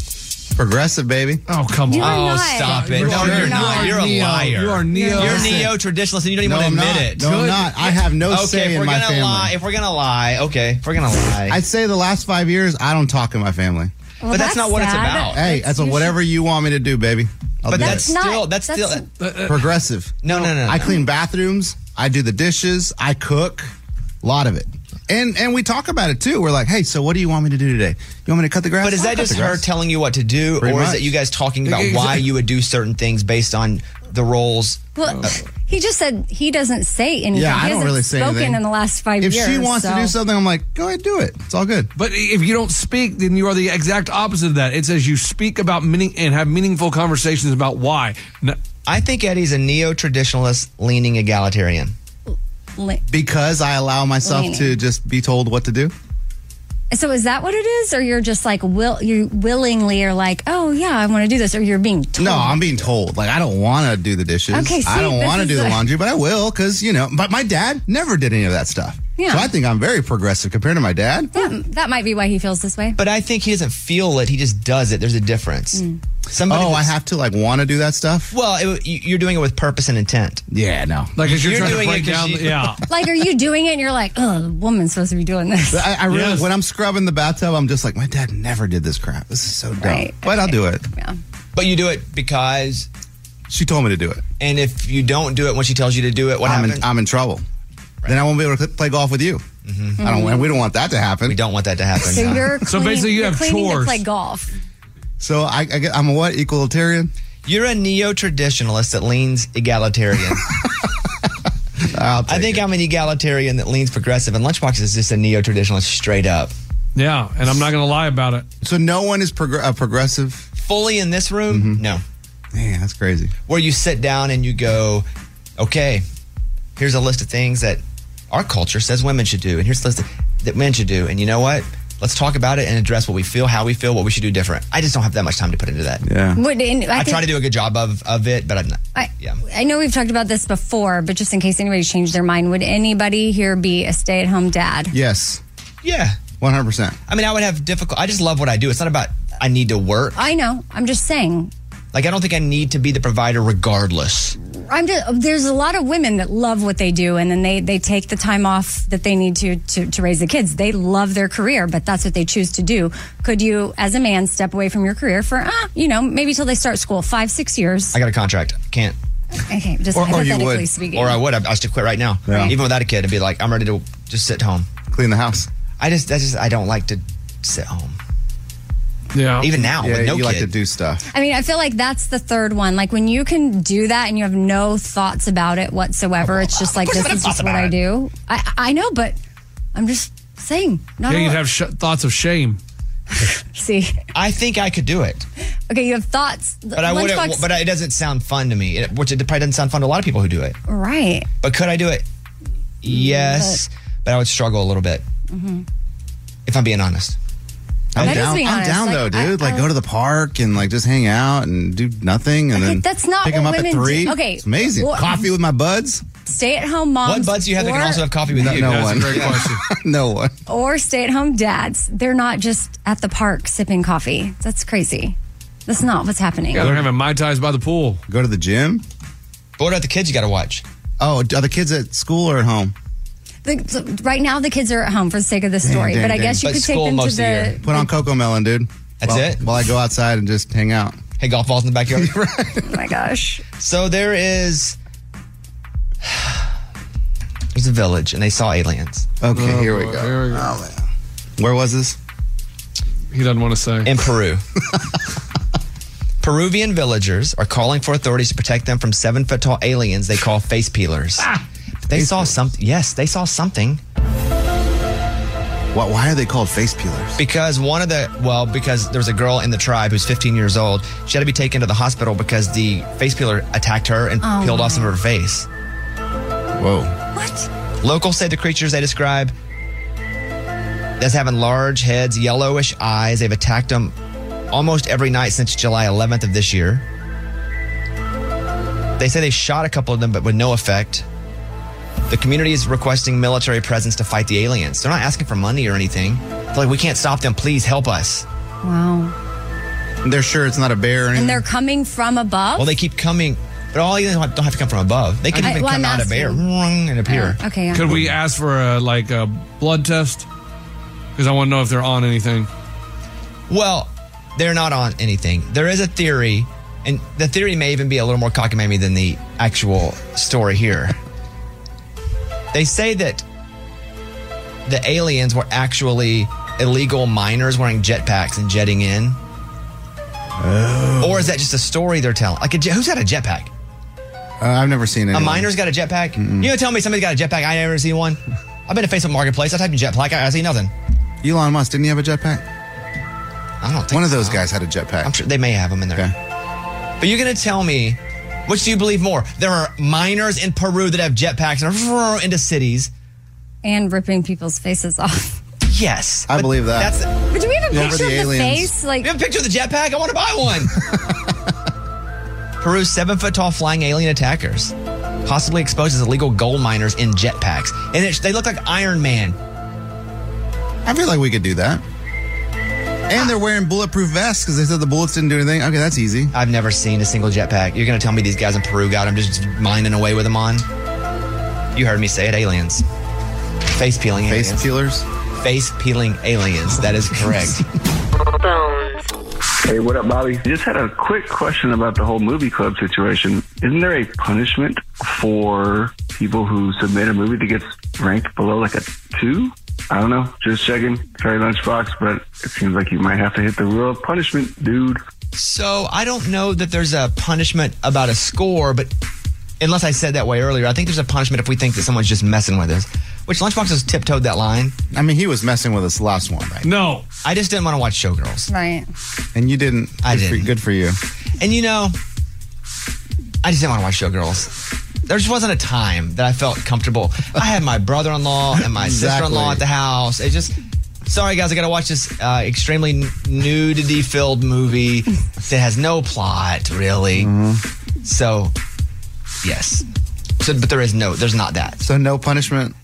E: progressive baby.
G: Oh come
A: oh, stop it! no, you're, not. You're a liar. You're neo traditionalist, and you don't even
E: No,
A: want to
E: I'm
A: admit
E: not.
A: it.
E: No, I'm not. I have no
A: okay,
E: say
A: if
E: in
A: we're
E: my
A: gonna
E: family.
A: Lie, if we're gonna lie, okay, if we're gonna lie,
E: I'd say the last five years, I don't talk in my family.
A: Well, But that's that's not what it's sad. about.
E: Hey, that's, a
A: you
E: whatever you want me to do, baby. I'll
A: Oh,
E: do
A: But that's
E: it.
A: That's still- not- that's that's- still- uh, uh,
E: progressive.
A: No, no, no,
E: I
A: no.
E: clean bathrooms. I do the dishes. I cook. A lot of it. And and we talk about it too. We're like, hey, so what do you want me to do today? You want me to cut the grass?
A: But is
E: I'll
A: that
E: cut
A: just
E: the
A: her
E: grass.
A: telling you what to do,
E: Pretty
A: or is
E: much.
A: it you guys talking about
E: Ex-
A: why you would do certain things based on the roles?
F: Well,
A: Oh.
F: he just said he doesn't say anything.
A: Yeah,
F: he
A: I don't
F: hasn't
A: really say
F: spoken
A: anything.
F: in the last five
E: If
F: years.
E: she wants to
F: so-
E: do something, I'm like, go ahead, do it. It's all good.
G: But if you don't speak, then you are the exact opposite of that. It says you speak about meaning and have meaningful conversations about why.
A: I think Eddie's a neo traditionalist leaning egalitarian.
F: Li-
E: Because I allow myself
F: Leaning.
E: to just be told what to do.
F: So is that what it is, or you're just like will you willingly are like, oh yeah, I want to do this, or you're being told?
E: No, I'm being told. Like I don't want to do the dishes.
F: Okay, see,
E: I don't
F: this
E: want to
F: is
E: do the
F: a-
E: laundry, but I will because you know. But my dad never did any of that stuff.
F: Yeah.
E: So I think I'm very progressive compared to my dad.
F: That, that might be why he feels this way.
A: But I think he doesn't feel it. He just does it. There's a difference. Somebody
E: oh, I have to like want to do that stuff.
A: Well, it, you- you're doing it with purpose and intent.
E: Yeah, no.
G: Like, 'cause you're trying to
A: doing
G: break
A: it 'cause
G: down
A: you-
G: the- yeah.
F: Like, are you doing it? and You're like, oh, the woman's supposed to be doing this.
E: I, I really, when I'm scrubbing the bathtub, I'm just like, my dad never did this crap. This is so dumb. But I'll do it.
A: But you do it because
E: she told me to do it.
A: And if you don't do it when she tells you to do it, what
E: I'm
A: happens?
E: In, I'm in trouble. Then I won't be able to play golf with you. I don't. and We don't want that to happen. We
A: Mm-hmm. don't want that to happen.
F: So you're cleaning, you're cleaning to play golf.
E: So I, I get, I'm a what? Equalitarian?
A: You're a neo traditionalist that leans egalitarian. I think I'm an egalitarian that leans progressive, and Lunchbox is just a neo traditionalist straight up.
G: Yeah, and I'm not going to lie about it.
E: So no one is progr- uh, progressive.
A: Fully in this room? No.
E: Man, that's Mm-hmm. crazy.
A: Where you sit down and you go, okay, here's a list of things that our culture says women should do, and here's a list that men should do. And you know what? Let's talk about it and address what we feel, how we feel, what we should do different. I just don't have that much time to put into that.
E: Yeah.
F: Would- and I
A: I, try
F: think-
A: to do a good job of, of it, but I'm not.
F: I, I know we've talked about this before, but just in case anybody changed their mind, would anybody here be a stay at home dad?
E: Yes.
A: Yeah.
E: 100%.
A: I mean, I would have difficult. I just love what I do. It's not about I need to work.
F: I know. I'm just saying.
A: Like, I don't think I need to be the provider regardless.
F: I'm just, there's a lot of women that love what they do and then they, they take the time off that they need to, to to raise the kids. They love their career, but that's what they choose to do. Could you, as a man, step away from your career for, ah, you know, maybe till they start school, five, six years?
A: I got a contract. Can't.
F: Okay, just hypothetically speaking.
A: Or I would. I, I should quit right now.
F: Yeah.
A: Even without a kid, I'd be like, I'm ready to just sit home,
E: clean the house.
A: I just, I just, I don't like to sit home.
G: Yeah.
A: Even now,
E: Yeah,
A: with no
E: you like
A: kid.
E: to do stuff.
F: I mean, I feel like that's the third one. Like when you can do that and you have no thoughts about it whatsoever, it's just like
G: course
F: this
G: I have
F: is just
G: thoughts
F: what
G: about
F: I
G: it.
F: do. I I know, but I'm just saying. Not
G: yeah,
F: all,
G: you'd have sh- thoughts of shame.
F: see.
A: I think I could do it,
F: Okay, you have thoughts,
A: but I wouldn't.
F: Lunchbox-
A: But it doesn't sound fun to me, it- which it probably doesn't sound fun to a lot of people who do it.
F: right.
A: But could I do it?
F: Mm,
A: Yes, but I would struggle a little bit
F: Mhm.
A: if I'm being honest.
E: I'm
F: That is
E: down.
F: being
E: I'm
F: honest.
E: down
F: Like,
E: though,
F: I-
E: dude. like
F: I-
E: go to the park and like just hang out and do nothing, and then
F: that's not
E: pick 'em
F: what
E: up at
F: women do.
E: three.
F: Okay,
E: it's amazing.
F: what-
E: coffee with my buds.
F: Stay at home moms. or-
A: coffee
E: with no,
A: you?
E: No
A: That's a
E: one.
A: great
E: question. no one.
F: Or stay at home dads. They're not just at the park sipping coffee. That's crazy. That's not what's happening.
G: Yeah, they're having Mai Tais by the pool.
E: Go to the gym.
A: What about the kids? You got to watch.
E: Oh, are the kids at school or at home?
F: The- so right now, the kids are at home for the sake of this story,
E: Dang,
F: but I
E: dang,
F: guess you
E: dang.
F: could take them to the.
E: Put on cocoa melon, dude.
A: That's
E: While-
A: it?
E: While I go outside and just hang out.
A: Hey, golf balls in the backyard.
F: oh my gosh.
A: So there is. There's a village, and they saw aliens.
E: Okay, here we go. Here we go. Where was this?
G: He doesn't want to say.
A: In Peru. Peruvian villagers are calling for authorities to protect them from seven foot tall aliens they call face peelers.
G: Ah,
A: they saw something. Yes, they saw something.
E: What, why are they called face peelers?
A: Because one of the, well, because there was a girl in the tribe who's 15 years old. She had to be taken to the hospital because the face peeler attacked her and
C: Oh,
A: peeled
C: wow.
A: off some of her face.
E: Whoa.
F: What?
A: Locals say the creatures they describe as having large heads, yellowish eyes. They've attacked them almost every night since July 11th of this year. They say they shot a couple of them, but with no effect. The community is requesting military presence to fight the aliens. They're not asking for money or anything. They're like, we can't stop them. Please help us.
F: Wow.
E: They're sure it's not a bear or
F: And they're coming from above?
A: Well, they keep coming, but all aliens don't have- don't have to come from above. They can
F: I-
A: even
F: well,
A: come
F: I'm
A: out of air
F: asking.
A: vroom, and appear.
F: Oh, okay, yeah.
G: Could we ask for a like a blood test? Because I want to know if they're on anything.
A: Well, they're not on anything. There is a theory, and the theory may even be a little more cockamamie than the actual story here. they say that the aliens were actually illegal miners wearing jetpacks and jetting in.
E: Oh.
A: Or is that just a story they're telling? Like, a jet, who's got a jetpack?
E: Uh, I've never seen it.
A: A miner's got a jetpack? You know, tell me somebody's got a jetpack. I never seen one. I've been to Facebook Marketplace. I typed in jetpack. I, I see nothing.
E: Elon Musk didn't he have a jetpack?
A: I don't. Think
E: One of those guys had a jetpack. I'm
A: sure they may have them in there. But you're going to tell me, which do you believe more? There are miners in Peru that have jetpacks and are into cities.
F: and ripping people's faces off.
A: Yes.
E: I believe that.
A: That's
F: But do we have a
A: Yeah, for
F: picture
A: the
F: of the
A: aliens.
F: face? Like,
A: we have a picture of the jetpack. I want to buy one. Peru's seven foot tall flying alien attackers possibly exposes illegal gold miners in jetpacks. And it, they look like Iron Man.
E: I feel like we could do that. And they're wearing bulletproof vests because they said the bullets didn't do anything. Okay, that's easy.
A: I've never seen a single jetpack. You're going to tell me these guys in Peru got them just mining away with them on? You heard me say it, aliens. Face peeling
E: Face
A: aliens.
E: peelers?
A: Face peeling aliens. That is correct.
P: Hey, what up, Bobby? Just had a quick question about the whole movie club situation. Isn't there a punishment for people who submit a movie that gets ranked below like a two. I don't know. Just checking. Sorry, Lunchbox, but it seems like you might have to hit the rule of punishment, dude.
A: So I don't know that there's a punishment about a score, but unless I said that way earlier, I think there's a punishment if we think that someone's just messing with us. Which Lunchbox has tiptoed that line.
E: I mean, he was messing with us last one, right?
G: No,
A: I just didn't want to watch Showgirls.
F: Right.
E: And you didn't.
A: I
E: good for-
A: didn't.
E: good for you.
A: And you know, I just didn't want to watch Showgirls. There just wasn't a time that I felt comfortable. I had my brother-in-law and my
E: Exactly.
A: sister-in-law at the house. It just, sorry guys, I got to watch this uh, extremely n- nudity-filled movie that has no plot really.
E: Mm-hmm.
A: So, yes. So, but there is no, there's not that.
E: So no punishment.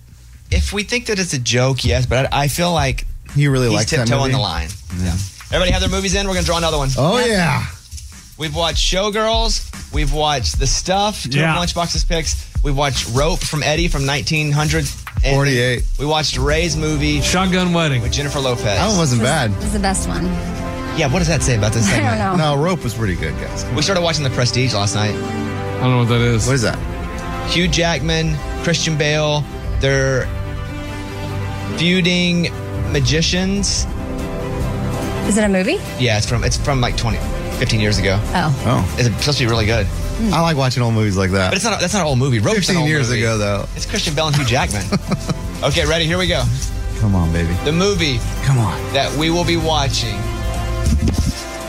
A: If we think that it's a joke, yes. But I, I feel like
E: you really
A: he's
E: like that
A: tiptoeing
E: movie?
A: the line. Yeah. Everybody have their movies in. We're gonna draw another one.
E: Oh yeah.
A: We've watched Showgirls. We've watched The Stuff. Two
E: Yeah.
A: of Lunchbox's picks. We've watched Rope from Eddie from 1948. We watched Ray's movie
G: Shotgun Wedding
A: with Jennifer Lopez. That
E: wasn't bad.
F: It's the best one.
A: Yeah. What does that say about this
F: I
A: segment?
F: don't
E: No, Rope was pretty good, guys.
A: We started watching The Prestige last night.
G: I don't know what that is.
E: What is that?
A: Hugh Jackman, Christian Bale. They're feuding magicians.
F: Is it a movie?
A: Yeah, it's from it's from like 20, 15 years ago.
F: Oh.
E: Oh, Hmm.
A: it's supposed to be really good.
E: I like watching old movies like that.
A: But it's not that's not an old movie. Rope's an
E: 15
A: old
E: years
A: movie.
E: ago, though.
A: It's Christian Bale and Hugh Jackman. okay, ready? Here we go.
E: Come on, baby.
A: The movie
E: Come on.
A: that we will be watching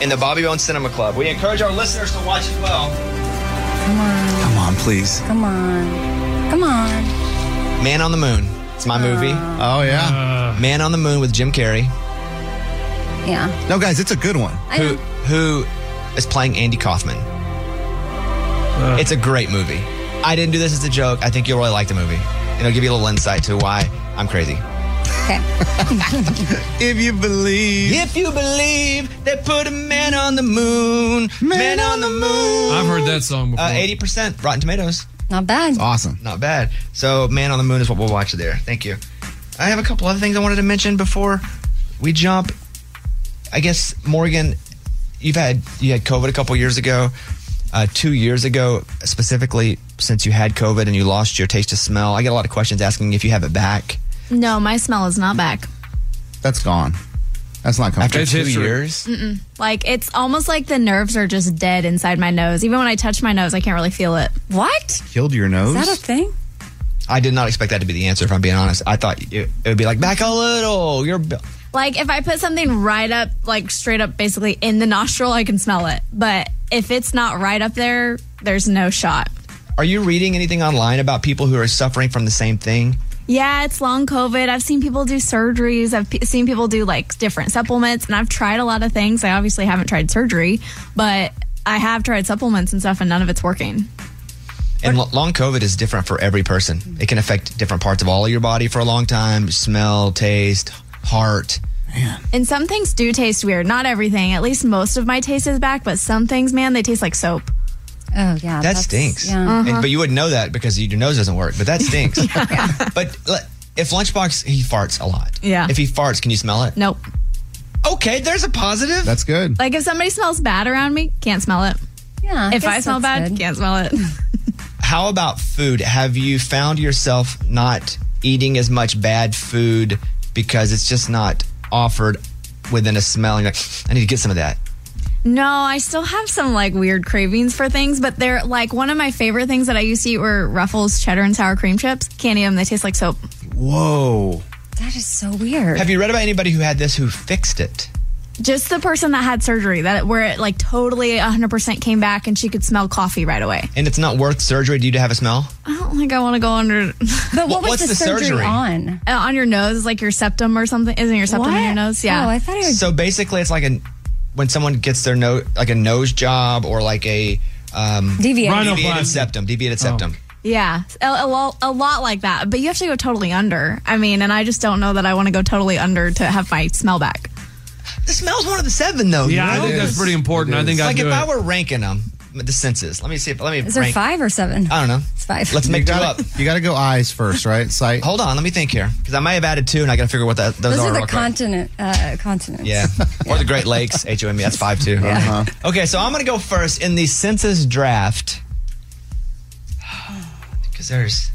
A: in the Bobby Bones Cinema Club. We encourage our listeners to watch as well.
F: Come on.
E: Come on, please.
F: Come on. Come on.
A: Man on the Moon. It's my movie.
E: Oh yeah.
A: Man on the Moon with Jim Carrey,
F: Yeah.
E: No, guys, it's a good one.
F: I
A: who who is playing Andy Kaufman. It's a great movie. I didn't do this as a joke. I think you'll really like the movie. And it'll give you a little insight to why I'm crazy.
F: Okay.
E: if you believe.
A: If you believe they put a man on the moon. Man, on the moon.
G: I've heard that song before.
A: Uh, Eighty percent Rotten Tomatoes.
F: Not bad.
E: Awesome.
A: Not bad. So, Man on the Moon is what we'll watch there. Thank you. I have a couple other things I wanted to mention before we jump. I guess Morgan, you've had you had COVID a couple years ago. Uh, two years ago, specifically, since you had COVID and you lost your taste of smell, I get a lot of questions asking if you have it back
L: No, my smell is not back.
E: That's gone. That's not coming.
A: after two years.
L: Mm-mm. Like it's almost like the nerves are just dead inside my nose. Even when I touch my nose, I can't really feel it.
F: What?
E: Killed your nose.
F: thing?
A: I did not expect that to be the answer. If I'm being honest, I thought it, it would be like back a little. You're b-
L: Like if I put something right up, like straight up, basically in the nostril, I can smell it. But if it's not right up there, there's no shot.
A: Are you reading anything online about people who are suffering from the same thing?
L: Yeah, it's long COVID. I've seen people do surgeries. I've pe seen people do like different supplements, and I've tried a lot of things. I obviously haven't tried surgery, but I have tried supplements and stuff, and none of it's working.
A: And lo- long COVID is different for every person. It can affect different parts of all of your body for a long time smell, taste, heart.
L: And some things do taste weird. Not everything. At least most of my taste is back, but some things, man, they taste like soap. Uh-huh.
F: Oh yeah,
A: That stinks. And, but you wouldn't know that because your nose doesn't work, but that stinks. But le- if Lunchbox, he farts a lot.
L: Yeah.
A: If he farts, can you smell it?
L: nope.
A: Okay, there's a positive.
E: That's good.
L: Like if somebody smells bad around me, can't smell it.
F: Yeah.
L: if I smell bad, can't smell it.
A: How about food? Have you found yourself not eating as much bad food because it's just not offered within a smell? And you're like, I need to get some of that.
L: No, I still have some like weird cravings for things, but they're like one of my favorite things that I used to eat were Ruffles cheddar and sour cream chips. Can't eat them; they taste like soap.
E: Whoa.
F: That is so weird.
A: Have you read about anybody who had this who fixed it?
L: Just the person that had surgery that where it like totally 100% came back and she could smell coffee right away.
A: And it's not worth surgery due to have a smell?
L: I don't think I want to go under.
F: But
A: What- was what's the the surgery surgery?
F: on?
L: Uh, on your nose, like your septum or something. Isn't your septum in your
F: Oh,
L: nose? Yeah.
A: Oh, So basically, it's like a when someone gets their nose like a nose job or like a um,
L: Deviated. Rhinoplasty.
A: deviated septum, deviated septum.
L: Yeah, a, a, lo- a lot like that. But you have to go totally under. I mean, and I just don't know that I want to go totally under to have my smell back.
A: The smell's one of the seven, though.
G: Yeah, I think that's pretty important. I think I'd
A: like if
G: do
A: I
G: it.
A: were ranking them, the senses. Let me see. If, let me.
F: Is there
A: rank.
F: five or seven?
A: I don't know.
F: It's five.
A: Let's make
F: You
A: two
F: gotta-
A: up.
E: You got to go eyes first, right? Sight.
A: Hold on, let me think here because I may have added two, and I got to figure what that those,
F: Those are the
A: real quick.
F: continent uh, continents.
A: Yeah. Or the Great Lakes, H O M E. That's five too.
E: Uh-huh.
A: Okay, so I'm gonna go first in the census draft because there's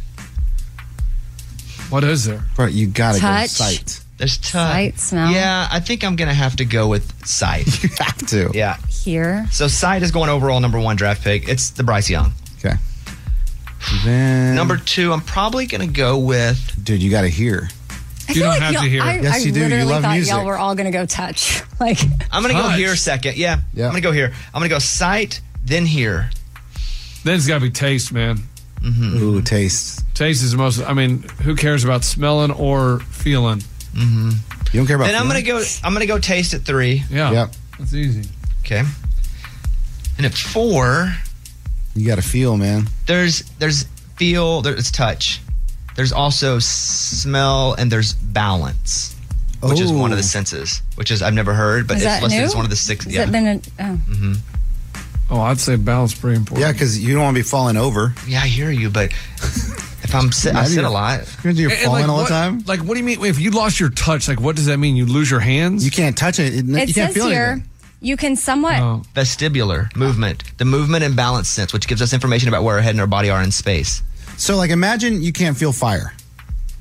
G: What is there?
E: Bro, you gotta
F: go Touch. sight.
A: There's touch.
F: Sight, smell.
A: Yeah, I think I'm gonna have to go with sight. you have
E: to.
A: Yeah.
F: Here.
A: So sight is going overall number one draft pick. It's the Bryce Young.
E: Okay. Then
A: Number two, I'm probably gonna go with.
E: Dude, you gotta hear.
F: I feel like y'all- I, I literally thought y'all were all going to go touch. Like,
A: I'm gonna go here second. Yeah. I'm gonna go here. I'm gonna go sight, then here.
G: Then it's got to be taste, man.
E: Mm-hmm. Ooh, taste.
G: Taste is the most. I mean, who cares about smelling or feeling?
A: Mm-hmm.
E: You don't care
A: then I'm gonna go. I'm gonna go taste at three.
G: Yeah.
E: Yep.
G: That's easy.
A: Okay. And at four,
E: you gotta feel, man.
A: there's there's feel. There's touch. There's also smell and there's balance, which is one of the
E: Oh.
A: senses. Which is I've never heard, but
F: is
A: it's
F: that
A: listed
F: new?
A: as one of the six.
F: Has
A: yeah.
F: that been a, oh.
G: Oh, I'd say balance pretty important.
E: Yeah, because you don't want to be falling over.
A: Yeah, I hear you, but if I'm sit, I sit a lot.
E: You're gonna do your
G: And, and,
E: falling
G: like,
E: all
G: what-
E: the time.
G: Like, what do you mean if you lost your touch? Like, what does that mean? You lose your hands? You
E: can't touch it.
F: it says here you can somewhat.
A: Oh. Vestibular movement, the movement and balance sense, which gives us information about where our head and our body are in space.
E: So, like, imagine you can't feel fire.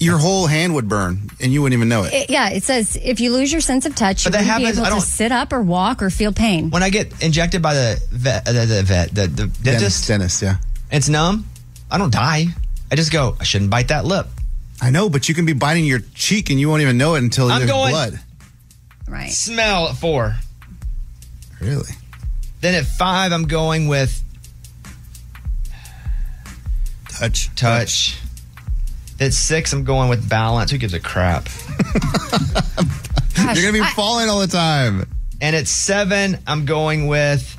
E: Your whole hand would burn, and you wouldn't even know it.
F: It- yeah, it says if you lose your sense of touch,
A: But that
F: you wouldn't be
A: happens-
F: able
A: I
F: to
A: don't-
F: sit up or walk or feel pain.
A: When I get injected by the vet, uh, the, the vet, the, the dentist,
E: dentist, yeah,
A: it's numb. I don't die. I just go. I shouldn't bite that lip.
E: I know, but you can be biting your cheek, and you won't even know it until
A: I'm
E: there's
A: going-
E: blood.
F: Right.
A: Smell at four.
E: Really?
A: Then at five, I'm going with
E: touch.
A: Touch. At six, I'm going with balance. Who gives a crap?
E: You're gonna be falling all the time.
A: And at seven, I'm going with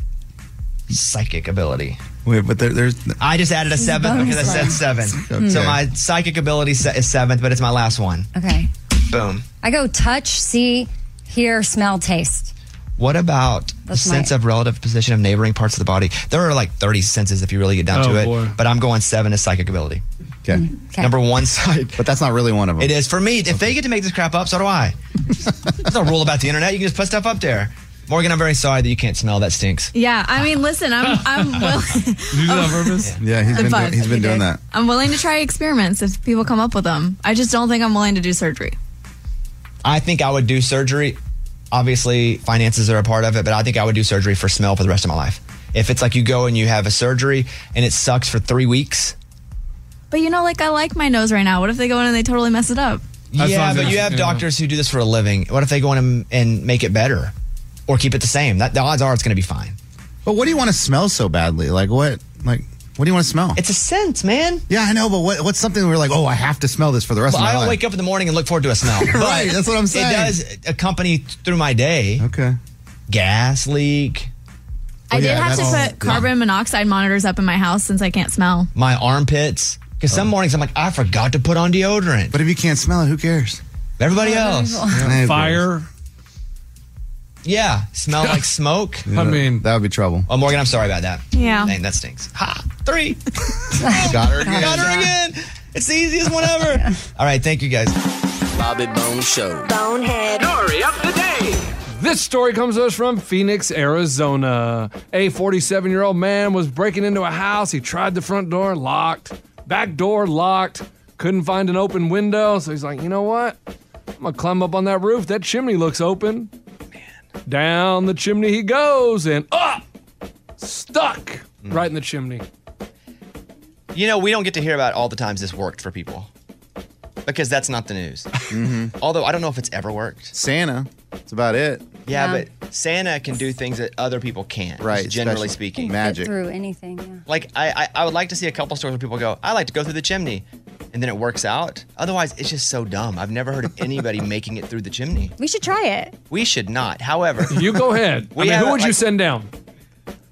A: psychic ability.
E: Wait, but there, there's
A: I just added a
E: This is
A: seventh
E: bonus
A: because I said
E: round.
A: seven.
E: Okay.
A: So my psychic ability se- is seventh, but it's my last one.
F: Okay.
A: Boom.
F: I go touch, see, hear, smell, taste.
A: What about the
F: That's my-
A: sense of relative position of neighboring parts of the body? There are like 30 senses if you really get down
E: Oh,
A: to it,
E: boy.
A: but I'm going seven is psychic ability.
E: Okay.
A: Number one sight.
E: But that's not really one of them.
A: It is for me. If they get to make this crap up, so do I. There's no rule about the internet. You can just put stuff up there. Morgan, I'm very sorry that you can't smell. That stinks.
L: Yeah, I mean, listen, I'm I'm willing.
A: you do that on purpose?
E: Yeah, he's
L: The
E: been
L: bug.
E: doing, he's been doing that.
L: I'm willing to try experiments if people come up with them. I just don't think I'm willing to do surgery.
A: I think I would do surgery. Obviously, finances are a part of it, but I think I would do surgery for smell for the rest of my life. If it's like you go and you have a surgery and it sucks for three weeks,
L: But you know, like I like my nose right now. What if they go in and they totally mess it up?
E: Oh,
A: yeah, but you have doctors who do this for a living. What if they go in and, and make it better or keep it the same? That, the odds are it's going to be fine.
E: But what do you want to smell so badly? Like what? Like what do you want to smell?
A: It's a scent, man.
E: Yeah, I know, but what, what's something we're like, oh, I have to smell this for the rest
A: Well,
E: of my
A: I don't
E: life.
A: wake up in the morning and look forward to a smell. but
E: Right, that's what I'm saying.
A: It does accompany through my day.
E: Okay. Oh,
A: Gas leak.
L: I did have to put carbon monoxide monitors up in my house since I can't smell.
A: my armpits. Because some mornings I'm like, I forgot to put on deodorant. But
E: Oh. if you can't smell it, who cares?
A: Everybody
L: Other
A: else.
L: people. Yeah,
E: who
G: Fire.
A: Yeah. Smell like smoke.
E: Yeah, that would be trouble.
A: Oh, Morgan, I'm sorry about that.
L: Yeah.
A: Dang, that stinks. Ha. Three.
E: Got her again.
A: Got her again. It's the easiest one ever. All right. Thank you guys.
N: Bobby Bone Show.
V: Bonehead. Story of the day.
G: This story comes to us from Phoenix, Arizona. A 47 year old man was breaking into a house. He tried the front door, locked. Back door, locked. Couldn't find an open window. So he's like, you know what? I'm going to climb up on that roof. That chimney looks open. Man. Down the chimney he goes and up. Stuck
M: Mm.
G: right in the chimney.
M: You know, we don't get to hear about all the times this worked for people because that's not the news.
A: Mm-hmm.
M: Although I don't know if it's ever worked.
E: Santa. That's about it.
M: Yeah,
F: Yeah.
M: but Santa can do things that other people can't.
E: Right,
M: just Generally
E: especially
M: speaking,
F: Get through anything. Yeah.
M: Like I, I, I would like to see a couple stories where people go, I like to go through the chimney, and then it works out. Otherwise, it's just so dumb. I've never heard of anybody making it through the chimney.
F: We should try it.
M: We should not. However,
G: You go ahead. I
M: We
G: mean,
M: have
G: who
M: a-
G: would you
M: like-
G: send down?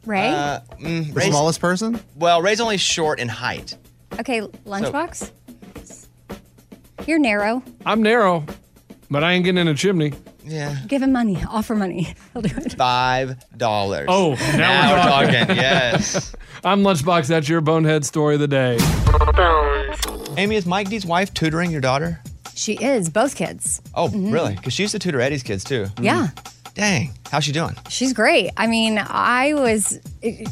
F: Ray?
M: Uh, mm,
E: The smallest person?
M: Well, Ray's only short in height.
F: okay, lunchbox? You're narrow.
G: I'm narrow, but I ain't getting in a chimney.
M: Yeah.
F: Give him money. Offer money. He'll do it.
M: Five dollars.
G: Oh, now,
M: now we're
G: we're
M: talking. Yes.
G: I'm Lunchbox. That's your Bonehead story of the day.
M: Amy, is Mike D's wife tutoring your daughter?
F: She is both kids.
M: Oh,
F: Mhm.
M: really? Because she used to tutor Eddie's kids too.
F: Yeah.
A: Mm. Dang. How's she doing?
F: She's great. I mean, I was eh,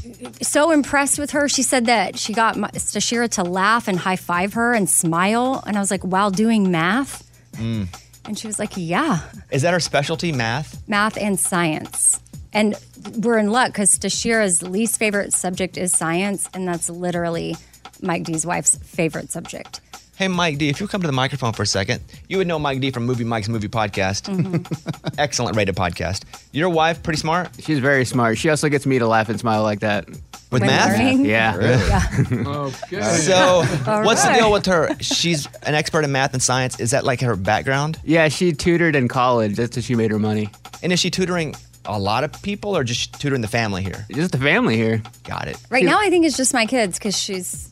F: so impressed with her. She said that she got my- Stashira to laugh and high five her and smile. And I was like, while doing math?
A: Mm.
F: And she was like, yeah,
A: Is that her specialty, math?
F: math and science. And we're in luck because Stashira's least favorite subject is science. And that's literally Mike D's wife's favorite subject.
A: Hey, Mike D, if you come to the microphone for a second, you would know Mike D from Movie Mike's Movie Podcast.
F: Mm-hmm.
A: Excellent rated podcast. Your wife, pretty smart?
K: She's very smart. She also gets me to laugh and smile like that.
A: With When math? learning?
K: Yeah.
A: Really?
K: okay.
A: So, what's the deal with her? She's an expert in math and science. Is that like her background?
K: Yeah, she tutored in college. That's how she made her money.
A: And is she tutoring a lot of people or just tutoring the family here?
K: Just the family here.
A: Got it.
F: Right now, I think it's just my kids because she's,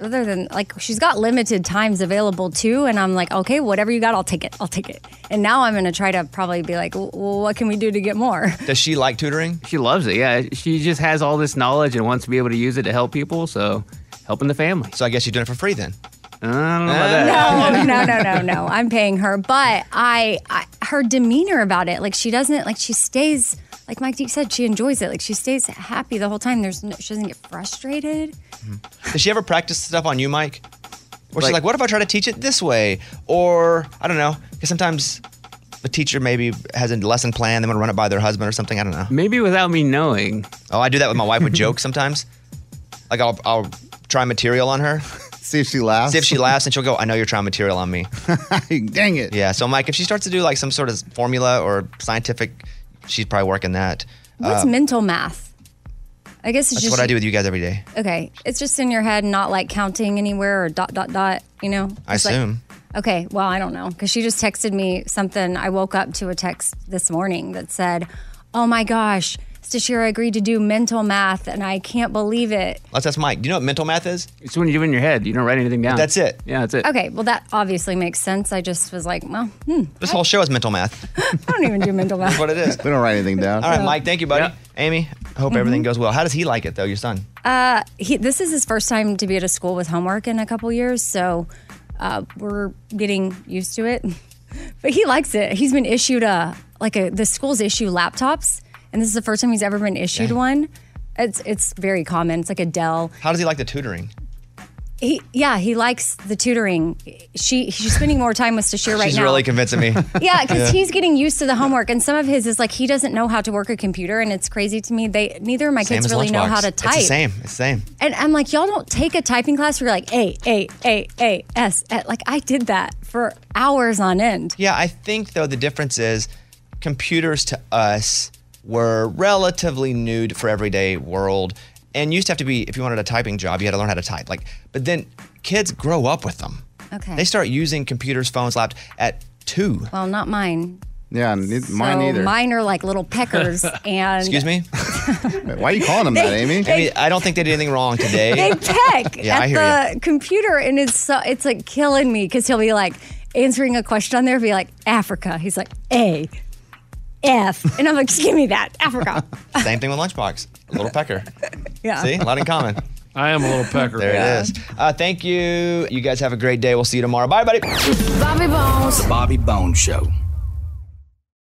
F: other than like, she's got limited times available too. And I'm like, okay, whatever you got, I'll take it. I'll take it. And now I'm going to try to probably be like, well, what can we do to get more?
A: Does she like tutoring?
K: She loves it. Yeah, she just has all this knowledge and wants to be able to use it to help people. So, helping the family. So
A: I guess you're doing it for free then.
K: I don't know about
F: No,
K: that.
F: Oh, no, no, no, no, no. I'm paying her, but I, I, her demeanor about it, like she doesn't, like she stays, like Mike Deep said, she enjoys it. Like she stays happy the whole time. There's, no, she doesn't get frustrated.
A: Does she ever practice stuff on you, Mike? Or she's like, what if I try to teach it this way? Or I don't know, because sometimes the teacher maybe has a lesson plan. They want to run it by their husband or something. I don't know.
K: Maybe without me knowing.
A: Oh, I do that with my wife with jokes sometimes. Like I'll I'll try material on her.
E: See if she laughs.
A: See if she laughs, and she'll go, "I know you're trying material on me."
E: Dang it!
A: Yeah. So, Mike, if she starts to do like some sort of formula or scientific, she's probably working that.
F: What's
A: Uh,
F: mental math? I guess it's
A: That's
F: just
A: what I do with you guys every day.
F: Okay, it's just in your head, not like counting anywhere or dot dot dot. You know,
A: I
F: It's like-
A: assume.
F: okay, well, I don't know because she just texted me something. I woke up to a text this morning that said, "Oh my gosh, Stashira agreed to do mental math, and I can't believe it."
A: Let's ask Mike. Do you know what mental math is?
K: It's when you do it in your head. You don't write anything down.
A: That's it.
K: Yeah, that's it.
F: Okay, well, that obviously makes sense. I just was like, well, hmm,
A: This whole show is mental math.
F: I don't even do mental math.
A: That's what it is.
E: we don't write anything down.
A: All right, Mike. Thank you, buddy. Amy, I hope
F: Mm-hmm.
A: everything goes well. How does he like it though, your son?
F: Uh, he, this is his first time to be at a school with homework in a couple years, so uh, we're getting used to it. But he likes it. He's been issued a like a the schools issue laptops, and this is the first time he's ever been issued one. It's it's very common. It's like a Dell.
A: How does he like the tutoring?
F: He yeah he likes the tutoring. She she's spending more time with Stashir right
A: She's
F: now.
A: really convincing me.
F: Yeah, because he's getting used to the homework, and some of his is like he doesn't know how to work a computer, and it's crazy to me. They neither of my
A: Same
F: kids
A: as
F: really know
A: Lunchbox.
F: how to type.
A: It's the same. It's the same.
F: And I'm like, y'all don't take a typing class where you're like, A, A, A, A, S. eh, Like, I did that for hours on end.
A: Yeah, I think though the difference is computers to us were relatively new to- for everyday world and used to have to be if you wanted a typing job you had to learn how to type like but then kids grow up with them
F: Okay.
A: they start using computers phones laptops at two
F: well, not mine.
E: Yeah,
F: so Mine are like little peckers. and
A: excuse me
E: why are you calling them
F: They- that, Amy? they-
A: i don't think they did anything wrong today
F: They peck
A: Yeah, I
F: at
A: hear
F: the
A: ya.
F: computer, and it's so, it's like killing me because he'll be like answering a question on there, be like, Africa. He's like, A, F. And I'm like, just give me that, Africa.
A: same thing with lunchbox a little pecker
F: Yeah.
A: see a lot in common i am a little pecker there
F: Yeah.
A: it is uh, thank you you guys have a great day we'll see you tomorrow bye buddy
Z: Bobby Bones.
V: The Bobby Bones Show.